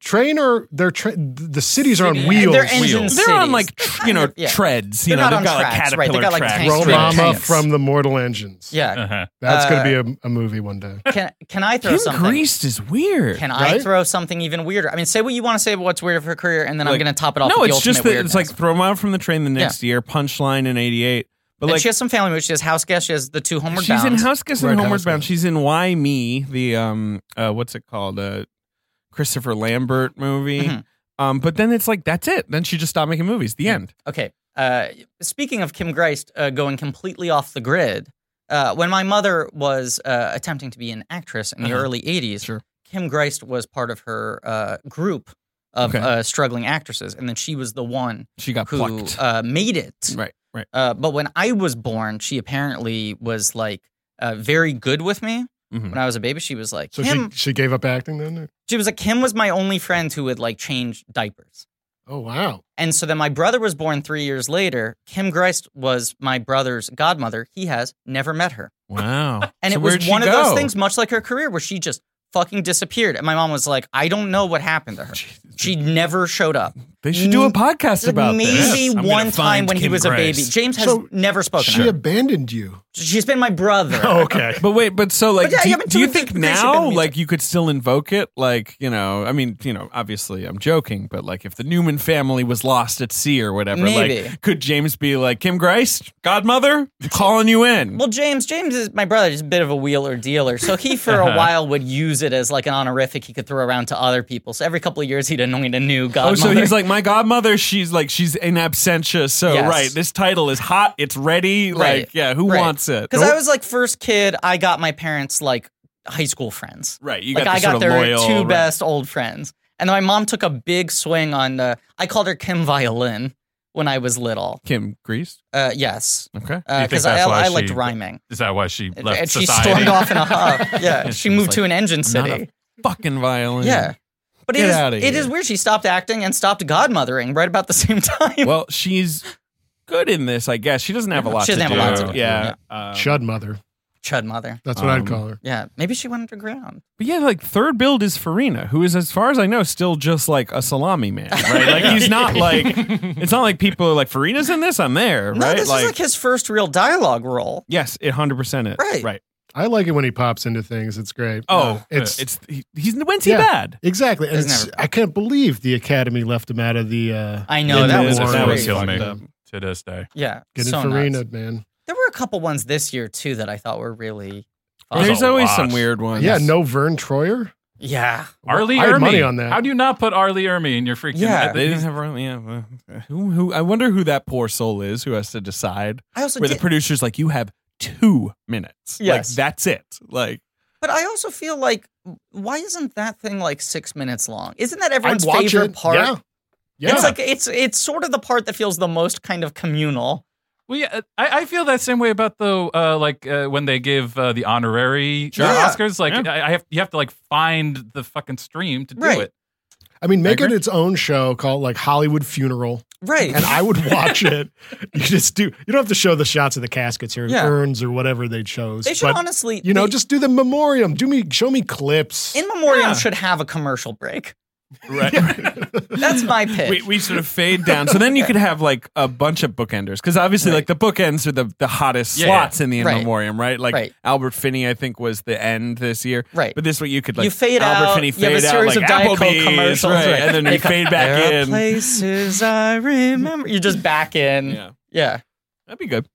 S5: Train or their tra- the cities are on wheels.
S2: They're engine
S3: They're on
S2: cities.
S3: like
S2: They're
S3: tr-
S2: kind
S3: you know
S2: of- yeah.
S3: treads. You
S2: They're
S3: know
S2: not
S3: they've
S2: on
S3: got
S2: tracks,
S3: like
S2: right, they
S3: caterpillar
S2: got, like,
S3: tracks.
S2: tanks
S5: Throw
S2: Street
S5: Mama
S2: trains.
S5: from the Mortal Engines.
S2: Yeah.
S4: Uh-huh.
S5: That's
S2: Uh,
S5: going to be a, a movie one day.
S2: Can can I throw
S3: Kim
S2: something?
S3: Greist is weird.
S2: Can I
S5: right?
S2: throw something even weirder? I mean, say what you want to say about what's weird of her career, and then I'm
S3: Like-
S2: going to top it off.
S3: no,
S2: with
S3: it's
S2: the
S3: just
S2: ultimate
S3: that it's like
S2: weirdness.
S3: throw 'em out from the train the next year. Punchline in '88, but
S2: And
S3: like
S2: she has some family movies. She has House Guest. She has the two Homeward
S3: she's
S2: Bound.
S3: in House Guest
S5: Right,
S3: and Homeward
S5: House
S3: Bound.
S5: Guest.
S3: She's in Why Me, the um uh what's it called? Uh Christopher Lambert movie.
S2: Mhm.
S3: Um but then it's like that's it. Then she just stopped making movies.
S2: Mm.
S3: The end.
S2: Okay. Uh, speaking of Kim Greist uh, going completely off the grid, uh, when my mother was uh, attempting to be an actress in the
S3: Uh-huh.
S2: early 80s,
S3: Sure.
S2: Kim Greist was part of her uh, group of
S3: Okay.
S2: uh, struggling actresses. And then she was the one
S3: She got
S2: who
S3: plucked.
S2: uh, made it.
S3: right, right.
S2: Uh, but when I was born, she apparently was like uh, very good with me.
S3: Mhm.
S2: When I was a baby, she was like,
S5: So
S2: Kim.
S5: she she gave up acting then.
S2: she was like, Kim was my only friend who would like change diapers.
S5: Oh wow.
S2: And so then my brother was born three years later. Kim Greist was my brother's godmother. He has never met her.
S3: Wow.
S2: And
S3: So
S2: it was
S3: where'd she
S2: one of those
S3: go?
S2: things, much like her career, where she just fucking disappeared. And my mom was like, I don't know what happened to her. She never showed up.
S3: They should do a
S2: Mm,
S3: podcast about
S2: Maybe
S3: this. I'm gonna
S2: one time
S3: find
S2: when he
S3: Kim
S2: was a baby.
S3: Grace.
S2: James has
S5: So
S2: never spoken
S5: She
S2: to her.
S5: abandoned you.
S2: She's been my
S3: [LAUGHS]
S2: brother.
S3: Oh.
S5: okay.
S3: But wait, but so like,
S2: But yeah,
S3: do,
S2: yeah,
S3: you-
S2: but
S3: do you
S2: someone
S3: think
S2: said they should have
S3: now
S2: music.
S3: like you could still invoke it? Like you know, I mean, you know, obviously I'm joking, but like if the Newman family was lost at sea or whatever,
S2: Maybe.
S3: like could James be like Kim Grace, Godmother, calling you in?
S2: Well, James, James is my brother. He's a bit of a wheeler dealer, so he for
S3: Uh-huh.
S2: a while would use it as like an honorific he could throw around to other people. So every couple of years, he'd anoint a new
S3: Oh,
S2: godmother.
S3: so he's like my godmother. She's like she's in absentia. So
S2: Yes.
S3: right, this title is hot. It's ready.
S2: Right.
S3: Like yeah, who
S2: Right.
S3: wants it?
S2: Because I was like first kid, I got my parents like high school friends.
S3: right, you
S2: Like
S3: got
S2: I
S3: this
S2: got
S3: sort of
S2: their
S3: loyal,
S2: two
S3: right.
S2: best old friends. And then my mom took a big swing on the. I called her Kim Violin when I was little.
S3: Kim Grease.
S2: Uh, yes,
S3: Okay.
S4: You think
S2: because I,
S4: that's why
S2: I, liked
S4: she
S2: rhyming.
S4: Is that why she left
S2: And she
S4: society?
S2: stormed off in a huff. Yeah,
S3: And
S2: she
S3: she was
S2: moved to
S3: like,
S2: an engine
S3: "I'm not
S2: city.
S3: a [LAUGHS] Fucking violin.
S2: Yeah. But
S3: Get
S2: it is
S3: outta
S2: it is
S3: here.
S2: weird. She stopped acting and stopped godmothering right about the [LAUGHS] same time.
S3: Well, she's good in this, I guess. She doesn't have a lot
S2: She
S3: to
S2: doesn't
S3: do.
S2: have a lot to do,
S3: Yeah. Uh,
S5: Chud mother.
S2: Chud mother.
S5: That's what
S3: um,
S5: I'd call her.
S2: Yeah. Maybe she went underground.
S3: But yeah, like third build is Farina, who is, as far as I know, still just like a salami man,
S2: [LAUGHS]
S3: right? Like he's not like it's not like people are like Farina's in this. I'm there,
S2: No,
S3: right?
S2: this is like his first real dialogue role.
S3: yes, it hundred percent it.
S2: Right.
S3: right.
S5: I like it when he pops into things. It's great.
S3: Oh,
S5: it's
S3: it's he, he's when's he
S5: Yeah.
S3: bad?
S5: exactly. And
S2: It's
S5: it's, I can't believe the Academy left him out of the. Uh,
S2: I know
S5: in
S2: that
S5: the
S2: was
S5: war.
S3: that
S2: great.
S3: was killing me
S5: Fucked up.
S4: to this day.
S2: Yeah.
S5: Get
S2: so
S5: in Farina,
S2: nuts.
S5: man.
S2: There were a couple ones this year too that I thought were really fun.
S4: There's
S3: There's
S4: a
S3: always
S4: lot.
S3: some weird ones.
S5: Yeah, no Vern Troyer.
S2: yeah.
S4: Arlie
S5: I had
S4: Ermy.
S5: money on that.
S4: How do you not put Arlie Ermy in your freaking?
S2: Yeah.
S3: They didn't have really, yeah. well, Who, who? I wonder who that poor soul is who has to decide.
S2: I also
S3: where
S2: did,
S3: the producer's like, "You have two minutes.
S2: Yes.
S3: Like that's it.
S2: [LAUGHS]
S3: Like
S2: but I also feel like why isn't that thing like six minutes long? Isn't that
S5: I'd
S2: everyone's
S5: watch
S2: favorite
S5: it.
S2: part?
S5: Yeah. Yeah.
S2: It's like it's it's sort of the part that feels the most kind of communal.
S4: Well, yeah, I, I feel that same way about the uh, like uh, when they give uh, the honorary
S2: Sure.
S4: uh,
S2: Yeah.
S4: Oscars. Like, I, I have you have to like find the fucking stream to do
S2: Right.
S4: it.
S5: I mean, make it
S4: agree.
S5: its own show called like Hollywood Funeral,
S2: Right.
S5: and I would watch it. You just do. You don't have to show the shots of the caskets or
S2: Yeah.
S5: urns or whatever they chose.
S2: they should
S5: but,
S2: honestly
S5: you know,
S2: they-
S5: just do the memoriam. Do me, show me clips.
S2: in memoriam
S3: Yeah.
S2: should have a commercial break.
S3: right.
S2: That's
S3: [LAUGHS]
S2: my pitch.
S3: we, we sort of fade down. So then you could have like a bunch of bookenders because obviously like the bookends are the, the hottest
S4: Yeah,
S3: slots in the in
S2: Right.
S3: memoriam, right? Like
S2: Right.
S3: Albert Finney, I think was the end this year,
S2: Right.
S3: But this way you could like
S2: you fade
S3: Albert
S2: out.
S3: Finney
S2: you have
S3: fade
S2: a
S3: out
S2: series
S3: like
S2: of Diet Coke
S3: Applebee's,
S2: commercials,
S3: right? And then you fade back
S2: there Are
S3: in.
S2: places
S3: [LAUGHS]
S2: I remember. You're just back in. Yeah,
S3: Yeah, that'd be good.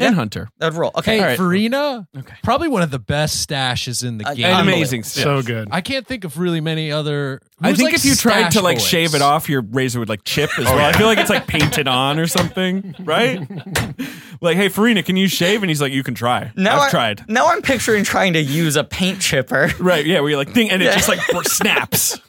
S2: Yeah.
S3: And Hunter,
S2: that'd roll. Okay,
S6: Hey,
S3: All right.
S6: Farina,
S3: Okay.
S6: probably one of the best stashes in the
S2: Uh,
S6: game.
S2: yeah. Unbelievable.
S3: amazing stuff.
S5: so good.
S6: I can't think of really many other.
S3: I
S6: who's,
S3: think
S6: like,
S3: if you tried
S6: stash Oh,
S3: to like
S6: boys?
S3: shave it off, your razor would like chip as well. I feel like it's like painted on or
S6: [LAUGHS]
S3: something, right? like, hey, Farina, can you shave? And he's like, you can try.
S2: now
S3: I've
S2: I-
S3: tried.
S2: Now I'm picturing trying to use a paint
S3: [LAUGHS]
S2: chipper.
S3: Right, yeah, where you're like ding and it
S2: Yeah.
S3: just like
S2: [LAUGHS]
S3: br- snaps.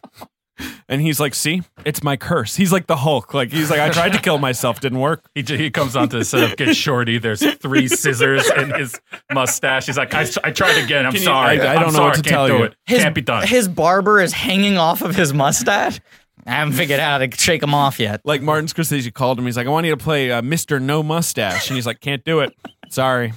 S3: And he's like, see, it's my curse. He's like the Hulk. Like he's like, I tried to kill myself, didn't work.
S4: He, j- he comes onto the set of Get Shorty. There's three scissors in his mustache. He's like, I, s- I tried again. I'm
S3: Can you-
S4: sorry.
S3: I- I
S4: I'm
S3: don't know
S4: sorry.
S3: what to
S4: can't
S3: tell
S4: do
S3: you."
S4: It. can't be done.
S2: His barber is hanging off of his mustache. I haven't figured out how to shake him off yet.
S3: Like Martin Scorsese called him. He's like, I want you to play uh, Mr. No Mustache. And he's like, can't do it. Sorry.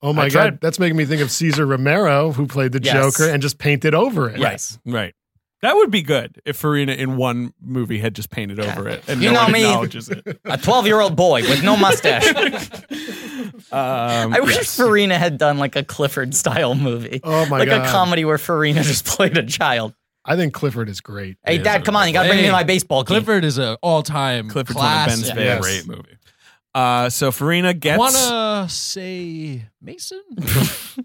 S5: oh my
S3: I
S5: god,
S3: tried.
S5: that's making me think of Caesar Romero, who played the
S2: Yes.
S5: Joker and just painted over it.
S2: Yes.
S3: Right. That would be good if Farina in one movie had just painted over it and
S2: You
S3: no
S2: know
S3: one
S2: me.
S3: acknowledges it.
S2: [LAUGHS] A 12 year old boy with no
S3: [LAUGHS]
S2: mustache.
S3: Um,
S2: I wish
S3: yes.
S2: Farina had done like a Clifford style movie.
S5: Oh my
S2: like
S5: god,
S2: a comedy where Farina [LAUGHS] just played a child.
S5: I think Clifford is great.
S2: Hey,
S4: Yeah,
S2: Dad,
S4: so-
S2: come on. You got to bring me
S6: Hey,
S2: my baseball game.
S6: Clifford is an all-time
S3: Clifford's one of Ben's
S6: classic.
S3: favorites.
S5: Yes.
S4: Great movie.
S3: Uh, so Farina gets
S6: Wanna say Mason?
S3: [LAUGHS]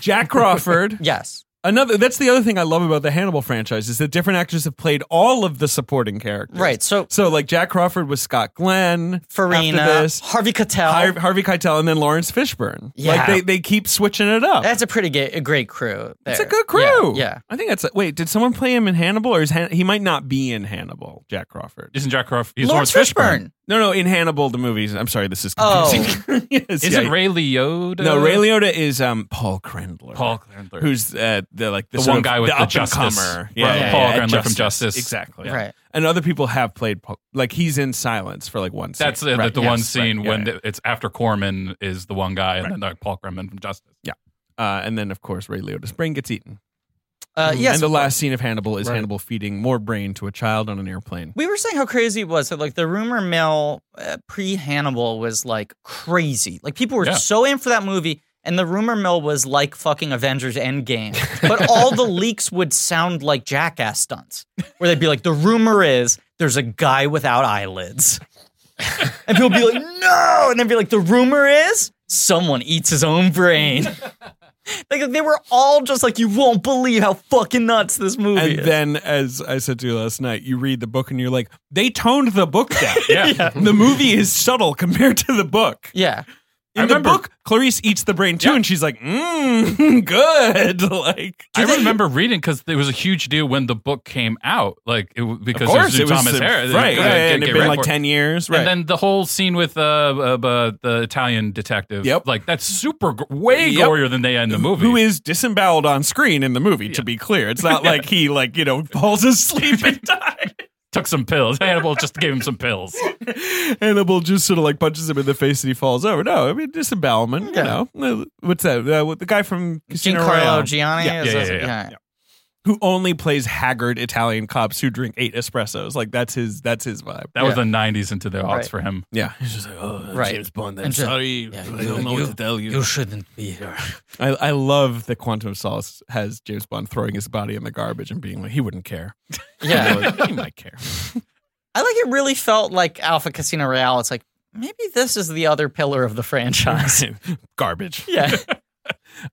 S3: Jack Crawford.
S2: Yes.
S3: Another. That's the other thing I love about the Hannibal franchise is that different actors have played all of the supporting characters.
S2: Right. So
S3: So like Jack Crawford was Scott Glenn,
S2: Farina,
S3: after this,
S2: Harvey Keitel.
S3: Har- Harvey Keitel, and then Lawrence Fishburne.
S2: Yeah.
S3: Like they, they keep switching it up.
S2: That's a pretty ga- a great crew. There.
S3: it's a good crew.
S2: Yeah.
S3: I think that's a, wait. Did someone play him in Hannibal, or is Han- he might not be in Hannibal? Jack Crawford.
S4: Isn't Jack Crawford?
S2: yeah.
S4: He's
S2: Lawrence
S4: Lawrence
S2: Fishburne.
S3: No, no, in Hannibal the movies. I'm sorry, this is
S2: Oh.
S3: confusing. [LAUGHS] Yes,
S4: Isn't
S3: yeah.
S4: Ray Liotta?
S3: No, Ray Liotta is um, Paul Krendler.
S4: Paul Grandler.
S3: who's uh, the like the,
S4: The
S3: sort
S4: one
S3: of-
S4: guy with the
S3: up and
S4: Justice.
S3: comer.
S4: Right. Paul Grindler from Justice.
S3: exactly.
S2: Right.
S3: And other people have played Paul- like he's in silence for like one.
S4: That's
S3: scene.
S4: the,
S3: Right.
S4: the
S3: Yes,
S4: one
S3: right.
S4: scene
S3: Yeah,
S4: when
S3: yeah.
S4: the- it's after Corman is the one guy, and then like, Paul Kremlin from Justice.
S3: Uh, and then, of course, Ray Liotta's brain gets eaten.
S2: Uh, yes.
S3: Mm-hmm. and the last scene of Hannibal is
S5: Right.
S3: Hannibal feeding more brain to a child on an airplane.
S2: we were saying how crazy it was. So, like, the rumor mill uh, pre Hannibal was like crazy. Like, people were
S4: Yeah.
S2: so in for that movie, and the rumor mill was like fucking Avengers
S3: [LAUGHS]
S2: Endgame. But all the leaks would sound like jackass stunts, where they'd be like, the rumor is there's a guy without
S3: [LAUGHS]
S2: eyelids. And people would be like, no. And they'd be like, the rumor is someone eats his own brain.
S3: [LAUGHS]
S2: Like they were all just like, you won't believe how fucking nuts this movie
S3: And
S2: is.
S3: then, as I said to you last night, you read the book and you're like, they toned the book down.
S4: [LAUGHS] Yeah.
S3: The movie is subtle compared to the book.
S2: yeah.
S3: In the
S4: remember-
S3: book, Clarice eats the brain too,
S4: Yeah.
S3: and she's like, mmm, [LAUGHS] good. Like,
S4: I remember reading because it was a huge deal when the book came out, like it, w- because it was Thomas
S3: uh,
S4: Harris,
S3: right?
S4: Like,
S3: yeah,
S4: get-
S3: and
S4: get
S3: it'd been
S4: right
S3: like
S4: for it.
S3: ten years, right?
S4: And then the whole scene with uh, uh, uh, the Italian detective,
S3: Yep.
S4: like that's super g- way
S3: Yep.
S4: gorier than they end the movie.
S3: who is disemboweled on screen in the movie? To
S4: [LAUGHS] Yeah.
S3: be clear, it's not like he like you know falls asleep and [LAUGHS] dies.
S4: took some pills? [LAUGHS] Hannibal just gave him some pills.
S3: Hannibal just sort of like punches him in the face and he falls over. No, I mean disembowelment.
S2: Yeah.
S3: You know, what's that? Uh, what- the guy from Casino
S2: Giancarlo
S3: Royale,
S2: Gianni.
S3: Yeah,
S2: is
S4: yeah,
S2: that-
S4: yeah, yeah.
S3: who only plays haggard Italian cops who drink eight espressos. Like that's his. That's his vibe.
S4: That was
S2: Yeah.
S4: the '90s into the aughts
S2: Right.
S4: for him.
S3: Yeah, he's just like, oh,
S2: Right.
S3: James Bond. I'm
S2: And just-
S3: sorry,
S2: yeah,
S3: I
S2: you-
S3: don't know
S2: you-
S3: what to tell you.
S2: shouldn't be here.
S3: I, I love that Quantum of Solace has James Bond throwing his body in the garbage and being like, he wouldn't care.
S2: Yeah.
S3: [LAUGHS] he might care.
S4: [LAUGHS]
S2: I like it really felt like Alpha Casino Royale. It's like, maybe this is the other pillar of the
S3: [LAUGHS]
S2: franchise. [LAUGHS]
S3: garbage.
S2: yeah.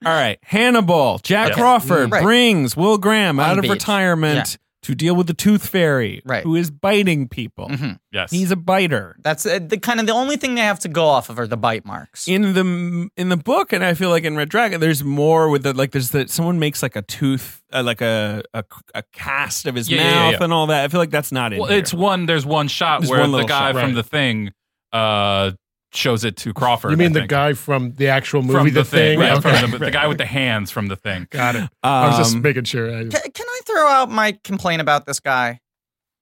S3: All right, Hannibal, Jack
S4: Yeah.
S3: Crawford
S2: Right.
S3: brings Will Graham
S2: On
S3: out
S2: the
S3: of
S2: beach.
S3: retirement to deal with the Tooth Fairy,
S2: Right.
S3: who is biting people.
S2: Mhm.
S4: Yes,
S3: He's a biter.
S2: That's uh, the kind of the only thing they have to go off of are the bite marks.
S3: in the in the book and i feel like in red dragon there's more with the like there's that someone makes like a tooth uh, like a, a a cast of his
S4: Yeah,
S3: mouth
S4: yeah, yeah, yeah.
S3: and all that i feel like that's not in
S4: well,
S3: here.
S4: it's one. There's one shot
S3: There's
S4: where
S3: one
S4: the
S3: little
S4: guy
S3: shot,
S4: from
S3: right.
S4: the thing uh, shows it to Crawford.
S5: You
S4: I
S5: mean the
S4: think.
S5: guy from the actual movie,
S4: from the, thing?
S5: Right,
S4: Yeah,
S5: okay.
S4: from the, the guy with the hands from
S5: [LAUGHS]
S4: the thing.
S5: Got it. I was just
S3: Um,
S5: making sure. I,
S2: Ca can I throw out my complaint about this guy?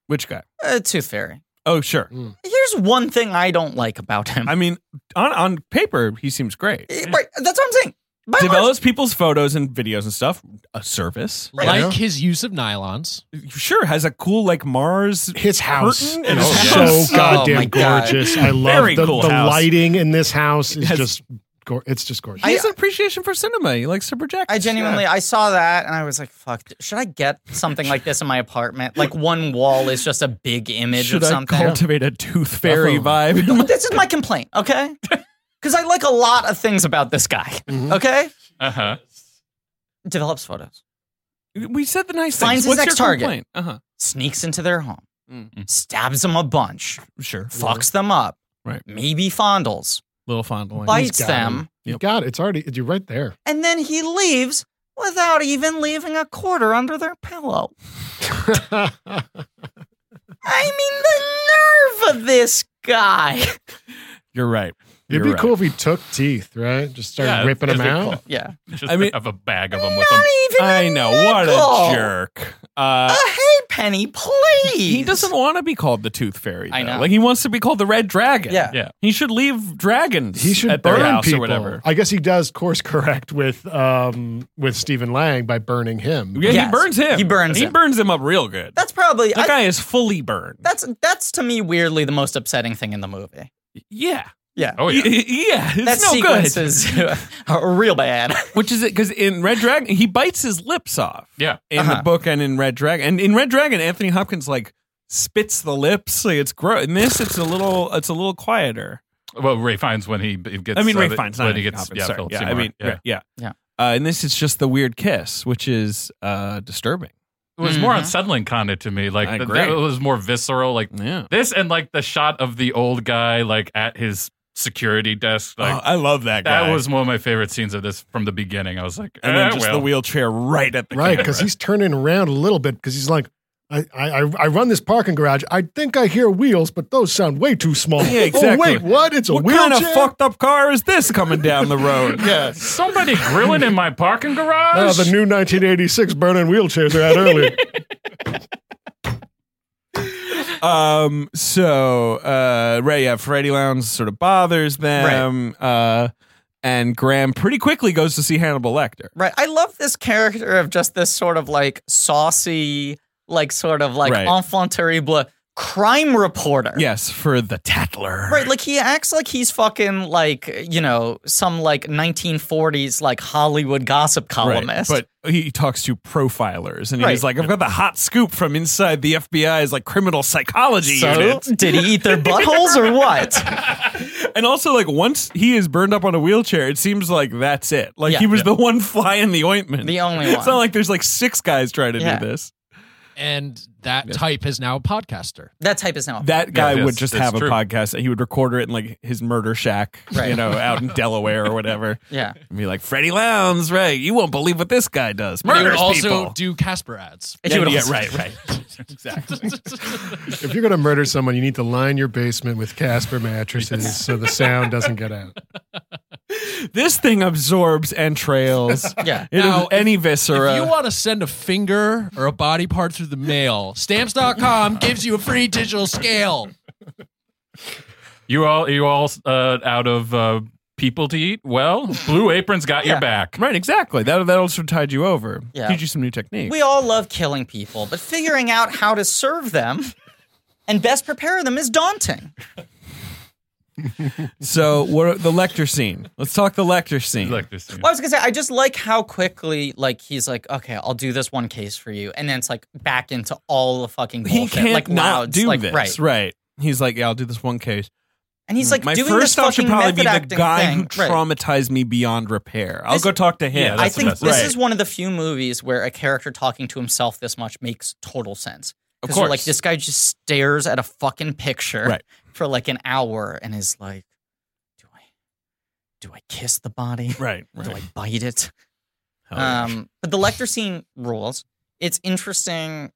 S3: which guy
S2: Uh, Tooth Fairy.
S3: oh sure
S2: Here's one thing I don't like about him.
S3: i mean on on paper he seems great
S2: [LAUGHS] Eh, right, that's what I'm saying. By and large,
S3: develops people's photos and videos and stuff a service
S6: Like
S5: Yeah.
S6: his use of nylons.
S3: sure has a cool like mars
S5: his house
S3: Curtain and
S5: is
S4: his
S5: so
S3: house.
S2: Oh, my
S5: goddamn
S2: God.
S5: gorgeous. I love
S3: Very
S5: the,
S3: cool
S5: the
S3: house.
S5: lighting in this house is
S3: It has-
S5: just gor it's just gorgeous.
S3: he has an appreciation for cinema he likes to project
S2: I genuinely
S3: Yeah.
S2: I saw that and I was like, "Fuck! d- Should I get something like this in my apartment? Like one wall is just a big image
S3: should
S2: of
S3: I
S2: something."
S3: cultivate a tooth fairy
S5: Definitely.
S3: vibe? in my-
S2: this is my complaint, okay? Because I like a lot of things about this guy.
S3: Mm-hmm.
S2: Okay,
S4: Uh huh.
S2: develops photos,
S3: [LAUGHS] we said the nice
S2: Finds
S3: things.
S2: his
S3: What's
S2: next
S3: your
S2: target.
S3: complaint? Uh-huh.
S2: sneaks into their home,
S3: Mm.
S2: stabs them a bunch,
S3: Sure.
S2: fucks them up,
S3: Right.
S2: maybe fondles,
S3: Little fondling.
S2: bites
S5: got
S2: them,
S5: him. You got it. It's already you're right there.
S2: and then he leaves without even leaving a quarter under their pillow. I mean, the nerve of this guy.
S3: You're right.
S5: It'd
S3: You're
S5: be
S3: right.
S5: cool if he took teeth, right? Just started
S4: Yeah,
S5: ripping them
S4: that'd be
S5: out.
S4: cool.
S2: Yeah.
S4: Just
S3: I mean-
S4: have a bag of them with them.
S3: Um,
S2: Not even
S3: I
S2: a
S3: know. What a
S2: nickel.
S3: jerk. Uh,
S2: A hey penny, please.
S3: he doesn't want to be called the Tooth Fairy.
S2: I
S3: though.
S2: know.
S3: Like he wants to be called the Red Dragon.
S2: Yeah.
S4: Yeah.
S3: He should leave dragons.
S5: He should
S3: at their
S5: burn
S3: house
S5: people.
S3: or whatever.
S5: I guess he does course correct with um with Stephen Lang by burning him.
S3: Yeah,
S2: Yes.
S3: he burns him.
S2: He burns
S3: He
S2: him.
S3: burns him up real good.
S2: That's probably.
S3: that
S2: I,
S3: guy is fully burned.
S2: that's that's to me weirdly the most upsetting thing in the movie.
S3: Yeah.
S2: Yeah.
S4: Oh yeah.
S3: Y- [LAUGHS] yeah. It's
S2: that
S3: no
S2: sequence
S3: good.
S2: is real bad.
S3: Which is it? Because in Red Dragon, he bites his lips off.
S4: Yeah.
S3: in
S2: Uh-huh.
S3: the book and in Red Dragon. And in Red Dragon, Anthony Hopkins like spits the lips. Like it's gross. In this, it's a little it's a little quieter.
S4: Well, Ray finds when he b- gets.
S3: I mean,
S4: uh,
S3: Ray
S4: the-
S3: Fiennes,
S4: when
S3: not Anthony
S4: he gets.
S3: Hopkins.
S4: Yeah,
S3: sorry.
S4: Philip
S3: yeah. I
S4: Seymour.
S3: mean,
S4: yeah.
S3: yeah, yeah.
S2: Yeah.
S3: Uh, and this is just the weird kiss, which is uh, disturbing.
S4: it was more
S2: Mhm.
S4: unsettling kind of to me. Like
S3: I
S4: th-
S3: agree.
S4: that was more visceral. Like
S3: Yeah.
S4: this, and like the shot of the old guy like at his security desk. Like
S3: Oh, I love that guy.
S4: that was one of my favorite scenes of this from the beginning. I was like,
S3: and
S4: eh,
S3: then just
S4: well.
S3: the wheelchair right [LAUGHS] at the
S5: Right,
S3: camera.
S5: because he's turning around a little bit because he's like, I, I, I I run this parking garage. I think I hear wheels, but those sound way too small.
S3: Yeah, exactly.
S5: Oh wait, what? It's a
S3: what
S5: wheelchair.
S3: kind of fucked up car is this coming down the
S4: [LAUGHS]
S3: road? yeah.
S4: Somebody grilling in my
S3: [LAUGHS] Oh,
S4: parking
S5: Ah,
S4: garage.
S5: the new 1986 burning wheelchairs are out early.
S3: Um. So, uh, Ray, yeah, Freddy Lounge sort of bothers them. Uh, and Graham pretty quickly goes to see Hannibal Lecter.
S2: Right. I love this character of just this sort of like saucy, like sort of like
S3: Right.
S2: enfant terrible crime reporter.
S3: Yes, for the Tatler.
S2: Right, like he acts like he's fucking like, you know, some like 1940s like Hollywood gossip
S3: Right,
S2: columnist.
S3: But he talks to profilers, and
S2: Right.
S3: he's like, "I've got the hot scoop from inside the FBI's like criminal psychology
S2: so,
S3: unit."
S2: did he eat their buttholes or what?
S3: And also, like once he is burned up on a wheelchair, it seems like that's it. Like
S2: Yeah.
S3: he was the one fly in the ointment,
S2: The only
S3: It's not
S2: one.
S3: like there's like six guys trying to
S2: Yeah.
S3: do this.
S6: and that type is now a podcaster.
S2: That type is now.
S3: That guy
S4: yes,
S3: would just
S4: that's
S3: have
S4: true.
S3: a podcast. He would record it in like his murder shack, you
S2: Right.
S3: know, out in Delaware or whatever.
S2: Yeah.
S3: And be like, Freddie Lowndes, right? You won't believe what this guy does.
S6: But he would
S3: Murders
S6: also
S3: people.
S6: do
S3: [LAUGHS]
S6: Casper ads.
S3: Yeah,
S2: would
S3: yeah,
S2: also-
S3: right, right. exactly.
S5: If you're going to murder someone, you need to line your basement with Casper mattresses so the sound doesn't get out.
S3: This thing absorbs entrails.
S2: Yeah.
S3: It
S6: Now,
S3: is any
S6: If
S3: viscera.
S6: you want to send a finger or a body part through the mail, stamps.com gives you a free digital scale.
S4: You all, you all uh, out of uh, people to eat? Well, Blue Apron's got your
S2: Yeah.
S4: back.
S3: right, exactly. That that'll sort of tide you over.
S2: Yeah.
S3: Teach you some new techniques.
S2: We all love killing people, but figuring out how to serve them and best prepare them is daunting.
S3: so what are, the lecture scene. Let's talk the lecture scene.
S4: Like this.
S2: Well, I was gonna say, I just like how quickly, like he's like, okay, I'll do this one case for you, and then it's like back into all the fucking bullshit.
S3: he can't
S2: like
S3: not
S2: Louds,
S3: do
S2: like,
S3: this.
S2: right?
S3: He's like, yeah, I'll do this one case.
S2: And he's like
S3: My
S2: doing this
S3: first thought
S2: fucking
S3: should probably be
S2: method
S3: the
S2: acting
S3: guy
S2: thing.
S3: who
S2: Right.
S3: traumatized me beyond repair. I'll
S2: This-
S3: go talk to him.
S4: Yeah,
S2: I
S4: that's the
S2: think
S4: best.
S2: this
S3: Right.
S2: is one of the few movies where a character talking to himself this much makes total sense.
S3: Of
S2: Because you're like
S3: course.
S2: this guy just stares at a fucking picture
S3: Right.
S2: for like an hour and is like, do I, do I kiss the body?
S3: right,
S2: Do I
S3: right.
S2: bite it?
S3: Hell yeah.
S2: Um, but the Lecter scene rules. It's interesting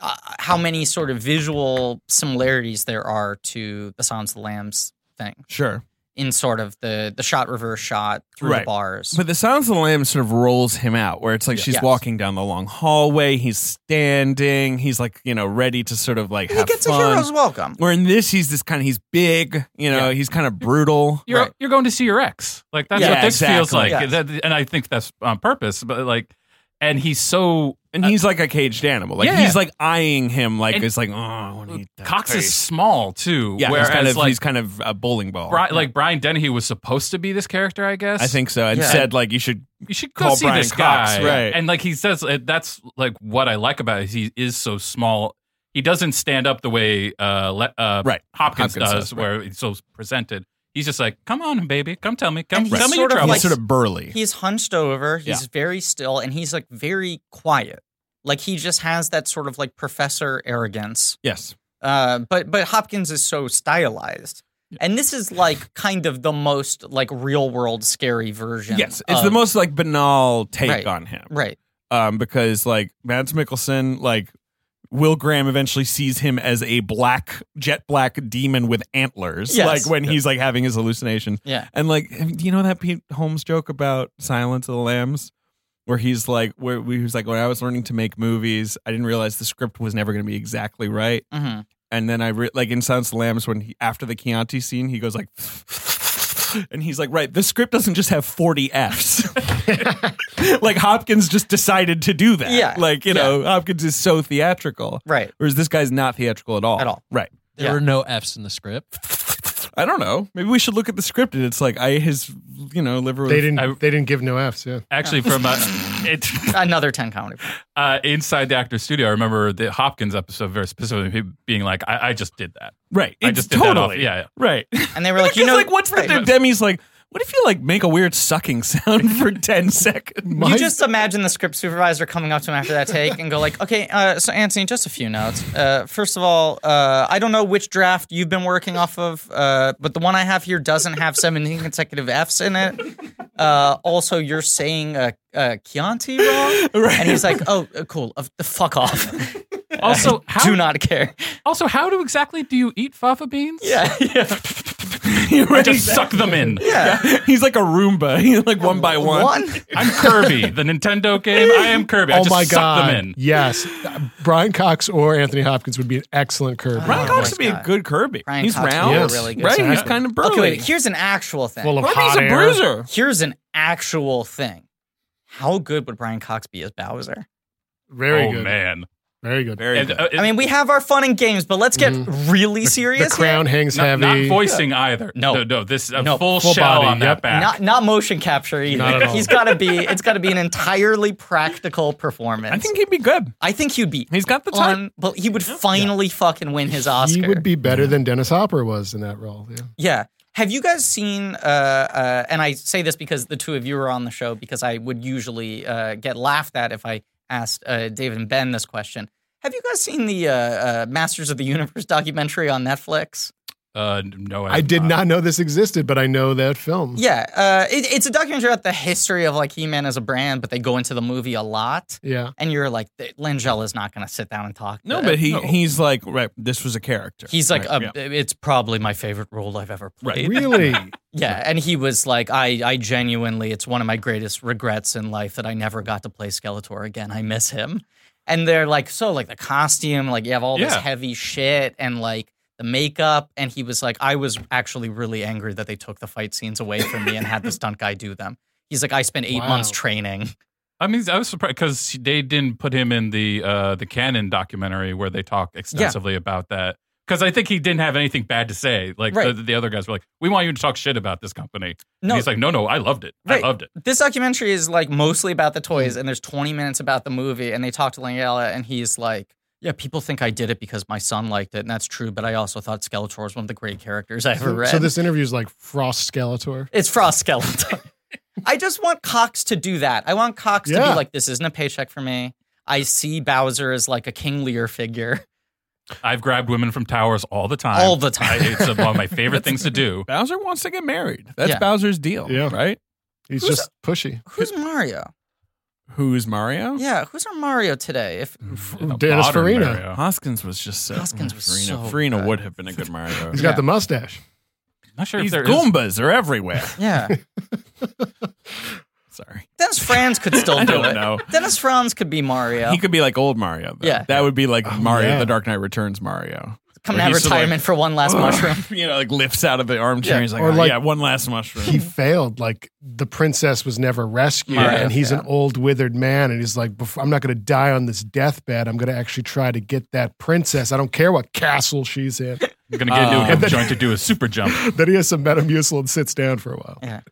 S2: uh, how many sort of visual similarities there are to the Silence of the Lambs thing
S3: sure.
S2: in sort of the the shot reverse shot through the
S3: Right.
S2: bars.
S3: But the sounds of the lamb sort of rolls him out, where it's like she's
S2: Yes.
S3: walking down the long hallway. He's standing. He's like, you know, ready to sort of like
S2: he
S3: have
S2: gets
S3: fun.
S2: a hero's welcome.
S3: where in this, he's this kind of he's big. You know,
S2: Yeah.
S3: he's kind of
S4: [LAUGHS]
S3: brutal.
S4: you're
S2: Right.
S4: you're going to see your ex. Like that's
S3: Yeah,
S4: what this feels
S3: exactly.
S4: like.
S2: Yes.
S4: That- and I think that's on purpose. But like, and he's so
S3: And he's like a caged animal. Like
S4: yeah.
S3: he's like eyeing him. Like
S4: And-
S3: it's like, oh, I want to eat that
S4: Cox
S3: face."
S4: is small too.
S3: Yeah,
S4: whereas
S3: he's kind of
S4: like
S3: he's kind of a bowling ball.
S4: Bri- like Brian Dennehy was supposed to be this character, I guess.
S3: I think so. And
S2: Yeah.
S3: said like you should
S4: you should go
S3: call
S4: see
S3: Brian
S4: this
S3: Cox,
S4: guy,
S3: right.
S4: And like he says, uh, that's like what I like about it. Is he is so small. He doesn't stand up the way uh, le- uh
S3: Right. Hopkins
S4: Hopkins, does,
S3: does, right.
S4: where it's so presented. He's just like, come on, baby, come tell me, come
S2: And he's
S4: tell me your
S2: sort of
S4: trouble.
S2: like-
S3: he's sort of burly.
S2: He's hunched over. He's very still, and he's like very quiet. Like he just has that sort of like professor arrogance.
S3: yes.
S2: Uh, but but Hopkins is so stylized, and this is like kind of the most like real world scary version.
S3: Yes. It's
S2: of-
S3: the most like banal
S2: Um,
S3: take
S2: Right.
S3: on him.
S2: right.
S3: Um, because like Mads Mikkelsen, like Will Graham eventually sees him as a black, jet black demon with antlers.
S2: Yes.
S3: Like when he's like having his hallucination.
S2: Yeah.
S3: And like, do you know that Pete Holmes joke about Silence of the Lambs? Where he's like, where he was like, when I was learning to make movies, I didn't realize the script was never going to be exactly right.
S2: Mhm.
S3: and then I re- like in Silence of the Lambs when he after the Chianti scene he goes like, [LAUGHS] and he's like, right, the script doesn't just have forty Fs. [LAUGHS] like Hopkins just decided to do that.
S2: Yeah.
S3: like you know, Hopkins is so theatrical,
S2: Right.
S3: whereas this guy's not theatrical at all.
S2: At all.
S3: right?
S6: There
S2: Yeah.
S6: were no F's in the script.
S3: I don't know. Maybe we should look at the script and it's like I his you know liver.
S5: They didn't.
S4: I-
S5: they didn't give no f's. Yeah.
S4: [LAUGHS] Actually, from uh, it,
S2: Another ten comedy.
S4: uh, inside the actor's studio, I remember the Hopkins episode very specifically him being like, I, I just did
S2: [LAUGHS]
S4: that.
S3: right.
S4: I
S3: It's
S4: just did that
S3: totally
S4: off- yeah, yeah.
S3: right.
S4: [LAUGHS]
S2: And they were like,
S3: He's
S2: you know,
S3: like what's
S2: right.
S3: the Demi's like. What if you like make a weird sucking [LAUGHS] sound for ten seconds?
S2: You just imagine the script supervisor coming up to him after that take and go like, [LAUGHS] "Okay, uh, so Anthony, just a few notes. Uh, first of all, uh, I don't know which draft you've been working off of, uh, but the one I have here doesn't have 17 consecutive Fs in it. Uh, also, you're saying uh, uh, Chianti wrong."
S3: Right.
S2: And he's like, "Oh, uh, cool. Uh, fuck off. [LAUGHS]
S4: Also, how
S2: Do not care."
S4: Also, how do exactly do you eat fava beans?
S3: [LAUGHS]
S2: Yeah, yeah.
S4: I just
S2: [LAUGHS]
S4: suck them in.
S3: [LAUGHS] He's like a Roomba. He's like one by one.
S4: I'm Kirby, the Nintendo game. I am Kirby. I
S5: oh
S4: just
S5: my
S4: suck
S5: god.
S4: them in.
S5: Yes. Brian Cox or Anthony Hopkins would be an excellent curve.
S3: Brian
S2: Oh
S3: Cox
S2: my
S3: would be a
S2: God.
S3: good Kirby.
S2: Brian
S3: he's
S2: Cox would
S3: round,
S5: be a really
S2: good
S3: right? He's
S5: Exactly.
S3: kind of burly.
S2: Okay, wait. Here's an actual thing.
S5: full of
S3: Kirby's
S5: hot
S3: a
S5: air.
S3: bruiser.
S2: here's an actual thing. How good would Brian Cox be as Bowser?
S5: Very
S4: oh
S5: good.
S4: man.
S5: Very good.
S3: Very
S4: And,
S3: good.
S4: uh,
S2: I mean, we have our fun and games, but let's get really
S5: Mm-hmm. The
S2: serious. here.
S5: crown hangs
S4: not, not
S5: heavy.
S4: voicing either.
S2: No.
S4: no, no this a
S2: No,
S4: full,
S5: full
S4: shell
S5: body,
S4: on that
S5: yep.
S4: back.
S2: Not not motion capture either.
S5: Not at all.
S2: He's got to be. It's got to be an entirely practical performance.
S3: I think he'd be good.
S2: I think he'd be.
S3: He's got the time.
S2: on, but he would finally fucking win his Oscar.
S5: He would be better than Dennis Hopper was in that role. Yeah.
S2: Yeah. Have you guys seen? Uh, uh, and I say this because the two of you are on the show because I would usually uh, get laughed at if I asked uh, Dave and Ben this question. Have you guys seen the uh, uh, Masters of the Universe documentary on Netflix?
S4: Uh, no, I,
S5: I
S4: have
S5: did not know this existed, but I know that film.
S2: Yeah, uh, it, it's a documentary about the history of like He-Man as a brand, but they go into the movie a lot, [LAUGHS]
S5: Yeah.
S2: and you're like, "Th- Langella is not going to sit down and talk. to
S3: No,
S2: it."
S3: but he he's like right. This was a character.
S2: he's like,
S3: Right,
S2: uh, it's probably my favorite role I've ever played. [LAUGHS]
S4: Right.
S5: Really?
S2: Yeah, and he was like, I, I genuinely, it's one of my greatest regrets in life that I never got to play Skeletor again. I miss him. And they're like, so like the costume, like you have all this
S4: Yeah.
S2: heavy shit and like the makeup. And he was like, I was actually really angry that they took the fight scenes away from me and had the stunt guy do them. He's like, I spent eight
S5: Wow.
S2: months training.
S4: I mean, I was surprised because they didn't put him in the uh, the canon documentary where they talk extensively about that. Because I think he didn't have anything bad to say. Like
S2: Right.
S4: the, the other guys were like, "We want you to talk shit about this company." And
S2: No,
S4: he's like, "No, no, I loved it.
S2: Right.
S4: I loved it."
S2: this documentary is like mostly about the toys,
S3: Mm.
S2: and there's 20 minutes about the movie, and they talk to Langella, and he's like, "Yeah, people think I did it because my son liked it, and that's true. But I also thought Skeletor was one of the great characters I ever
S5: So,
S2: read.
S5: so this interview is like Frost Skeletor.
S2: it's Frost
S3: [LAUGHS]
S2: Skeletor. I just want Cox to do that. I want Cox to
S5: Yeah.
S2: be like, "This isn't a paycheck for me. I see Bowser as like a King Lear figure
S4: I've grabbed women from towers all the
S2: [LAUGHS]
S4: time.
S2: all the time."
S4: I, it's one of my favorite things to do.
S3: Bowser wants to get married. That's
S2: Yeah.
S3: Bowser's deal,
S5: Yeah.
S3: right?
S5: He's
S2: Who's-
S5: just pushy.
S2: who's Mario?
S3: Who's Mario?
S2: Yeah, who's our Mario today? If
S4: A
S5: Dennis
S4: modern
S5: Farina.
S4: Mario.
S3: Hoskins was just so.
S2: Hoskins was
S3: Farina.
S2: so
S3: Farina
S2: good.
S3: would have been a good Mario.
S5: He's
S2: Yeah.
S5: got the mustache.
S4: Not sure
S3: These
S4: if there is-
S3: Goombas are everywhere. [LAUGHS]
S2: yeah,
S3: Sorry,
S2: Dennis Franz could still
S3: I
S2: do
S3: don't
S2: it.
S3: know.
S2: Dennis Franz could be Mario.
S3: He could be like old Mario. Though.
S2: Yeah.
S3: that would be like Mario:
S5: yeah.
S3: The Dark Knight Returns Mario.
S2: coming
S3: Or
S2: out of
S3: he's still
S2: retirement for one last mushroom.
S3: you know, like lifts out of the armchair.
S2: Yeah.
S3: He's like,
S5: Or
S3: "Oh,
S5: like-
S3: yeah, one last mushroom.
S5: [LAUGHS] He failed. Like the princess was never rescued,
S2: Hmm. Yeah.
S5: and he's
S2: Yeah.
S5: an old withered man. And he's like, Before, I'm not going to die on this deathbed. I'm going to actually try to get that princess. I don't care what castle
S2: [LAUGHS]
S5: she's in.
S4: I'm gonna get into a
S2: Oh.
S3: Uh,
S4: hip joint to do a super jump.
S5: then he has some Metamucil and sits down for a while.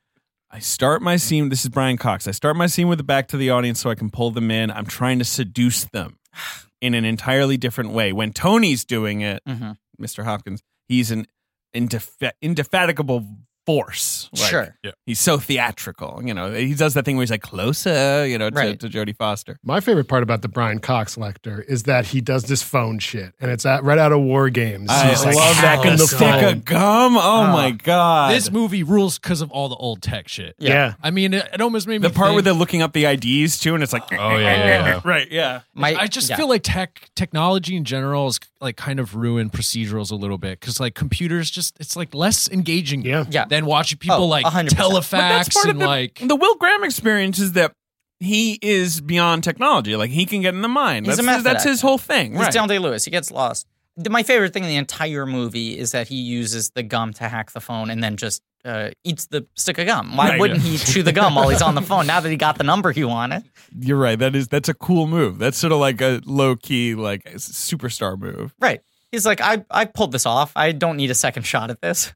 S3: I start my scene. This is Brian Cox. I start my scene with the back to the audience so I can pull them in. I'm trying to seduce them [SIGHS] in an entirely different way. When Tony's doing it,
S2: Mhm.
S3: Mr. Hopkins, he's an indef- indefatigable force. Like,
S2: Sure.
S3: He's so theatrical. You know, he does that thing where he's like closer, you know, to,
S2: Right.
S3: to Jodie Foster.
S5: My favorite part about the Brian Cox lector is that he does this phone shit, and it's at, right out of War Games.
S3: I
S5: He's
S3: love
S5: like,
S3: that.
S5: "Howling
S3: Can
S5: the
S3: stick a
S5: phone."
S3: gum? Oh
S2: Ah.
S3: my God.
S6: This movie rules because of all the old tech shit.
S2: Yeah.
S6: I mean, it, it almost made me
S3: the part
S6: think,
S3: where they're looking up the IDs too, and it's like,
S4: Oh yeah, yeah, yeah.
S3: [LAUGHS] right, yeah.
S2: My,
S6: I just
S2: yeah.
S6: feel like tech technology in general is like kind of ruined procedurals a little bit because like computers just it's like less engaging
S5: Yeah.
S2: Yeah.
S6: than watching people
S2: Oh,
S6: like
S2: 100%.
S3: But that's
S6: telefax
S3: part of
S6: and
S3: the-
S6: like
S3: the Will Graham experience is that he is beyond technology. Like he can get in the mind.
S2: He's a
S3: that's
S2: method
S3: that's his
S2: actor.
S3: whole thing.
S2: He's
S3: right.
S2: Daniel Day Lewis. He gets lost. The- My favorite thing in the entire movie is that he uses the gum to hack the phone and then just uh, eats the stick of gum. Why
S3: Right,
S2: wouldn't
S3: [LAUGHS]
S2: he chew the gum while he's on the phone? Now that he got the number he wanted,
S3: You're right. That is that's a cool move. That's sort of like a low key like s- superstar move.
S2: right? He's like, I I pulled this off. I don't need a second shot at this.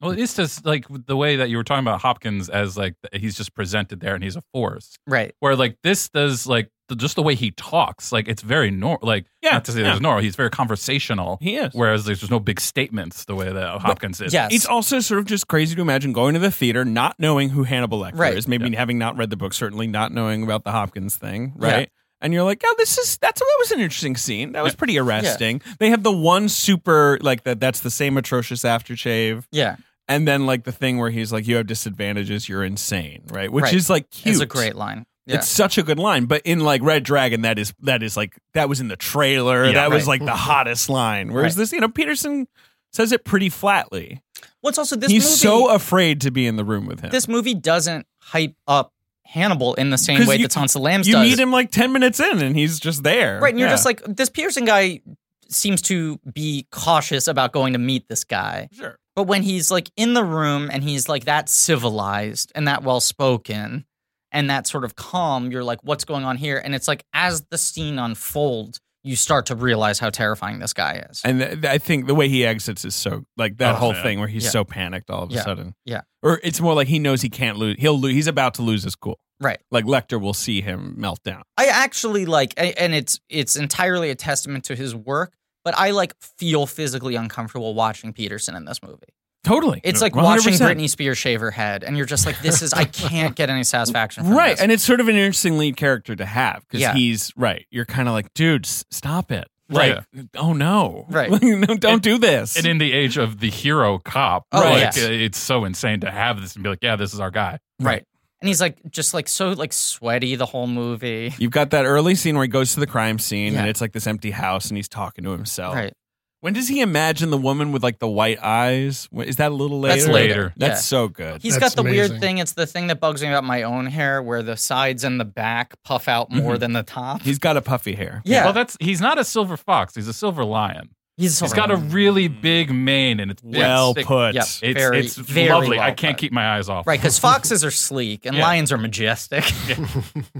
S4: Well, it's just like the way that you were talking about Hopkins as like he's just presented there and he's a force.
S2: Right.
S4: Where like this does like the, just the way he talks, like it's very normal. Like
S3: Yeah,
S4: not to say
S3: yeah.
S4: there's normal, he's very conversational.
S3: He is.
S4: Whereas there's just no big statements the way that Hopkins is.
S2: Yes.
S3: It's also sort of just crazy to imagine going to the theater, not knowing who Hannibal Lecter
S2: Right.
S3: is, maybe having not read the book, certainly not knowing about the Hopkins thing, right? And you're like, oh, this is that's that was an interesting scene. That was pretty arresting. They have the one super like that. That's the same atrocious aftershave.
S2: Yeah.
S3: And then like the thing where he's like, "You have disadvantages. You're insane," right? Which
S2: Right.
S3: is like cute.
S2: It's a great line. Yeah.
S3: It's such a good line. But in like Red Dragon, that is that is like that was in the trailer. that was
S2: right. [LAUGHS]
S3: like the hottest line. Whereas
S2: Right.
S3: this, you know, Peterson says it pretty flatly.
S2: What's also this
S3: he's
S2: movie?
S3: so afraid to be in the room with him.
S2: this movie doesn't hype up Hannibal in the same
S3: 'Cause
S2: way
S3: you-
S2: that Sansa Lambs
S3: you
S2: does.
S3: meet him like ten minutes in, and he's just there.
S2: Right, and you're
S3: Yeah.
S2: just like this Pearson guy seems to be cautious about going to meet this guy.
S3: sure.
S2: But when he's like in the room and he's like that civilized and that well spoken and that sort of calm, you're like what's going on here? And it's like as the scene unfolds, you start to realize how terrifying this guy is.
S3: And th- th- I think the way he exits is so like that
S4: Oh,
S3: whole
S4: yeah.
S3: thing where he's
S2: Yeah.
S3: so panicked all of a
S2: Yeah.
S3: sudden.
S2: Yeah.
S3: Or it's more like he knows he can't lose. He'll lose. He's about to lose his cool.
S2: Right.
S3: Like Lecter will see him melt down.
S2: I actually like a- and it's it's entirely a testament to his work, but I like feel physically uncomfortable watching Peterson in this movie.
S4: Totally.
S2: It's like
S3: 100%.
S2: watching Britney Spears shave her head, and you're just like, this is I can't get any satisfaction from
S3: Right.
S2: this.
S3: And it's sort of an interesting lead character to have because
S2: Yeah.
S3: he's right. You're kind of like, dude, s- stop it. Like,
S4: Right.
S3: oh no.
S2: Right.
S3: [LAUGHS] no, don't
S4: And-
S3: do this.
S4: And in the age of the hero cop,
S2: Oh,
S4: like,
S2: yes.
S4: uh, it's so insane to have this and be like, yeah, this is our guy.
S2: right. And he's like just like so like sweaty the whole movie.
S3: You've got that early scene where he goes to the crime scene
S2: Yeah.
S3: and it's like this empty house and he's talking to himself.
S2: Right.
S3: When does he imagine the woman with like the white eyes? Wh- Is that a little later?
S2: That's later. Yeah.
S3: That's so good.
S2: He's
S5: That's
S2: got the
S5: amazing.
S2: weird thing. It's the thing that bugs me about my own hair, where the sides and the back puff out more than the top.
S3: Mm-hmm. He's got a puffy
S2: [LAUGHS]
S3: hair.
S2: yeah,
S4: Well, that's he's not a silver fox. He's a silver lion.
S2: he's,
S4: He's got a really
S3: Mm.
S4: big mane, and it's
S3: Well
S2: big-
S3: put.
S2: yeah,
S4: it's
S2: very,
S4: it's
S2: very
S4: lovely.
S2: well
S4: I can't
S2: put.
S4: keep my eyes [LAUGHS] off.
S2: right because foxes are sleek and
S4: Yeah.
S2: lions are
S3: [LAUGHS]
S2: majestic.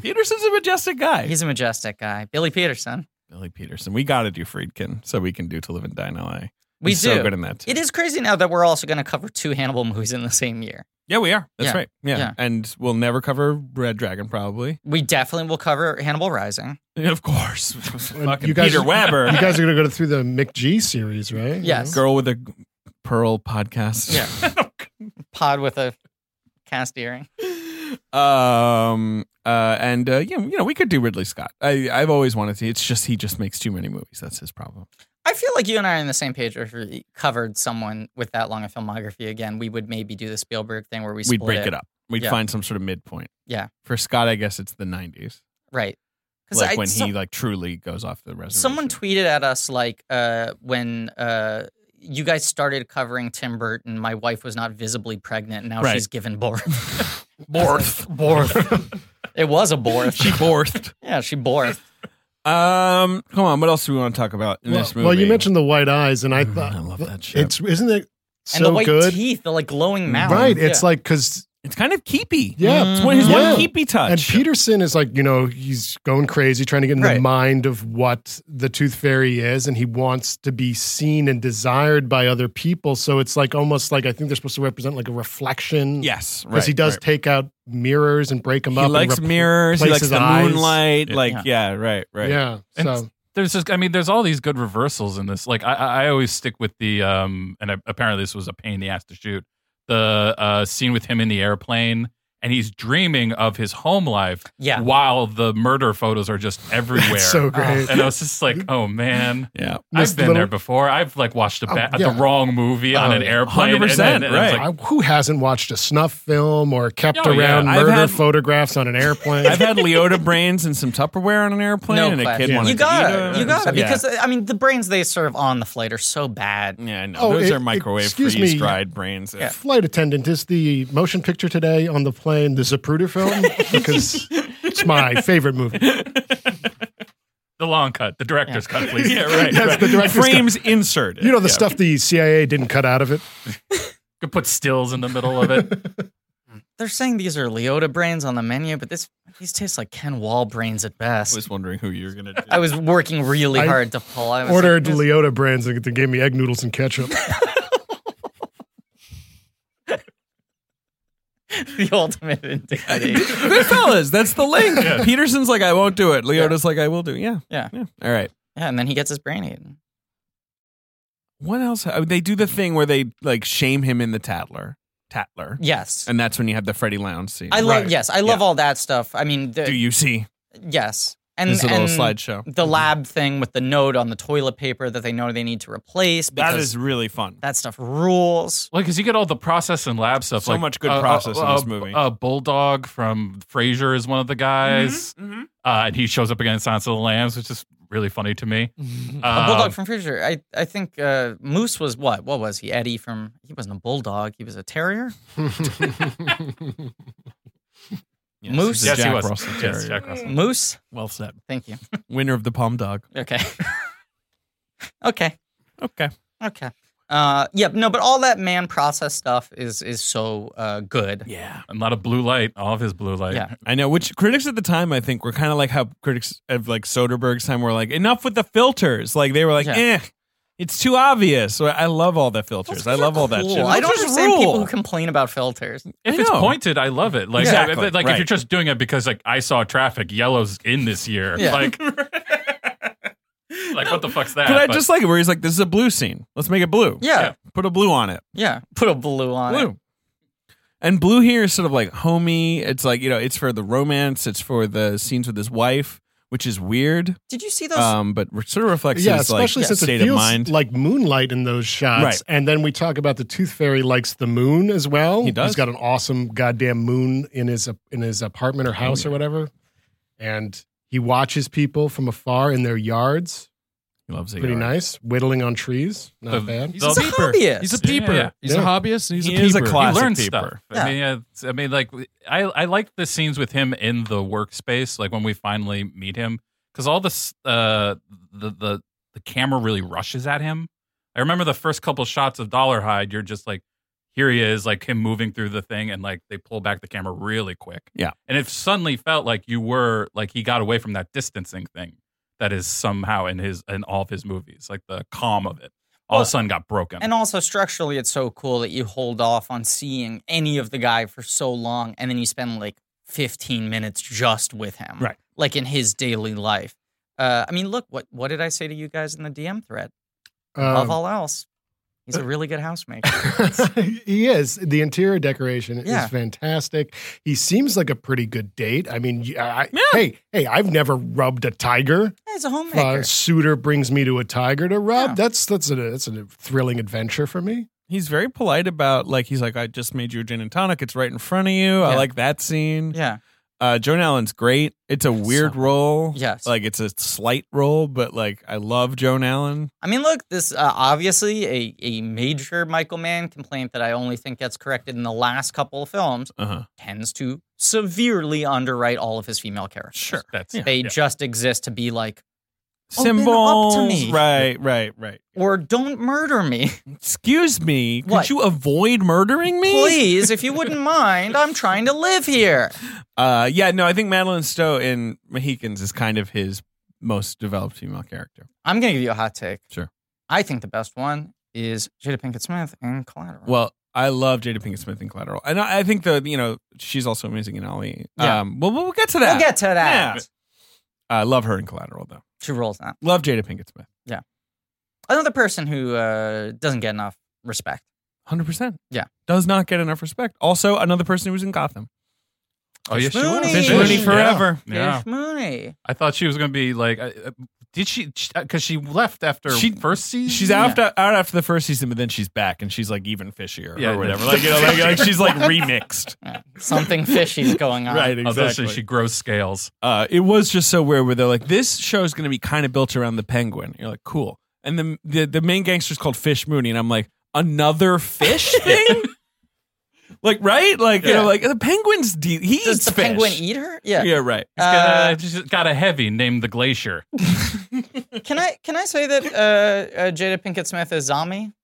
S3: Peterson's a majestic guy.
S2: he's a majestic guy, Billy Peterson.
S3: Billy Peterson. We got to do Friedkin so we can do To Live and Die in LA.
S2: We
S3: He's
S2: do.
S3: so good in that. Too.
S2: It is crazy now that we're also going to cover two Hannibal movies in the same year.
S3: Yeah, we are. That's
S2: Yeah.
S3: right. Yeah.
S2: Yeah.
S3: And we'll never cover Red Dragon, probably.
S2: We definitely will cover Hannibal Rising.
S3: Of course. [LAUGHS] Fucking
S5: you guys-
S3: Peter Weber.
S5: You guys are going to go through the McG series, right?
S2: Yes.
S3: Girl with a G- Pearl podcast.
S2: Yeah. Pod with a cast earring.
S3: [LAUGHS] um uh and uh yeah, you know, we could do Ridley Scott. I I've always wanted to. It's just he just makes too many movies. That's his problem.
S2: I feel like you and I are on the same page. If we covered someone with that long a filmography again, we would maybe do the Spielberg thing where we
S3: We'd
S2: split
S3: break it. up. We'd
S2: Yeah.
S3: find some sort of midpoint.
S2: Yeah.
S3: For Scott, I guess it's the 90s.
S2: right? Because
S3: Like when he like truly goes off the reservation.
S2: someone
S3: [LAUGHS]
S2: tweeted at us like uh, when uh, you guys started covering Tim Burton, my wife was not visibly pregnant, and now
S3: Right.
S2: she's given birth.
S3: borth.
S2: borth. [LAUGHS] It was a borth.
S3: [LAUGHS] she borthed.
S2: yeah, she borth.
S3: Um, come on. What else do we want to talk about in
S5: Well,
S3: this movie?
S5: well, you mentioned the white eyes, and I
S3: Mm,
S5: thought
S3: I love that shit.
S5: it's isn't it so
S2: and the white
S5: good?
S2: teeth, the like glowing mouth.
S5: Right. It's
S2: Yeah.
S5: like because
S3: It's kind of keepy.
S5: yeah,
S3: It's one, his
S5: Yeah.
S3: one keepy touch.
S5: and Peterson is like you know he's going crazy trying to get in
S2: Right.
S5: the mind of what the Tooth Fairy is, and he wants to be seen and desired by other people. So it's like almost like I think they're supposed to represent like a reflection.
S3: yes, right.
S5: because he does
S3: right.
S5: take out mirrors and break them
S3: He
S5: up. and
S3: likes
S5: repl-
S3: mirrors. He
S5: replace
S3: likes
S5: his
S3: the
S5: eyes.
S3: moonlight.
S4: Yeah.
S3: Like,
S2: Yeah.
S3: yeah, right, right.
S5: Yeah.
S4: And
S5: So
S4: there's just i mean there's all these good reversals in this like i i I always stick with the um and I, apparently this was a pain in the ass to shoot the uh scene with him in the airplane and he's dreaming of his home life
S2: Yeah.
S4: while the murder photos
S5: [LAUGHS]
S4: are just everywhere
S5: it's so great.
S4: Oh, and i was just like oh man
S3: Yeah.
S5: [LAUGHS] This
S4: I've been
S5: little-
S4: there before. I've like watched a
S5: Oh,
S4: ba-
S5: yeah.
S4: the wrong movie on
S5: Oh,
S4: an airplane. and
S3: 100%,
S4: then- and it's
S3: right.
S4: like,
S5: I- who hasn't watched a snuff film or kept
S4: Oh, yeah.
S5: around
S3: I've
S5: murder
S3: had-
S5: photographs on an airplane?
S3: I've had Leota brains and some Tupperware on an airplane,
S2: No
S3: and a kid
S2: question.
S3: wanted
S2: you
S3: to eat
S2: gotta,
S3: it.
S2: you gotta,
S3: Yeah.
S2: because I mean, the brains they serve on the flight are so bad.
S3: yeah, no,
S5: Oh,
S3: those
S5: it-
S3: are microwave
S5: excuse
S3: freeze
S5: me.
S3: dried brains.
S2: Yeah.
S5: [LAUGHS] Flight attendant is the motion picture today on the plane, the
S3: [LAUGHS]
S5: Zapruder film, because it's my favorite movie.
S4: the long cut, the
S5: [LAUGHS]
S4: director's cut, please.
S3: [LAUGHS] Yeah, right.
S5: That's
S3: right.
S5: the director's
S3: frames inserted.
S5: You know the
S3: Yeah.
S5: stuff the CIA didn't cut out of it.
S4: Could put stills in the middle
S5: [LAUGHS]
S4: of it.
S2: They're saying these are Leota brains on the menu, but this these taste like Ken Wall brains at
S3: I
S2: best.
S3: was wondering who
S2: [LAUGHS]
S3: you're gonna do.
S2: I was working really
S5: I
S2: hard to pull. I was
S5: Ordered
S2: like,
S5: Leota brands and they gave me egg noodles and ketchup.
S2: the ultimate indignity.
S3: [LAUGHS] Goodfellas. That's the link. Peterson's like, I won't do it. Leota's like, I will do. it." Yeah.
S2: Yeah.
S3: Yeah. All right.
S2: yeah, and then he gets his brain eaten.
S3: What else? oh, They do the thing where they like shame him in the Tatler. Tatler.
S2: Yes,
S3: And that's when you have the Freddie Lounge scene.
S2: I love.
S5: Right.
S2: Yes, I love all that stuff. I mean, the,
S3: Do you see?
S2: yes, and
S3: There's a little
S2: and
S3: slideshow. Mm-hmm.
S2: The lab thing with the note on the toilet paper that they know they need to replace.
S3: That
S2: because
S3: is really fun.
S2: that stuff rules.
S4: Like, because you get all the process and lab stuff.
S3: So
S4: like, uh,
S3: much good process in this movie.
S4: A uh, bulldog from Frasier is one of the guys,
S3: Mm-hmm,
S4: uh, and he shows up against Silence of the Lambs, which is really funny
S3: [LAUGHS]
S4: to me.
S2: A
S4: Um,
S2: bulldog from Frasier. I I think uh, Moose was what? What was he? Eddie from? He wasn't a bulldog. He was a
S4: [LAUGHS]
S2: terrier.
S3: Yes,
S2: Moose?
S3: this is
S4: yes,
S3: Jack
S4: he was.
S3: Russell
S4: Yes,
S3: Terrier.
S4: Jack Russell.
S2: Moose.
S3: Well said.
S2: Thank
S3: [LAUGHS]
S2: you.
S3: Winner of the Palm Dog.
S2: Okay. [LAUGHS] okay.
S3: Okay.
S2: Okay. Uh, yeah. No, but all that man process stuff is is so uh, good.
S3: Yeah.
S4: And a lot of blue light, all of his blue light.
S2: Yeah.
S3: I know. Which critics at the time, I think, were kind of like how critics of like Soderbergh's time were like, enough with the filters. Like they were like,
S2: Yeah.
S3: eh, it's too obvious. So I love all the filters. I love all that
S2: Cool.
S3: shit.
S2: I don't
S3: Filters
S2: understand
S3: rule.
S2: people who complain about filters.
S4: If
S3: I
S4: it's
S3: know.
S4: pointed, I love it. Like,
S3: Exactly,
S4: I- I- like
S3: right.
S4: if you're just doing it because like I saw traffic, yellow's in this year.
S2: Yeah.
S3: [LAUGHS]
S4: Like, like what the fuck's that?
S3: Could I
S4: But-
S3: just like it where he's like, this is a blue scene. Let's make it blue.
S2: Yeah.
S3: Put a blue on it.
S2: Yeah, put a blue on it.
S3: Blue. And blue here is sort of like homey. It's like, you know, it's for the romance, it's for the scenes with his wife, which is weird,
S2: Did you see those?
S3: um, but re- sort of reflects
S5: yeah,
S3: his like
S5: especially since
S3: state
S5: it
S3: of
S5: feels
S3: mind.
S5: like moonlight in those shots.
S3: Right.
S5: And then we talk about the Tooth Fairy likes the moon as well.
S3: He does.
S5: He's got an awesome goddamn moon in his in his apartment or house or whatever. And he watches people from afar in their yards.
S3: he loves it.
S5: Pretty
S3: you're right.
S5: nice, whittling on trees. Not
S4: The-
S5: bad.
S4: [LAUGHS]
S6: He's
S4: The-
S6: a peeper.
S2: hobbyist.
S6: He's a
S4: Yeah, yeah,
S6: peeper.
S4: yeah.
S6: He's a
S5: Yeah.
S6: hobbyist and he's
S3: He
S6: a
S3: is a
S6: peeper.
S3: class-
S4: he
S3: Classic
S4: learns
S3: peeper.
S4: stuff.
S2: Yeah.
S4: I mean, yeah, it's- I mean, like I I like the scenes with him in the workspace, like when we finally meet him, because all this uh, the the the camera really rushes at him. I remember the first couple shots of Dollar Hyde. You're just like, here he is, like him moving through the thing, and like they pull back the camera really quick.
S3: Yeah.
S4: and it suddenly felt like you were like he got away from that distancing thing that is somehow in his in all of his movies, like the calm of it. All
S2: Well,
S4: of a sudden got broken.
S2: And also structurally, it's so cool that you hold off on seeing any of the guy for so long, and then you spend like 15 minutes just with him,
S3: Right.
S2: Like in his daily life. Uh, I mean, look what what did I say to you guys in the DM thread?
S3: Um,
S5: Uh, [LAUGHS]
S2: of all else, he's
S3: uh,
S2: a really
S3: [LAUGHS]
S2: good housemaker.
S5: he is. The interior decoration
S2: Yeah.
S5: is fantastic. He seems like a pretty good date. I mean, y- I- hey, hey, I've never rubbed a tiger.
S2: Yeah, he's a
S5: Uh,
S2: homemaker.
S5: suitor brings me to a tiger to rub.
S2: Yeah.
S5: That's that's a that's a thrilling adventure for me.
S3: He's very polite about like he's like, I just made you a gin and tonic, it's right in front of you. I
S2: Yeah.
S3: like that scene.
S2: Yeah.
S3: Uh Joan Allen's great. It's a weird role.
S2: Yes.
S3: Like it's a slight role, but like I love Joan Allen.
S2: I mean, look, this uh, obviously a, a major Michael Mann complaint that I only think gets corrected in the last couple of films
S3: Uh-huh.
S2: tends to severely underwrite all of his female characters.
S3: Sure.
S4: That's
S2: They
S4: yeah.
S2: just exist to be like,
S3: Oh,
S2: Open up to
S3: Symbols.
S2: me.
S3: Right, right, right.
S2: or don't murder
S3: [LAUGHS]
S2: me. [LAUGHS]
S3: Excuse me. Could
S2: What?
S3: you avoid murdering me?
S2: Please, if you wouldn't mind, I'm trying to live here.
S3: Uh, yeah, no, I think Madeline Stowe in Mohicans is kind of his most developed female character.
S2: I'm going to give you a hot take.
S3: Sure.
S2: I think the best one is Jada Pinkett Smith in Collateral.
S3: Well, I love Jada Pinkett Smith in Collateral, and I, I think the you know she's also amazing in Ollie.
S2: Yeah.
S3: Um, well, we'll get to that.
S2: we'll get to that.
S3: Yeah. I love her in Collateral though.
S2: She rolls that.
S3: Love Jada Pinkett Smith,
S2: Another person who uh, doesn't get enough respect.
S3: hundred percent.
S2: Yeah.
S3: does not get enough respect. Also, another person who was in Gotham,
S4: Oh, yeah, she was.
S2: Mooney.
S3: Fish
S2: Fish.
S3: Mooney forever.
S4: Yeah.
S2: Fish Mooney.
S4: I thought she was going to be like, uh, uh, did she? Because she left after
S3: She-
S4: first season.
S3: She's
S2: Yeah.
S3: after, out after the first season, but then she's back and she's like even fishier
S4: Yeah.
S3: or whatever. Like, you know, like, like, she's like
S2: [LAUGHS]
S3: remixed.
S2: Yeah. Something fishy's going
S3: [LAUGHS]
S2: on.
S4: Although Oh, she grows scales.
S3: uh, it was just so weird where they're like, this show is going to be kind of built around the penguin. You're like, cool. And the, the the main gangster's called Fish Mooney, and I'm like,
S2: [LAUGHS]
S3: another fish thing? like, right? Like, you know, like the penguin's de- he
S2: Does
S3: eats
S2: the
S3: fish.
S2: penguin eat her? Yeah.
S3: Yeah, right.
S2: Uh,
S4: Uh, she's got a heavy named the Glacier.
S2: can I can I say that uh, uh, Jada Pinkett Smith is Zami?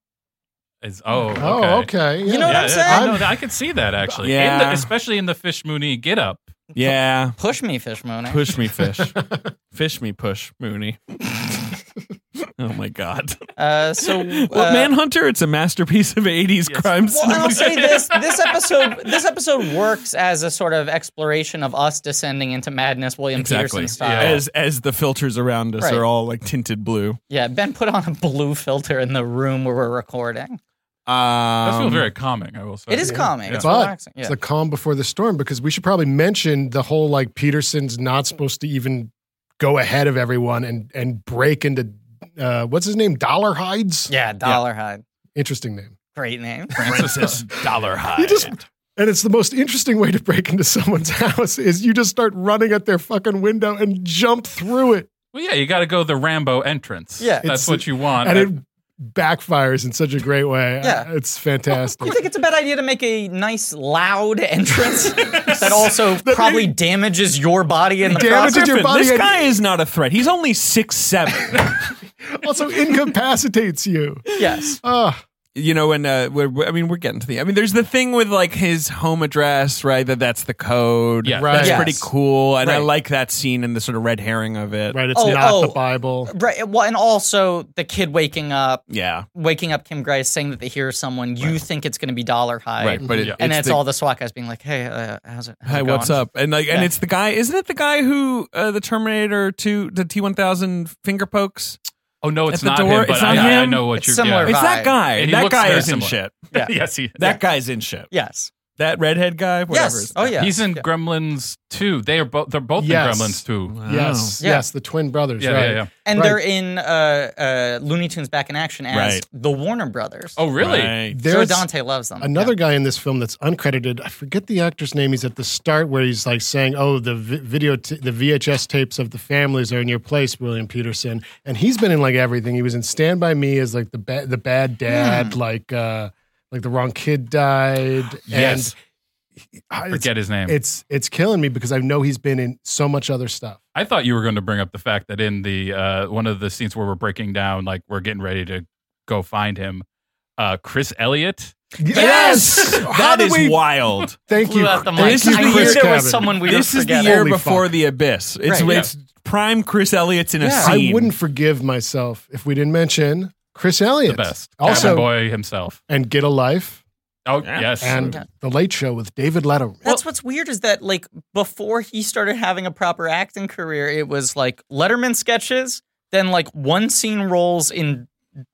S4: Is, oh, okay.
S5: Oh, okay. Yeah.
S2: You know what
S4: yeah,
S2: I'm
S4: yeah, I,
S2: saying?
S4: know that. I could see that actually.
S3: Yeah.
S4: In the- especially in the Fish Mooney get up.
S3: Yeah,
S2: Push me, Fish Mooney.
S3: push
S2: [LAUGHS]
S3: me, fish, fish me, push Mooney. oh my god.
S2: [LAUGHS] Uh, so
S3: [LAUGHS] well,
S2: uh,
S3: Manhunter, it's a masterpiece of '80s
S2: Well,
S3: crime
S2: and
S3: cinema.
S2: I'll say this: [LAUGHS] this episode, this episode works as a sort of exploration of us descending into madness, William Peterson style. Yeah.
S3: As as the filters around us
S2: Right.
S3: are all like tinted blue.
S2: Ben put on a blue filter in the room where we're recording.
S3: Um,
S4: That feels very calming. I will say
S2: It is calming. It's
S5: But
S2: relaxing. Yeah.
S5: it's the calm before the storm because we should probably mention the whole like Peterson's not supposed to even go ahead of everyone and and break into uh, what's his name Dollar Hides.
S2: yeah, Dollar Hyde.
S5: Interesting name.
S2: Great name. [LAUGHS]
S3: [LAUGHS]
S4: Francis Dollar High.
S5: You just and it's the most interesting way to break into someone's [LAUGHS] house is you just start running at their fucking window and jump through it
S4: well, yeah, you got to go the Rambo entrance.
S2: Yeah.
S4: that's
S5: It's-
S4: what you want.
S5: and it backfires in such a great way.
S2: Yeah.
S5: it's fantastic.
S2: You think it's a bad idea to make a nice, loud [LAUGHS] entrance that also probably damages your body in the
S5: Damages
S2: process?
S5: your body
S3: this
S5: and-
S3: guy is not a threat. He's only six seven. [LAUGHS]
S5: also incapacitates you.
S2: yes.
S5: Ah,
S3: you know, and uh, we're, we're- I mean, we're getting to the. I mean, there's the thing with like his home address, right? That that's the code.
S4: Yeah.
S3: that's
S2: Yes.
S3: pretty cool, and I
S2: Right.
S3: like that scene and the sort of red herring of it.
S5: right. It's
S2: Oh,
S5: not the
S2: oh.
S5: Bible.
S2: Right. Well, and also the kid waking up,
S3: Yeah.
S2: waking up Kim Grice saying that they hear someone. You think it's going to be Dollar Hyde.
S3: Right. But it,
S4: Yeah.
S2: and it's
S3: the-
S2: all the SWAT guys being like, "Hey, uh, how's it? How's
S3: Hi,
S2: it
S3: what's
S2: going?"
S3: up? And like, and
S2: Yeah.
S3: it's the guy. Isn't it the guy who uh, the Terminator two, the T one thousand finger pokes?
S4: Oh no, it's
S3: the
S4: not
S3: door-
S4: him. But
S3: it's
S4: I,
S3: not
S4: I
S3: him?
S4: know what
S2: It's
S4: you're.
S2: similar.
S4: yeah.
S3: It's
S2: Right.
S3: that guy.
S4: He
S3: that
S4: looks
S3: guy
S4: very
S3: is in
S4: similar.
S3: shit.
S4: Yeah. [LAUGHS] yes, he.
S3: [LAUGHS] That guy's in shit.
S2: Yes.
S3: That redhead guy. Whatever.
S2: Yes. Oh yeah.
S4: He's in
S2: Yeah.
S4: Gremlins too. They are both. They're both
S5: Yes.
S4: in Gremlins too.
S5: Yes,
S2: Yeah.
S5: yes, the twin brothers.
S4: Yeah,
S5: right.
S4: yeah, yeah.
S2: and
S5: Right.
S2: they're in uh, uh, Looney Tunes Back in Action as
S3: Right.
S2: the Warner Brothers.
S4: Oh really?
S3: Right.
S2: so
S5: There's
S2: Dante loves them.
S5: another
S2: Yeah.
S5: guy in this film that's uncredited. I forget the actor's name. He's at the start where he's like saying, "Oh, the vi- video, t- the VHS tapes of the families are in your place, William Peterson." And he's been in like everything. He was in Stand by Me as like the ba- the bad dad,
S2: Hmm.
S5: like uh like the wrong kid died.
S4: Yes.
S5: and I- it's,
S4: Forget his name.
S5: it's it's killing me because I know he's been in so much other stuff.
S4: I thought you were going to bring up the fact that in the uh, one of the scenes where we're breaking down, like we're getting ready to go find him, uh, Chris Elliott.
S5: Yes,
S2: [LAUGHS]
S3: That is wild.
S5: Thank
S2: Blew
S5: you.
S2: out the
S5: Thank
S2: mic.
S3: This is
S5: you,
S2: I knew
S5: Chris
S2: there was
S5: Cabin.
S2: someone [LAUGHS] we
S3: this
S2: were
S3: is the
S2: forgetting.
S3: year
S5: Holy
S3: before
S5: fuck.
S3: the abyss. It's
S2: Right, yeah.
S3: it's prime Chris Elliott's in a
S2: Yeah.
S3: scene.
S5: I wouldn't forgive myself if we didn't mention Chris Elliott.
S4: The best.
S5: Also,
S4: Cabin boy himself.
S5: and Get a Life
S4: Oh
S3: Yeah.
S4: yes.
S5: and
S2: Okay.
S5: The Late Show with David Letterman.
S2: That's what's weird is that like before he started having a proper acting career, it was like Letterman sketches, then like one scene roles in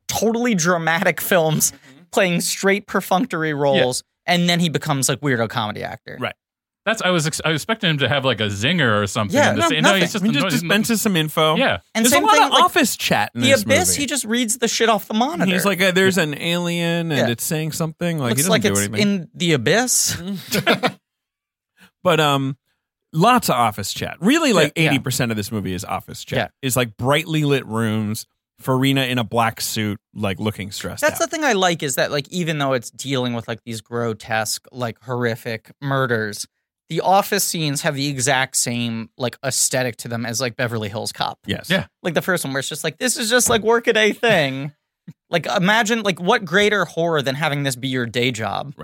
S2: totally dramatic films, playing straight perfunctory roles, and then he becomes like weirdo comedy actor.
S3: Right.
S4: That's I was ex- I was expecting him to have like a zinger or something.
S2: Yeah,
S4: in the
S2: no,
S4: scene.
S2: nothing.
S4: he's
S3: I
S4: just,
S3: mean,
S4: no,
S3: just
S4: he's not-
S3: dispenses some info.
S4: Yeah,
S2: And
S3: There's a
S2: same
S3: lot
S2: thing,
S3: of
S2: like,
S3: office chat in
S2: The
S3: this
S2: Abyss,
S3: movie.
S2: he just reads the shit off the monitor.
S3: He's like, uh, there's an alien and
S2: Yeah.
S3: it's saying something. Like he
S2: looks
S3: doesn't
S2: like
S3: do
S2: it's
S3: anything.
S2: in the abyss.
S3: [LAUGHS] but um, lots of office chat. Really, like
S2: Yeah, yeah.
S3: eighty percent of this movie is office chat.
S2: Yeah.
S3: It's like brightly lit rooms. Farina in a black suit, like looking stressed
S2: That's the
S3: out.
S2: thing I like is that like even though it's dealing with like these grotesque, like horrific murders, the office scenes have the exact same like aesthetic to them as like Beverly Hills Cop.
S3: yes.
S4: Yeah.
S2: Like the first one where it's just like this is just like work a day
S3: [LAUGHS]
S2: thing. like imagine like what greater horror than having this be your day job.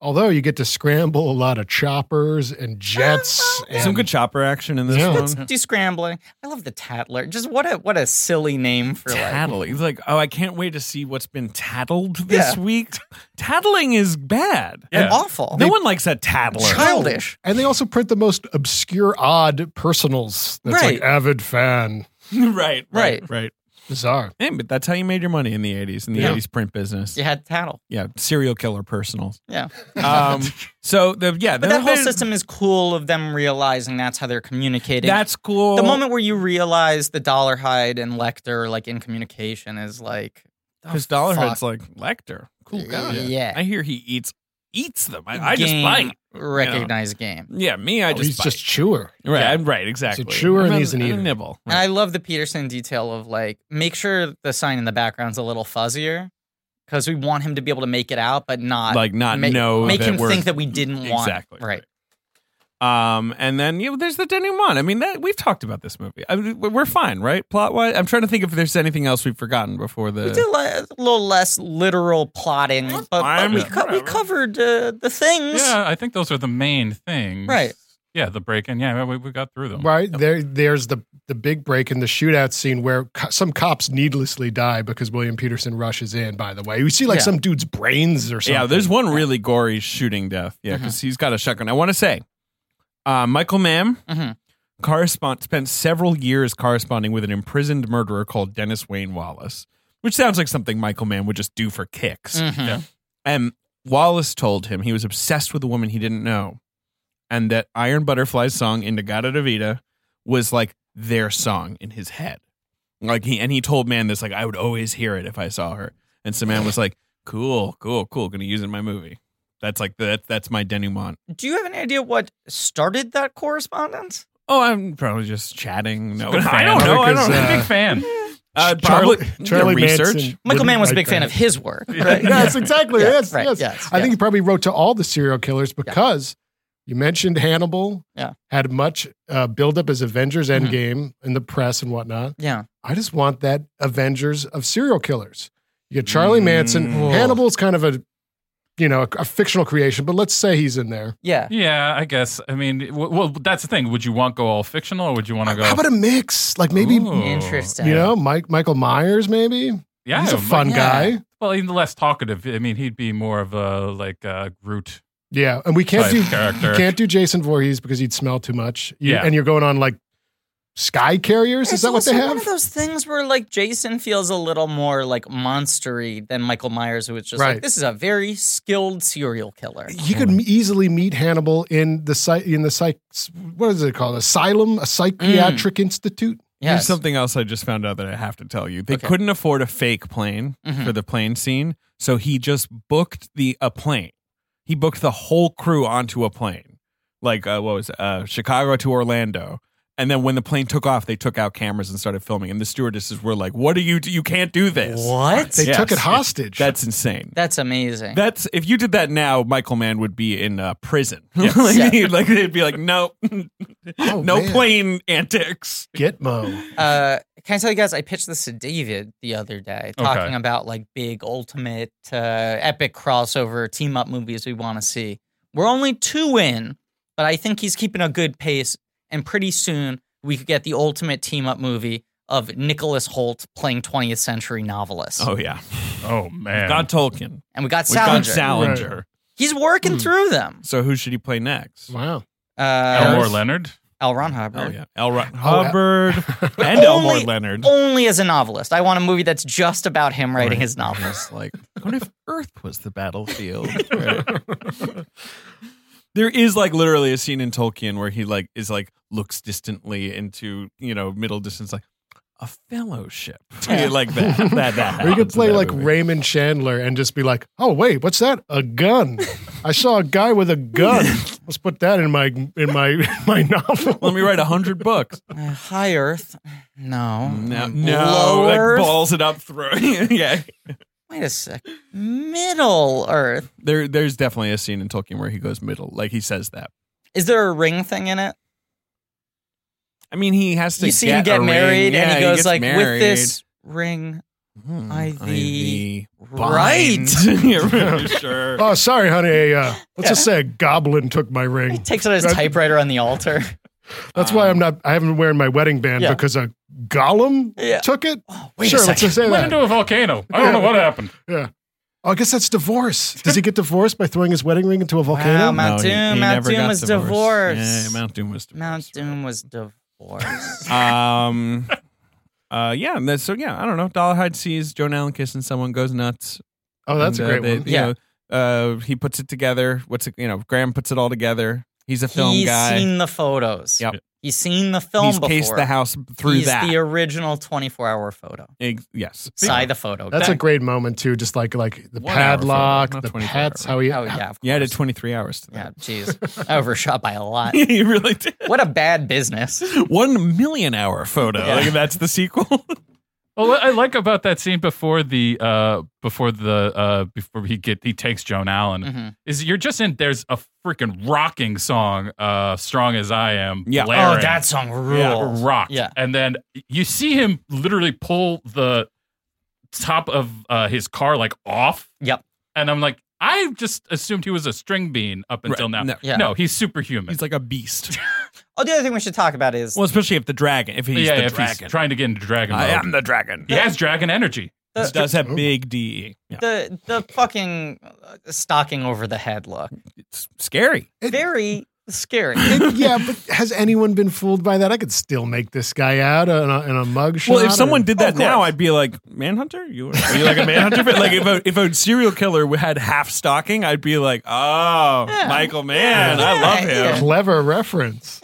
S5: Although you get to scramble a lot of choppers and jets. and
S3: Some good chopper action in this
S5: Yeah.
S3: one.
S2: Descrambling. I love the tattler. Just what a what a silly name for like
S3: Tattling. He's like, oh, I can't wait to see what's been tattled this
S2: Yeah.
S3: week. Tattling is bad.
S2: and awful.
S3: No one likes a tattler.
S2: childish.
S5: And they also print the most obscure, odd personals. That's
S2: Right.
S5: like avid fan.
S3: [LAUGHS] right, right,
S2: Right.
S3: right.
S5: Bizarre.
S3: Hey, but that's how you made your money in the 80s, in the
S5: Yeah.
S3: 80s print business.
S2: You had tattle.
S3: yeah, serial killer personals.
S2: Yeah.
S3: Um, so the yeah,
S2: But that whole system is cool of them realizing that's how they're communicating.
S3: That's cool.
S2: the moment where you realize the dollar hide and Lecter are, like in communication is like
S3: because Dollar
S2: Oh, fuck.
S3: Head's like Lecter, cool guy.
S2: Yeah.
S3: I hear he eats eats them. I, I just
S2: game
S3: bite.
S2: recognize game.
S3: Yeah, me, I
S5: Oh,
S3: just
S5: he's
S3: bite.
S5: just chewer.
S3: right,
S4: Yeah.
S3: I'm right, exactly.
S5: chewer and
S3: I'm a-
S5: he's an
S3: I'm a
S5: eater.
S3: nibble.
S2: And I love the Peterson detail of like make sure the sign in the background's a little fuzzier because we want him to be able to make it out, but not
S3: like not
S2: make,
S3: know
S2: make
S3: that
S2: him
S3: we're
S2: think that we didn't want
S3: Exactly,
S2: right.
S3: Um, and then you know, there's the denouement. I mean, that we've talked about this movie. I mean, we're fine, right? Plot wise, I'm trying to think if there's anything else we've forgotten before the.
S2: We did le- a little less literal plotting, but, but
S3: fine.
S2: we,
S3: Yeah.
S2: co- we covered uh, the things.
S4: yeah. I think those are the main things.
S2: Right.
S4: Yeah, the break in. Yeah, we, we got through them.
S5: Right there, there's the the big break in the shootout scene where co- some cops needlessly die because William Peterson rushes in. By the way, we see like
S2: Yeah.
S5: some dude's brains or something.
S3: Yeah, there's one really gory shooting death.
S2: Mm-hmm.
S3: Yeah, because he's got a shotgun. I want to say, uh, Michael Mann
S2: Mhm.
S3: correspond spent several years corresponding with an imprisoned murderer called Dennis Wayne Wallace, which sounds like something Michael Mann would just do for kicks.
S2: Mhm.
S4: Yeah.
S3: And Wallace told him he was obsessed with a woman he didn't know, and that Iron Butterfly's song "Indagata Da Vida" was like their song in his head. Like he and he told man this like I would always hear it if I saw her. And so man was like, "Cool, cool, cool. Going to use it in my movie." That's like that. That's my denouement.
S2: Do you have any idea what started that correspondence?
S3: Oh, I'm probably just chatting. No,
S4: Good
S3: [LAUGHS] I
S4: fan.
S3: don't know. I
S5: Because,
S3: don't.
S5: uh,
S4: Big fan.
S3: Uh,
S5: Charlie,
S3: probably
S5: Charlie
S3: yeah, research.
S5: Manson
S2: Michael
S5: wouldn't
S2: Mann was a
S5: like
S2: big fan
S5: that.
S2: of his work. Right?
S5: [LAUGHS] yes, exactly.
S2: Yeah,
S5: yes,
S2: right,
S5: yes.
S2: yes,
S5: I think
S2: yes.
S5: he probably wrote to all the serial killers because you mentioned Hannibal.
S2: Yeah.
S5: Had much uh, buildup as Avengers
S3: Mm-hmm.
S5: Endgame in the press and whatnot.
S2: Yeah.
S5: I just want that Avengers of serial killers. You get Charlie Manson.
S3: Mm.
S5: Hannibal's kind of a, you know, a, a fictional creation, but let's say he's in there.
S2: Yeah.
S4: Yeah, I guess. I mean, w- well, that's the thing. Would you want go all fictional, or would you want to go?
S5: How about a mix? Like maybe
S4: Oh Ooh.
S2: Interesting.
S5: you know, Mike Michael Myers. Maybe
S4: Yeah,
S5: he's a
S4: Mike-
S5: fun
S2: yeah.
S5: guy.
S4: Well, even less talkative. I mean, he'd be more of a like uh, Groot.
S5: Yeah, and we can't
S4: Type
S5: do
S4: character.
S5: you can't do Jason Voorhees because he'd smell too much. You-
S4: Yeah.
S5: and you're going on like sky carriers? Is
S2: It's
S5: that what they
S2: also One
S5: have?
S2: of those things where like Jason feels a little more like monstery than Michael Myers, who was just
S5: Right.
S2: like this is a very skilled serial killer.
S5: He could m- easily meet Hannibal in the psy- in the psych what is it called asylum a psychiatric institute.
S3: Here's
S2: Yes.
S3: something else I just found out that I have to tell you. They
S2: Okay.
S3: couldn't afford a fake plane
S2: Mhm.
S3: for the plane scene, so he just booked the a plane. He booked the whole crew onto a plane, like uh, what was it, uh, Chicago to Orlando. And then when the plane took off, they took out cameras and started filming. And the stewardesses were like, "What do you? do? You can't do this.
S2: What?
S5: They
S3: Yes.
S5: took it hostage.
S3: That's insane."
S2: That's amazing.
S3: That's if you did that now, Michael Mann would be in uh,
S2: [LAUGHS]
S3: prison. like,
S2: Yeah.
S3: he'd- like, they'd be like, "No, [LAUGHS]
S5: Oh,
S3: no
S5: man.
S3: plane antics."
S5: Gitmo.
S2: uh, can I tell you guys? I pitched this to David the other day, talking about like big, ultimate, uh, epic crossover team up movies we want to see. We're only two in, but I think he's keeping a good pace, and pretty soon we could get the ultimate team up movie of Nicholas Holt playing 20th century novelist,
S3: Oh yeah,
S4: Oh man.
S3: not Tolkien.
S2: and we got
S3: We've got
S2: Salinger.
S3: Salinger.
S2: he's working through them.
S3: So who should he play next?
S5: Wow.
S2: Uh,
S4: Elmore [LAUGHS] Leonard.
S2: L. Ron Hubbard.
S3: Oh yeah, Elrod
S5: Al-
S3: Hubbard and
S2: Only-
S3: Elmore Leonard.
S2: Only as a novelist. I want a movie that's just about him writing
S3: Right.
S2: his novels.
S3: It's like, what if Earth was the battlefield? there is like literally a scene in Tolkien where he like is like looks distantly into you know middle distance like a fellowship [LAUGHS]
S2: Yeah.
S3: like that. that, that
S5: Or you
S3: happens in
S5: could play
S3: that
S5: like
S3: movie.
S5: Raymond Chandler and just be like, "Oh wait, what's that? A gun? I saw a guy with a gun. Let's put that in my in my [LAUGHS] my novel."
S3: Let me write a hundred books.
S2: Uh, high Earth. No.
S3: No,
S2: Um,
S3: no,
S2: Low
S3: like
S2: Earth.
S3: balls it up through. [LAUGHS] yeah,
S2: Wait a sec. Middle Earth.
S3: there, there's definitely a scene in Tolkien where he goes middle, like he says that.
S2: Is there a ring thing in it?
S3: I mean, he has to.
S2: You see him get
S3: a
S2: married,
S3: ring. Yeah,
S2: and he
S3: he
S2: goes
S3: gets
S2: like, "With
S3: married.
S2: this ring,
S3: Hmm,
S2: I thee
S3: bind. [LAUGHS]
S2: right." [LAUGHS]
S3: Yeah, sure.
S5: Oh, sorry, honey. A, uh, let's just say a goblin took my
S2: He
S5: ring.
S2: takes out his
S5: That-
S2: typewriter on the
S3: [LAUGHS]
S2: altar.
S5: That's why I'm not. I haven't been wearing my wedding band
S2: Yeah.
S5: because a golem
S2: Yeah.
S5: took it.
S2: Oh, wait
S5: sure,
S2: a second.
S5: let's just say
S4: Went
S5: that.
S4: into a volcano. I don't know what happened.
S5: Oh, I guess that's divorce. Does he get divorced by throwing his wedding ring into a volcano?
S2: Wow, Mount
S3: No, he-
S2: Doom.
S3: he
S2: Mount
S3: never
S2: Doom
S3: got
S2: was
S3: divorced.
S2: divorced.
S3: Yeah, Mount Doom was divorced.
S2: Mount Doom was
S3: [LAUGHS]
S2: divorced.
S3: Um.
S2: [LAUGHS]
S3: Uh. Yeah. and that's- so yeah, I don't know. Dollarhide sees Joan Allen kissing someone, goes nuts.
S5: oh, that's
S3: And,
S5: a
S3: uh,
S5: great
S3: they-
S5: one.
S3: you
S2: Yeah.
S3: know, uh, he puts it together. What's it? You know, Graham puts it all together. He's a film
S2: He's
S3: guy.
S2: seen the photos.
S3: Yep.
S2: He's seen the film
S3: He's
S2: before.
S3: cased the house through
S2: He's
S3: that.
S2: the original 24-hour photo.
S3: Ex- yes.
S2: Sigh the photo.
S5: That's
S2: guy.
S5: a great moment too. Just like like the
S3: One hour
S5: padlock,
S3: photo, not
S5: the
S3: 24
S5: pets.
S3: hour.
S5: How he
S2: Oh yeah, of
S3: You added
S2: course.
S3: 23 hours to
S2: Yeah,
S3: that.
S2: jeez, I overshot by a
S3: [LAUGHS]
S2: lot.
S3: you really did.
S2: What a bad business.
S3: One million hour photo.
S2: Yeah.
S3: Like that's the [LAUGHS] sequel.
S4: [LAUGHS] Well, what I like about that scene before the uh before the uh before he get he takes Joan Allen
S3: Mm. Mm-hmm.
S2: Mhm.
S5: Oh,
S4: is you're just in there's a freaking rocking song, uh Strong as I Am.
S3: Yeah. Oh,
S4: blaring.
S2: song
S3: rules.
S4: rocked.
S2: Yeah.
S4: And then you see him literally pull the top of uh, his car like off.
S2: Yep.
S4: And I'm like, I just assumed he was a string bean up until
S3: Right.
S4: now.
S3: No.
S4: No,
S2: Yeah.
S4: he's superhuman.
S3: He's like a beast.
S2: Oh, the other thing we should talk about is
S3: Well, especially if the dragon, if he's
S4: yeah,
S3: the
S4: yeah, if
S3: dragon.
S4: he's trying to get into dragon mode.
S3: I am the dragon.
S4: he has dragon energy.
S2: the,
S3: He does have big DE. Yeah.
S2: the the fucking uh, stocking over the head look.
S3: It's scary.
S2: Very scary.
S5: [CLEARS THROAT] yeah, but has anyone been fooled by that? I could still make this guy out in a, in a mug shot.
S3: Well, if someone did that
S2: Of
S3: now,
S2: course.
S3: I'd be like, Manhunter? [LAUGHS] You, are you like a Manhunter? fan?" like, if a, if a serial killer had half stocking, I'd be like, oh, Michael Mann. I love him.
S5: clever reference.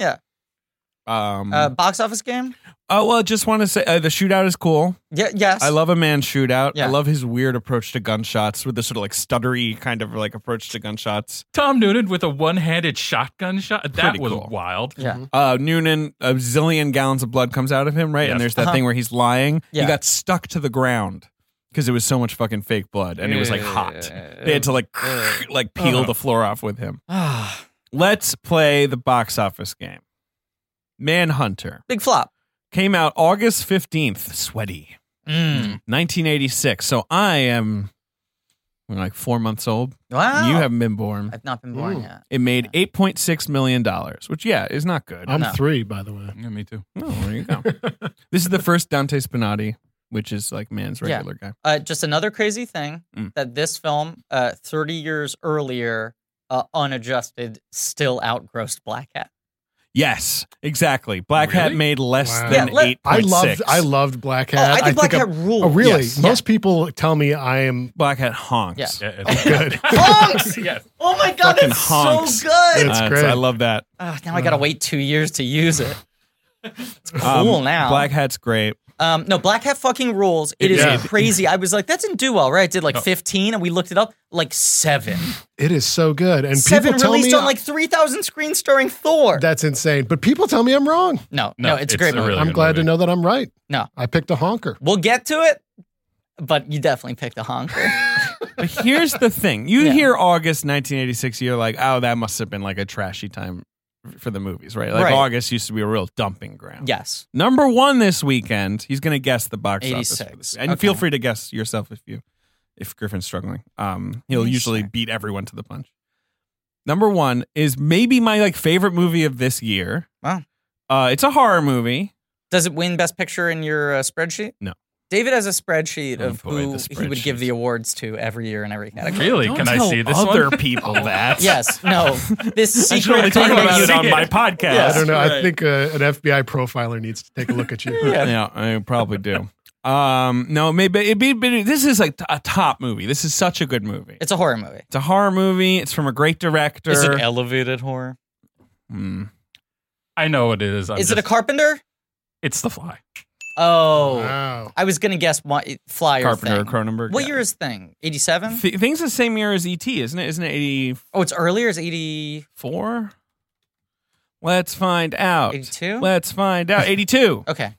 S3: Um,
S2: Uh, box office game.
S3: oh, well, just want to say uh, the shootout is cool.
S2: Yeah. Yes.
S3: I love a man shootout.
S2: Yeah.
S3: I love his weird approach to gunshots with the sort of like stuttery kind of like approach to gunshots.
S4: Tom Noonan with a one handed shotgun shot. That
S3: Pretty
S4: was
S3: cool.
S4: wild.
S2: Yeah.
S5: Mm-hmm.
S3: uh, Noonan, a zillion gallons of blood comes out of him, right?
S4: Yes.
S3: And there's that
S2: Uh-huh.
S3: thing where he's lying. He
S2: Yeah.
S3: got stuck to the ground because it was so much fucking fake blood, and it was like hot. They had to like [LAUGHS] like peel the floor off with him.
S2: Uh, [SIGHS] Ah,
S3: Let's play the box office game. Manhunter
S2: Big flop.
S3: came out August fifteenth. Sweaty,
S2: Mm.
S3: 1986. So I am like four months old.
S2: Wow.
S3: You haven't been born.
S2: I've not been born
S5: Ooh.
S2: yet.
S3: It made eight point six million dollars, which yeah is not good.
S5: I'm
S2: No.
S5: three, by the way.
S4: Yeah, me too.
S3: Oh, there
S2: [LAUGHS]
S3: you go. this is the first Dante Spinotti, which is like man's
S2: Yeah.
S3: regular guy.
S2: Uh, just another crazy thing
S3: Mm.
S2: that this film, uh, 30 years earlier, uh, unadjusted, still outgrossed Black Hat.
S3: Yes, exactly. Black Hat
S4: Really?
S3: made less
S5: Wow.
S3: than
S2: Yeah, let-
S3: eight
S5: I
S3: point six.
S5: loved I loved Black
S2: Oh,
S5: Hat.
S2: I think Black
S5: think
S2: Hat
S5: I'm-
S2: ruled.
S5: Oh, really?
S3: Yes.
S5: Most people tell me I am.
S3: Black Hat honks.
S2: Yeah.
S4: Yeah, it's-
S3: [LAUGHS]
S2: Honks!
S4: yes.
S2: Oh my god,
S3: Fucking
S2: that's
S3: honks.
S2: so good.
S5: It's
S3: Uh,
S5: great.
S3: so I love that.
S2: Ah, now I gotta wait two years to use it. It's cool
S3: Um,
S2: now.
S3: Black Hat's great.
S2: um, no, Black Hat fucking rules. It is
S5: Yeah.
S2: crazy. I was like, that didn't do well, right? I did like 15 and we looked it up, like seven.
S5: It is so good, and
S2: seven
S5: people tell
S2: released
S5: me
S2: on like 3,000 screen starring Thor.
S5: that's insane. But people tell me I'm wrong.
S2: no, no,
S4: No,
S2: it's, a
S4: it's
S2: great
S4: a
S2: movie.
S4: really-
S5: I'm
S4: good
S5: glad to
S4: movie.
S5: know that I'm right.
S2: No.
S5: I picked a honker.
S2: We'll get to it, but you definitely picked a honker.
S3: But here's the thing: you
S2: Yeah.
S3: hear August 1986, you're like, "Oh, that must have been like a trashy time f- for the movies, right?" Like
S2: Right.
S3: August used to be a real dumping ground.
S2: yes.
S3: Number one this weekend, he's going to guess the box office, for
S2: 86.
S3: this. and
S2: Okay.
S3: feel free to guess yourself if you if Griffin's struggling. Um, he'll usually
S2: 86.
S3: beat everyone to the punch. Number one is maybe my like favorite movie of this year.
S2: Wow.
S3: uh, it's a horror movie.
S2: Does it win Best Picture in your uh, spreadsheet?
S3: No.
S2: David has a spreadsheet
S3: Oh,
S2: of
S3: boy,
S2: who
S3: the
S2: he would give the
S3: spreadsheet.
S2: awards to every year in every category.
S4: Really?
S3: Don't
S4: Can I
S3: tell
S4: see this
S3: other
S4: one?
S3: people that?
S2: [LAUGHS] Yes. No. This
S3: I should only
S2: secret
S3: talk
S2: thing
S3: about
S2: that you
S3: it on
S4: did.
S3: my podcast.
S5: I don't know. I
S3: Right.
S5: think uh, an FBI profiler needs to take a look at you.
S2: [LAUGHS] Yeah.
S3: [LAUGHS] Yeah, I probably do. Um, no, maybe it'd be, but this is like a top movie. This is such a good movie.
S2: It's a horror movie.
S3: It's a horror movie. It's from a great director.
S2: Is it elevated horror?
S3: Hmm.
S4: I know what it is. I'm
S2: is it a
S4: just-
S2: Carpenter?
S4: It's the fly.
S2: Oh,
S5: Wow.
S2: I was gonna guess one flyer
S3: Carpenter
S2: thing.
S3: Cronenberg.
S2: What
S3: yeah.
S2: year is thing? Eighty seven.
S3: Th- things the same year as ET, isn't it? Isn't it eighty
S2: Oh, it's earlier. It's eighty.
S3: four? Let's find out.
S2: 82?
S3: Let's find out. Eighty
S2: [LAUGHS]
S3: two.
S2: Okay.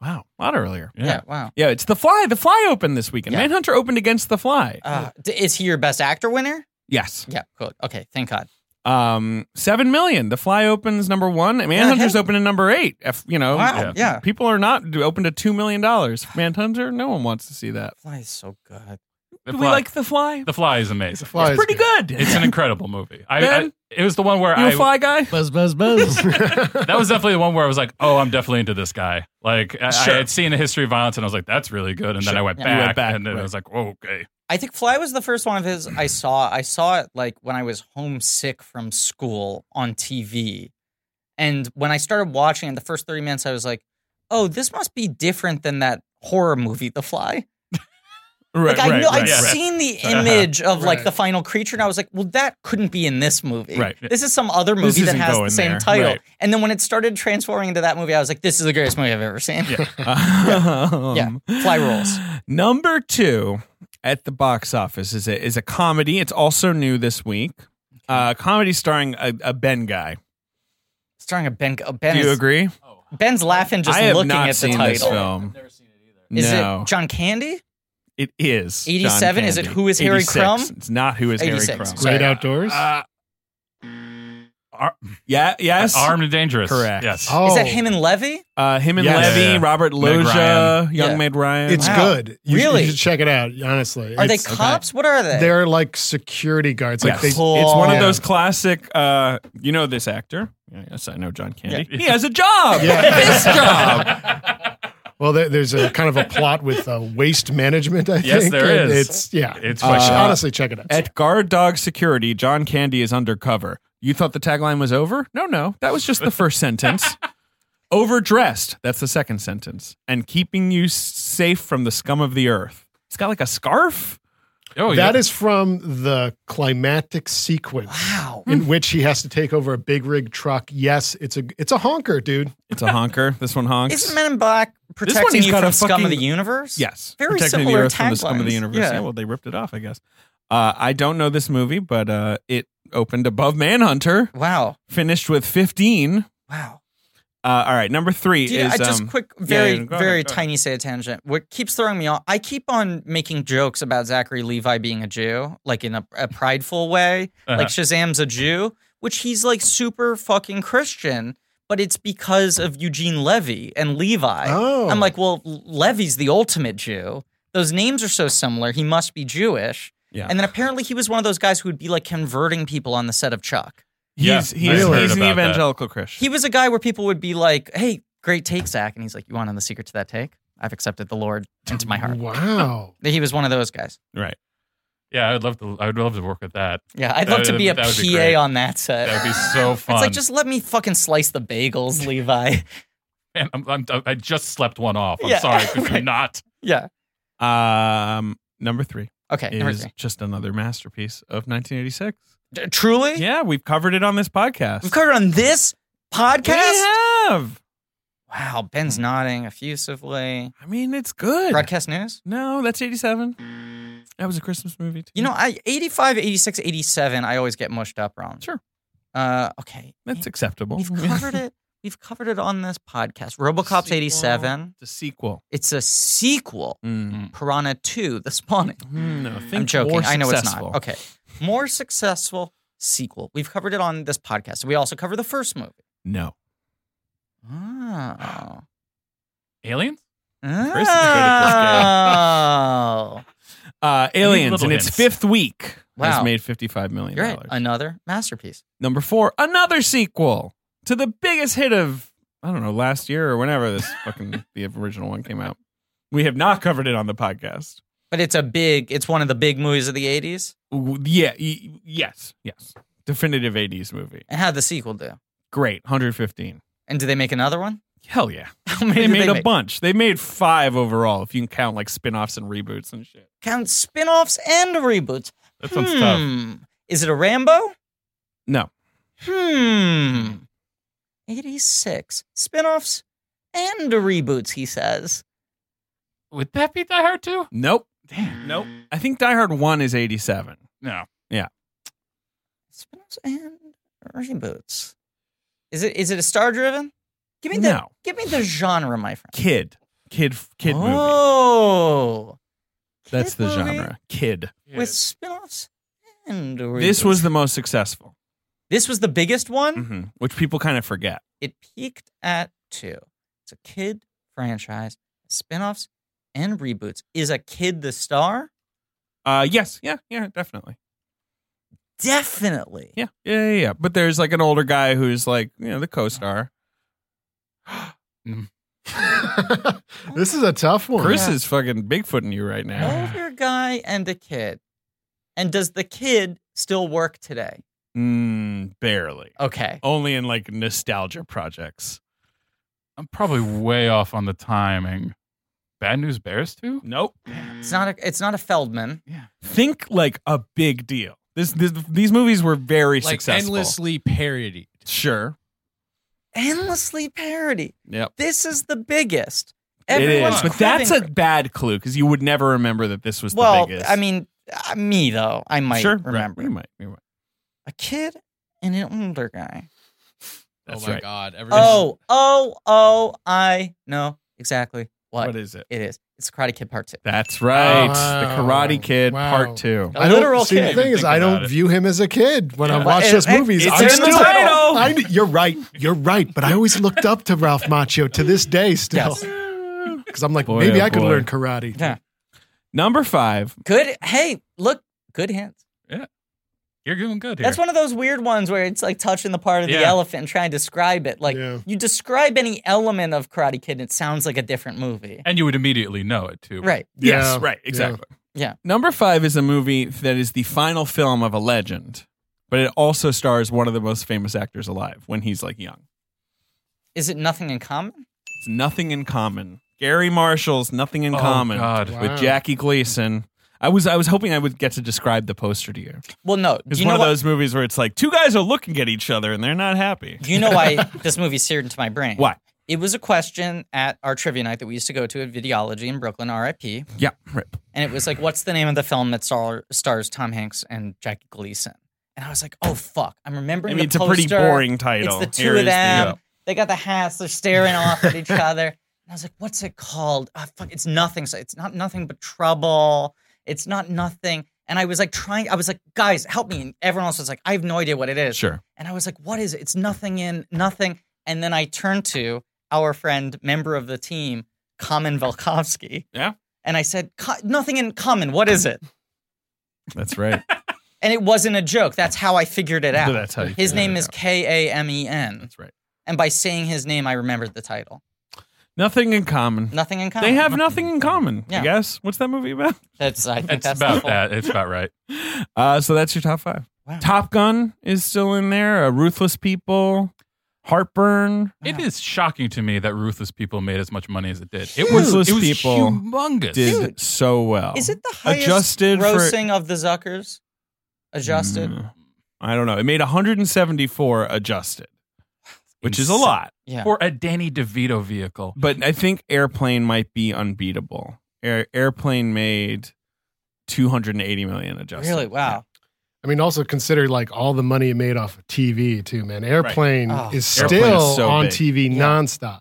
S3: Wow, a lot earlier.
S2: Yeah. wow.
S3: Yeah, it's the Fly. The Fly opened this weekend.
S2: Yeah.
S3: Manhunter opened against the Fly.
S2: Uh, d- is he your best actor winner?
S3: yes.
S2: Yeah. Cool. Okay. Thank God.
S3: Um, seven million. The Fly opens number one. and Manhunter's
S2: hey.
S3: open at number eight. If, you know,
S2: Uh-huh. Wow. Yeah. Yeah.
S3: people are not d- open to two million dollars. Manhunter, no one wants to see that.
S2: Fly is so good.
S4: The
S3: Do we
S4: fly.
S3: like The Fly?
S4: the fly is
S5: It's a
S4: amazing.
S5: fly.
S3: it's pretty good.
S4: It's an incredible movie. I, I
S3: Ben?
S4: it was the one where
S3: you a
S4: I
S3: Fly guy?
S6: Buzz, buzz,
S3: [LAUGHS]
S6: buzz.
S4: that was definitely the one where I was like, oh, I'm definitely into this guy. Like I,
S3: Sure.
S4: I had seen a history of violence and I was like, that's really good. And then I went,
S2: Yeah.
S4: back,
S3: You went back,
S4: and then
S3: right.
S4: I was like, oh, okay.
S2: I think Fly was the first one of his I saw. I saw it like when I was homesick from school on TV. And when I started watching it, the first 30 minutes, I was like, oh, this must be different than that horror movie, The Fly.
S3: Right,
S2: like, I
S3: right,
S2: know
S3: right,
S2: I'd
S4: yeah.
S3: right.
S2: seen the
S4: Uh-huh.
S2: image of like
S5: Right.
S2: the final creature, and I was like, well, that couldn't be in this movie.
S3: Right.
S2: This is some other movie that
S3: isn't
S2: has the
S3: going
S2: same
S3: there.
S2: title.
S3: Right.
S2: And then when it started transforming into that movie, I was like, this is the greatest movie I've ever seen.
S3: Um,
S2: Yeah. Fly rules.
S3: Number two at the box office is a, is a comedy. It's also new this week. Uh, comedy starring a, a Ben guy.
S2: [LAUGHS] Starring a Ben. oh, ben
S3: Do you
S2: is-
S3: agree?
S2: Ben's laughing just
S3: I have
S2: looking
S3: not
S2: at the
S3: seen
S2: title.
S3: this film.
S2: Is
S3: no.
S2: it John Candy?
S3: It is. John
S2: 87? Is it
S3: Candy.
S2: Who is Harry
S3: 86.
S2: Crumb?
S3: It's not Who is
S2: 86.
S3: Harry Crumb.
S2: Sorry.
S5: Great outdoors.
S4: Uh, ar-
S3: Yeah, yes.
S4: Armed and dangerous.
S3: Correct.
S4: Yes.
S5: oh,
S2: Is that him and Levy?
S3: Uh, him and
S5: Yes.
S3: Levy,
S4: Yeah, yeah.
S3: Robert
S4: Meg
S3: Loja,
S4: Ryan.
S3: Young
S2: Yeah.
S3: Maid Ryan.
S5: It's
S2: Wow.
S5: good. You,
S2: Really?
S5: You should check it out. Honestly,
S2: Are
S5: It's-
S2: they cops? What are they? [LAUGHS]
S5: They're like security guards. Like
S3: Yes.
S5: they,
S3: it's one of
S5: Yeah.
S3: those classic. Uh, you know this actor? Yeah, Yes, I know John Candy. He has a job.
S5: Yeah.
S3: This [LAUGHS] job.
S5: Well, there, there's a kind of a plot with uh, waste management. I
S4: [LAUGHS] Yes,
S5: think.
S4: there
S5: and
S4: is.
S5: It's yeah.
S4: It's
S5: You should
S4: questionable.
S5: honestly check it out.
S3: At guard dog security, John Candy is undercover. You thought the tagline was over? No, no, that was just the
S4: [LAUGHS]
S3: first sentence. Overdressed. That's the second sentence. And keeping you s- safe from the scum of the earth. He's got like a scarf.
S4: Oh,
S5: That
S4: yeah.
S5: is from the climactic sequence
S2: wow.
S5: in which he has to take over a big rig truck. Yes, it's a it's a honker, dude.
S3: It's a honker. This one honks.
S2: Isn't Men in Black protecting
S3: he's
S2: you
S3: got
S2: from
S3: a
S2: scum of the
S3: fucking-
S2: universe?
S3: Yes,
S2: Very
S3: protecting
S2: similar
S3: the earth from the scum of the
S2: taglines.
S3: universe.
S2: Yeah.
S3: Yeah. well, they ripped it off, I guess. Uh, I don't know this movie, but uh, it opened above Manhunter,
S2: Wow.
S3: finished with fifteen.
S2: Wow.
S3: Uh, all right, number three
S2: Do you-
S3: is
S2: I just
S3: um,
S2: quick,
S3: yeah,
S2: very,
S3: yeah, go ahead,
S2: very
S3: go ahead.
S2: tiny say a tangent. What keeps throwing me off? I keep on making jokes about Zachary Levi being a Jew, like in a, a prideful way,
S3: Uh-huh.
S2: like Shazam's a Jew, which he's like super fucking Christian. But it's because of Eugene Levy and Levi.
S5: Oh.
S2: I'm like, well, Levy's the ultimate Jew. Those names are so similar. He must be Jewish.
S3: Yeah.
S2: And then apparently he was one of those guys who would be like converting people on the set of Chuck.
S3: He's
S4: Yeah,
S3: he's,
S4: I've heard
S3: he's an
S4: about that.
S3: evangelical Christian.
S2: He was a guy where people would be like, "Hey, great take, Zach," and he's like, "You want to know the secret to that take? I've accepted the Lord into my heart." [LAUGHS]
S5: Oh, Wow. [LAUGHS]
S2: He was one of those guys.
S3: Right.
S4: Yeah, I would love to. I would love to work with that.
S2: Yeah, I'd
S4: That
S2: love to
S4: would-
S2: be a
S4: that would
S2: PA
S4: be great.
S2: on that set.
S4: That would be so
S2: [LAUGHS]
S4: fun.
S2: it's like just let me fucking slice the
S4: [LAUGHS]
S2: bagels, Levi. [LAUGHS]
S4: Man, I'm, I'm, I just slept one off. I'm
S2: Yeah, [LAUGHS]
S4: sorry. Could you
S2: right.
S4: not?
S2: yeah.
S3: Um, number three
S2: Okay. Eh, Number
S3: is
S2: three.
S3: just another masterpiece of 1986.
S2: D- truly,
S3: Yeah, we've covered it on this podcast.
S2: Eh. we've covered on this
S3: We
S2: podcast.
S3: have.
S2: Wow,
S4: Mm-hmm.
S2: Ben's nodding effusively.
S3: I mean, it's good.
S2: Broadcast news.
S3: No, that's 87. That was a Christmas movie. Too.
S2: You know, I 85, 86, 87, I always get mushed up on.
S3: Sure.
S2: Uh, okay.
S3: that's acceptable. [LAUGHS]
S2: We've covered it. We've covered it on this podcast. RoboCop's
S3: Sequel.
S2: 87.
S3: The sequel.
S2: It's a sequel.
S3: Mm.
S2: Piranha 2, The Spawning.
S3: Mm, No, think
S2: I'm joking.
S3: More
S2: I know
S3: successful.
S2: it's not. Okay. More successful sequel. We've covered it on this podcast. We also cover the first movie.
S3: No.
S2: Oh.
S4: Aliens?
S3: Ah. is good at
S2: Oh.
S3: Uh, Aliens
S4: little
S3: in its
S4: hints.
S3: fifth week has
S2: Wow.
S3: made $55 million.
S2: You're right. Another masterpiece.
S3: Number four, another sequel to the biggest hit of, I don't know, last year or whenever [LAUGHS] this fucking, the original one came out. We have not covered it on the podcast.
S2: But it's a big, it's one of the big movies of the 80s.
S3: Ooh, Yeah. y- Yes. Yes. Definitive 80s movie.
S2: And how'd the sequel do?
S3: Great. 115.
S2: And do they make another one? [LAUGHS]
S3: Hell yeah.
S2: How many
S3: [LAUGHS] They
S2: did
S3: made
S2: they
S3: a
S2: make?
S3: bunch. They made five overall, if you can count like spin offs and reboots and shit.
S2: Count spin offs and reboots.
S4: That sounds tough.
S2: Hmm. Is it a Rambo?
S3: No.
S2: Hmm. 86. Spin-offs and reboots, he says.
S4: Would that be Die Hard 2?
S3: Nope. Nope. I think Die Hard 1 is 87.
S4: No.
S2: Spin-offs and reboots. Is it is it a star driven? Give me the
S3: No.
S2: give me the genre, my friend.
S3: Kid. Kid kid movie.
S2: oh.
S3: That's
S2: Kid
S3: the
S2: movie
S3: genre. Kid.
S2: With spin-offs and reboots.
S3: This was the most successful,
S2: This was the biggest one.
S3: mhm, which people kind of forget.
S2: It peaked at 2. It's a kid franchise. Spin-offs and reboots. Is a kid the star?
S3: Uh, yes, yeah, yeah, definitely,
S2: Definitely.
S3: yeah, yeah, yeah, yeah. But there's like an older guy who's like, you know, the co-star.
S2: Oh,
S5: this is a tough one.
S3: Chris is fucking bigfooting you right now.
S2: older guy and a kid. And does the kid still work today?
S3: Mm, barely.
S2: Okay.
S3: Only in like nostalgia projects.
S4: I'm probably way off on the timing. Bad News Bears 2?
S2: Mm-hmm.
S3: Nope.
S2: It's not a it's not a Feldman.
S3: Think like a big deal. This, this these movies were very
S6: like
S3: successful.
S6: endlessly parodied.
S3: Sure.
S2: Endlessly parody.
S3: Yep.
S2: This is the biggest.
S3: it is,
S2: Everyone's
S3: but that's a
S2: cribbing-
S3: bad clue because you would never remember that this was
S2: well,
S3: the biggest.
S2: I mean, uh, me though, I might
S3: sure,
S2: remember
S3: Right. You might, you might.
S2: a kid and an older guy.
S3: That's
S6: oh my
S3: right.
S6: god! Everyone,
S2: Oh, oh, oh! I know exactly what,
S3: What is it?
S2: it is. It's Karate Kid Part Two.
S3: That's right.
S5: Wow.
S3: The Karate Kid
S5: Wow.
S3: Part Two.
S2: A
S5: I don't,
S2: literal
S5: see,
S2: kid.
S5: the thing is,
S4: Think
S5: I don't
S4: about it.
S5: view him as a kid when I
S2: Yeah.
S5: watch
S2: But
S5: those
S2: it-
S5: movies.
S2: it's
S5: I'm
S2: in the
S5: still,
S2: title.
S5: I, you're right. You're right. But I always looked up to Ralph Macchio to this day still.
S2: Yes.
S5: [LAUGHS] Because I'm like,
S3: Boy,
S5: maybe
S3: oh
S5: I could
S3: boy.
S5: learn karate.
S2: Yeah.
S3: Number five.
S2: Good. Hey, look, good hints.
S4: You're doing good here.
S2: That's one of those weird ones where it's like touching the part of the
S4: Yeah.
S2: elephant and trying to describe it. Like
S5: Yeah.
S2: you describe any element of Karate Kid, and it sounds like a different movie.
S4: and you would immediately know it, too.
S2: Right.
S5: Yeah.
S3: Yes. Right.
S5: Yeah.
S3: Exactly.
S2: Yeah.
S3: Number five is a movie that is the final film of a legend, but it also stars one of the most famous actors alive when he's like young.
S2: Is it nothing in common?
S3: It's nothing in common. Gary Marshall's Nothing in
S4: Oh,
S3: Common
S4: God.
S5: Wow.
S3: with Jackie Gleason. I was I was hoping I would get to describe the poster to you.
S2: Well, no. Do
S3: It's
S2: you
S3: one
S2: know
S3: of
S2: why-
S3: those movies where it's like two guys are looking at each other and they're not happy.
S2: [LAUGHS] Do you know why this movie seared into my brain?
S3: [LAUGHS] Why?
S2: It was a question at our trivia night that we used to go to at Videology in Brooklyn, RIP.
S3: Yeah. Rip.
S2: And it was like, what's the name of the film that star- stars Tom Hanks and Jackie Gleason? And I was like, oh, fuck. I'm
S3: I
S2: remembering
S3: mean,
S2: the
S3: it's a pretty
S2: poster.
S3: boring title.
S2: It's the
S3: Here
S2: two
S3: is
S2: of them.
S3: yeah.
S2: they got the hats. They're staring off at each other. And I was like, "What's it called? Ah, fuck, it's nothing. So it's not nothing but trouble. It's not nothing." And I was like trying. I was like, "Guys, help me!" And everyone else was like, "I have no idea what it is."
S3: Sure.
S2: And I was like, "What is it? It's nothing in nothing." And then I turned to our friend, member of the team, Common Velkovsky.
S3: Yeah.
S2: And I said, "Co- "Nothing in common. What is it?" [LAUGHS]
S3: That's right.
S2: And it wasn't a joke. That's how I figured it out.
S3: That's how you
S2: his
S3: figure
S2: name
S3: it
S2: is
S3: out.
S2: K A M E N.
S3: That's right.
S2: And by saying his name, I remembered the title.
S3: Nothing in common.
S2: Nothing in common.
S3: They have nothing in common. I
S2: Yeah.
S3: guess. What's that movie about?
S2: [LAUGHS] That's I think
S4: It's
S2: that's
S4: about
S2: the whole-
S4: that. It's about right.
S3: Uh, so that's your top five.
S2: Wow.
S3: Top Gun is still in there. Uh, Ruthless People, Heartburn.
S4: It
S2: Yeah.
S4: is shocking to me that Ruthless People made as much money as it did. It was,
S3: Ruthless
S4: it was
S3: People
S4: humongous.
S3: Did
S2: Dude.
S3: so well.
S2: Is it the highest
S3: Adjusted for-
S2: grossing of the Zuckers? Adjusted.
S3: Mm, I don't know. It made 174 adjusted, which is a
S4: Insane.
S3: lot.
S2: Yeah.
S4: For a Danny DeVito vehicle.
S3: But I think Airplane might be unbeatable. Air, Airplane made 280 million adjusted.
S2: Really? Wow.
S5: I mean, also consider like all the money it made off of TV too, man. Airplane
S2: Oh.
S5: is still
S3: Airplane is so
S5: on
S3: big.
S5: TV
S2: Yeah.
S5: nonstop.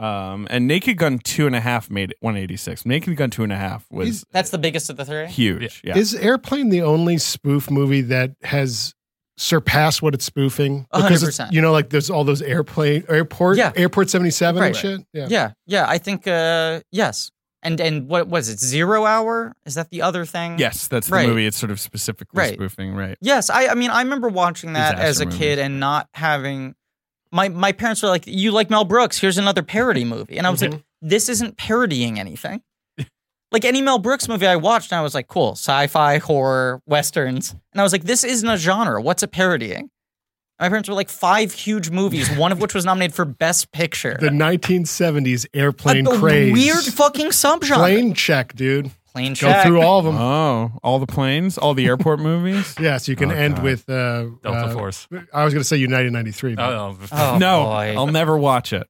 S3: Um, and Naked Gun two and a half made it 186. Naked Gun two and a half was
S2: That's the biggest of the three.
S3: huge. Yeah.
S5: Is Airplane the only spoof movie that has surpassed what it's spoofing? Because it's-
S2: 100%.
S5: you know, like there's all those airplane airport,
S2: Yeah.
S5: airport seventy seven and
S2: Right.
S5: shit. Yeah.
S2: Yeah, yeah. I think uh yes. And and what was it? Zero hour? Is that the other thing?
S3: yes, that's the
S2: Right.
S3: movie. It's sort of specifically
S2: Right.
S3: spoofing, right?
S2: Yes, I I mean I remember watching that
S3: Disaster
S2: as a
S3: movie.
S2: kid and not having my my parents were like, "You like Mel Brooks? Here's another parody movie." And I was like,
S5: Mm-hmm.
S2: "This isn't parodying anything." like any Mel Brooks movie I watched, and I was like, "Cool, sci-fi, horror, westerns," and I was like, "This isn't a genre. What's it parodying?" My parents were like, five huge movies, one of which was nominated for Best Picture.
S5: The nineteen seventies airplane
S2: a, a
S5: craze.
S2: weird fucking subgenre.
S5: plane check, dude.
S2: Plain
S5: Go
S2: check.
S5: through all of them.
S3: Oh, all the planes, all the
S2: [LAUGHS]
S3: airport movies.
S5: Yes, you can
S3: Oh,
S5: end
S3: God.
S5: with uh,
S4: Delta
S5: uh,
S4: Force.
S5: I was going to say United ninety three.
S4: Oh, no.
S2: Oh,
S3: no,
S2: boy.
S3: I'll never watch it.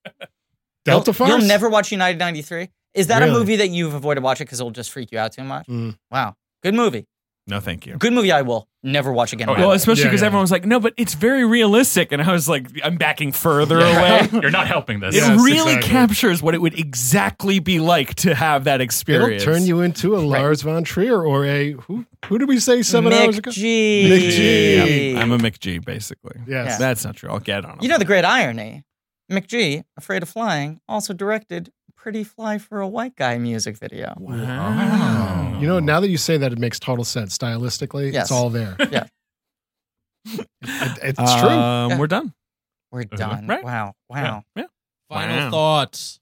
S5: Delta
S2: you'll,
S5: Force.
S2: You'll never watch United 93? Is that a
S5: Really?
S2: movie that you've avoided watching because it'll just freak you out too much?
S5: Mm.
S2: Wow. Good movie.
S3: No, thank you.
S2: Good movie I will never watch
S4: Oh,
S2: again. in my
S3: Well,
S2: life.
S3: especially
S5: Yeah,
S3: because
S5: yeah.
S3: everyone was like, "No, but it's very realistic," and I was like, "I'm backing
S2: [LAUGHS]
S3: further [LAUGHS] away."
S4: You're not helping this.
S3: It
S5: Yes,
S3: really
S5: exactly.
S3: captures what it would exactly be like to have that
S5: It'll
S3: experience.
S5: turn you into a Lars von Trier or a who? Who did we say seven
S2: Mick
S5: hours ago?
S2: G.
S5: Mick G.
S3: I'm a McG, basically.
S5: Yes.
S2: Yeah.
S3: That's not true. I'll get on him.
S2: You know the great irony? McG, Afraid of Flying, also directed Pretty Fly for a White Guy music video.
S4: Oh.
S5: You know, now that you say that, it makes total sense stylistically.
S2: Yes.
S5: It's all there.
S2: [LAUGHS] Yeah.
S5: It- it's true.
S3: Um,
S2: Yeah.
S3: We're done.
S2: We're
S4: Uh-huh.
S2: done.
S3: Right.
S2: Wow. Wow.
S3: Yeah.
S6: Final
S3: Wow.
S6: thoughts.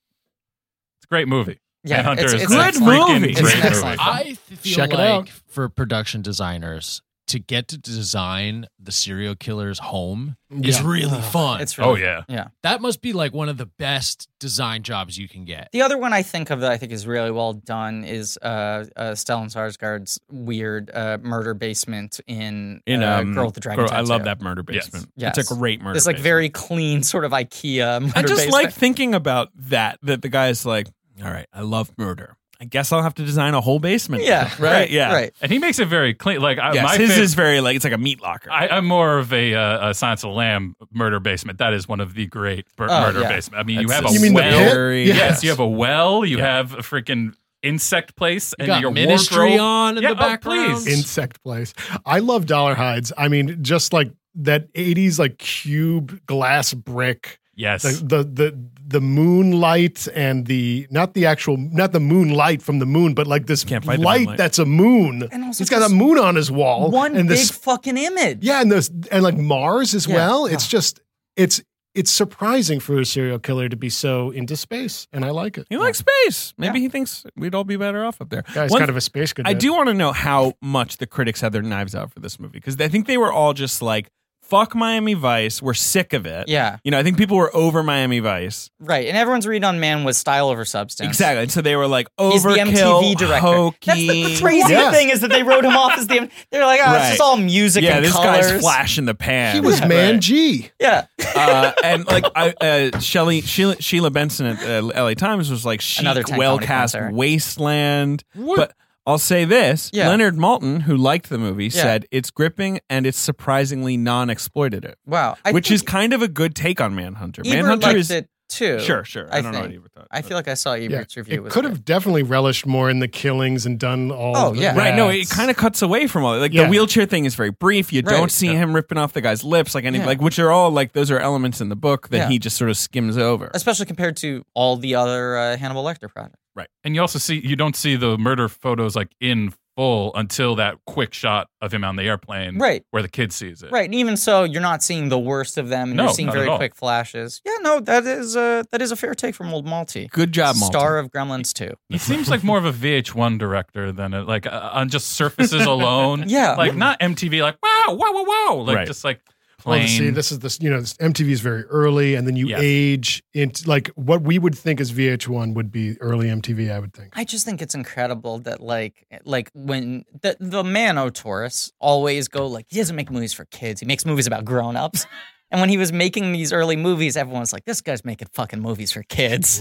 S4: It's a great movie.
S2: Yeah.
S4: And Hunter
S2: it's,
S4: is
S2: it's
S4: a
S3: Good
S4: freaking
S3: movie.
S2: It's
S4: Great
S2: an excellent
S4: movie.
S2: film.
S6: I th- feel
S5: Check it
S6: like
S5: out.
S6: for production designers to get to design the serial killer's home is
S5: Yeah.
S6: really fun.
S2: It's really
S4: Oh, yeah.
S6: that must be like one of the best design jobs you can get.
S2: The other one I think of that I think is really well done is uh, uh, Stellan Skarsgård's weird uh, murder basement in,
S3: In
S2: uh,
S3: um,
S2: Girl with the Dragon
S3: Girl- I
S2: Tattoo.
S3: love that murder
S4: Yes.
S3: basement.
S2: Yes.
S3: It's a great murder.
S2: It's like
S3: basement.
S2: very clean, sort of IKEA murder
S3: I just
S2: basement.
S3: like thinking about that. That the guy's like, "All right, I love murder. I guess I'll have to design a whole basement." [LAUGHS]
S2: yeah,
S3: right, yeah.
S2: right.
S4: And he makes it very clean. Like, I,
S3: Yes,
S4: Uh, my
S3: his
S4: fav-
S3: is very like it's like a meat locker.
S4: I, I'm more of a, uh, a Science of the Lamb murder basement. That is one of the great mur-
S2: Oh,
S4: murder
S2: yeah.
S4: basement. I mean, you
S3: That's
S4: have a
S5: You mean the
S4: well.
S5: pit?
S3: very-
S5: Yes.
S4: Yes, you have a well. You
S3: Yeah.
S4: have a freaking insect place,
S6: You
S4: and
S6: got
S4: your
S6: ministry
S4: wardrobe.
S6: on in
S4: Yeah,
S6: the
S4: oh,
S6: background.
S4: please.
S5: Insect place. I love dollar hides. I mean, just like that 80s like cube glass brick.
S4: Yes,
S5: The the the, the moonlight and the not the actual not the moonlight from the moon, but like this
S3: Can't fight the
S5: light
S3: moonlight.
S5: that's a moon.
S2: And also
S5: He's got
S2: just
S5: a moon on his wall.
S2: One
S5: and
S2: big
S5: this
S2: fucking image.
S5: Yeah, and those and like Mars as
S2: Yeah.
S5: well. It's
S2: Ah.
S5: just it's it's surprising for a serial killer to be so into space, and I like it.
S3: He likes space. Maybe he thinks we'd all be better off up there.
S5: Guy's
S3: One-
S5: kind of a space cadet.
S3: I do want to know how much the critics had their knives out for this movie because I think they were all just like, "Fuck Miami Vice. We're sick of it."
S2: Yeah,
S3: You know, I think people were over Miami Vice.
S2: right. And everyone's read on man was style over substance.
S3: Exactly. And so they were like,
S2: He's the
S3: overkill,
S2: MTV director.
S3: hokey.
S2: That's the, the crazy
S5: Yeah.
S2: thing is that they wrote him off as the. M- They're like, oh, it's
S3: Right.
S2: just all music
S3: yeah,
S2: and
S3: this
S2: colors.
S3: guy's flash in the pan.
S5: He was
S3: Yeah.
S5: man G.
S2: Yeah,
S3: [LAUGHS] uh, and like I, uh, Shelley, Sheila, Sheila Benson at uh, L.A. Times was like chic,
S2: Another Tank
S3: well
S2: Comedy
S3: cast
S2: concert.
S3: wasteland. But I'll say this:
S2: Yeah.
S3: Leonard Malton, who liked the movie, said it's gripping and it's surprisingly non-exploitative,
S2: wow. I
S3: which
S2: think
S3: is kind of a good take on Manhunter.
S2: Ebert
S3: Manhunter
S2: liked
S3: is
S2: it too.
S3: sure, sure. I,
S2: I
S3: don't know what
S2: think.
S3: Ebert thought.
S2: I feel like I saw
S5: Yeah,
S2: Ebert's review.
S5: it
S2: was
S5: could
S2: good.
S5: have definitely relished more in the killings and done all.
S2: Oh,
S5: the-
S2: yeah.
S3: Right, no, it
S5: it's-
S3: kind of cuts away from all that. Like the
S5: Yeah.
S3: wheelchair thing is very brief. You
S2: Right.
S3: don't see
S4: Yeah.
S3: him ripping off the guy's lips, like any,
S2: Yeah.
S3: like which are all like those are elements in the book that
S2: Yeah.
S3: he just sort of skims over.
S2: especially compared to all the other uh, Hannibal Lecter projects.
S4: and you also see you don't see the murder photos like in full until that quick shot of him on the
S3: Mm.
S4: airplane,
S2: Right.
S4: where the kid sees it,
S2: Right, and even so, you're not seeing the worst of them. and
S4: No,
S2: you're seeing
S4: not at
S2: very
S4: all.
S2: quick flashes. Yeah, no, that is a that is a fair take from old Malty,
S7: Good job, Malta.
S2: star of Gremlins Two.
S4: He seems like more of a VH1 director than a, like uh, on just surfaces
S2: [LAUGHS]
S4: alone.
S2: Yeah.
S4: like not MTV. Like wow, wow, wow, wow. Like
S3: Right.
S4: just like
S5: Well,
S4: plain.
S5: to see, this is this, you know, this MTV is very early, and then you
S4: Yes.
S5: age into like what we would think is VH1 would be early MTV, I would think.
S2: I just think it's incredible that like eh, like when the the man O'Torres always go like he doesn't make movies for kids. He makes movies about grown ups. [LAUGHS] And when he was making these early movies, everyone's like, "This guy's making fucking movies for kids. [LAUGHS]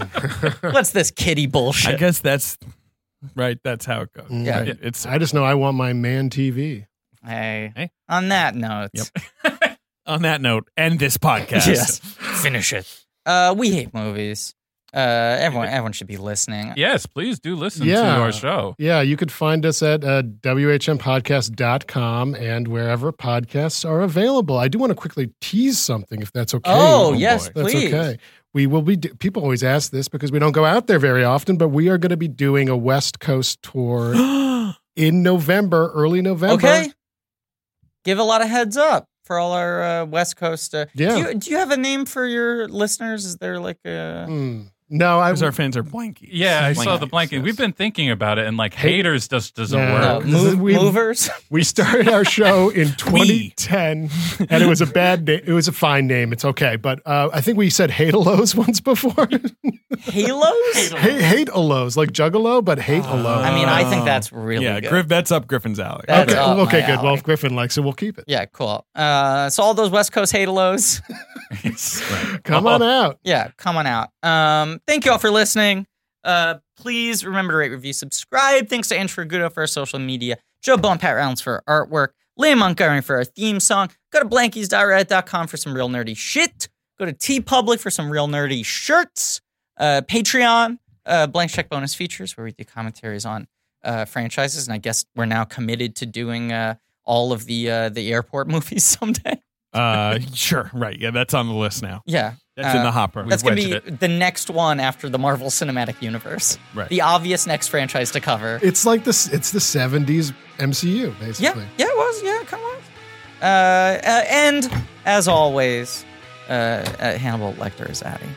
S2: What's this kiddie
S3: I
S2: bullshit?"
S3: guess that's right. That's how it goes.
S5: Mm.
S2: Yeah.
S3: Right? It's
S5: I just know I want my man TV.
S2: Hey,
S3: Hey.
S2: on that note,
S3: Yep. on that note, end this podcast. [LAUGHS]
S2: yes, finish it. Uh, we hate movies. Uh, everyone, everyone should be listening.
S4: yes, please do listen
S5: Yeah.
S4: to our show.
S5: Yeah, you could find us at uh, whmpodcast.com and wherever podcasts are available. I do want to quickly tease something, if that's okay.
S2: Oh, yes,
S5: That's
S2: please.
S5: okay. We will be. Do- People always ask this because we don't go out there very often, but we are going to be doing a West Coast
S2: [GASPS]
S5: tour in November, early November.
S2: Okay. Give a lot of heads up for all our uh, West Coast. Uh,
S5: Yeah.
S2: Do you, do you have a name for your listeners? Is there like a.
S5: Hmm. No, I
S3: Because our fans are blankies.
S4: Yeah, I saw the blanking.
S3: yes.
S4: We've been thinking about it, and like
S5: Hate-
S4: haters just doesn't
S5: No.
S2: Uh,
S4: work.
S5: this is-
S2: move,
S5: we-
S2: movers?
S5: we started our show in 2010, and it was a bad name. It was a fine name. It's okay, but uh, I think we said Hatealos [LAUGHS] once before.
S2: Halos?
S5: hate Hatealos, like Juggalo, but Hatealo.
S2: Uh, I mean, I think that's really
S3: yeah,
S2: good.
S3: Griff, that's up Griffin's alley.
S2: That's
S5: okay,
S2: up
S5: okay,
S2: my
S5: good. Well,
S2: alley.
S5: if Griffin likes it, we'll keep it.
S2: yeah, cool. Uh, so all those West Coast Halos.
S3: [LAUGHS]
S5: Come on out.
S2: yeah, come on out. Um, thank you all for listening. Uh, please remember to rate, review, subscribe. Thanks to Andrew Gudo for our social media, Joe Bone, Pat Rounds for our artwork, Liam Montgomery for our theme song. Go to blankies.reddit.com for some real nerdy shit. Go to T Public for some real nerdy shirts. Uh, Patreon, uh, blank check bonus features where we do commentaries on uh, franchises, and I guess we're now committed to doing uh, all of the uh, the airport [LAUGHS] movies someday.
S3: Uh, sure, right. Yeah, that's on the list now.
S2: Yeah,
S3: That's in
S2: Uh,
S3: the hopper.
S2: That's going to
S4: wedged
S2: be the next one after the Marvel Cinematic Universe.
S3: Right.
S2: The obvious next franchise to cover.
S5: It's like this. It's the 70s MCU,
S2: yeah,
S5: basically.
S2: yeah, it was. Yeah, come on. Uh, uh, and as always, uh, uh, Hannibal Lecter is Addy.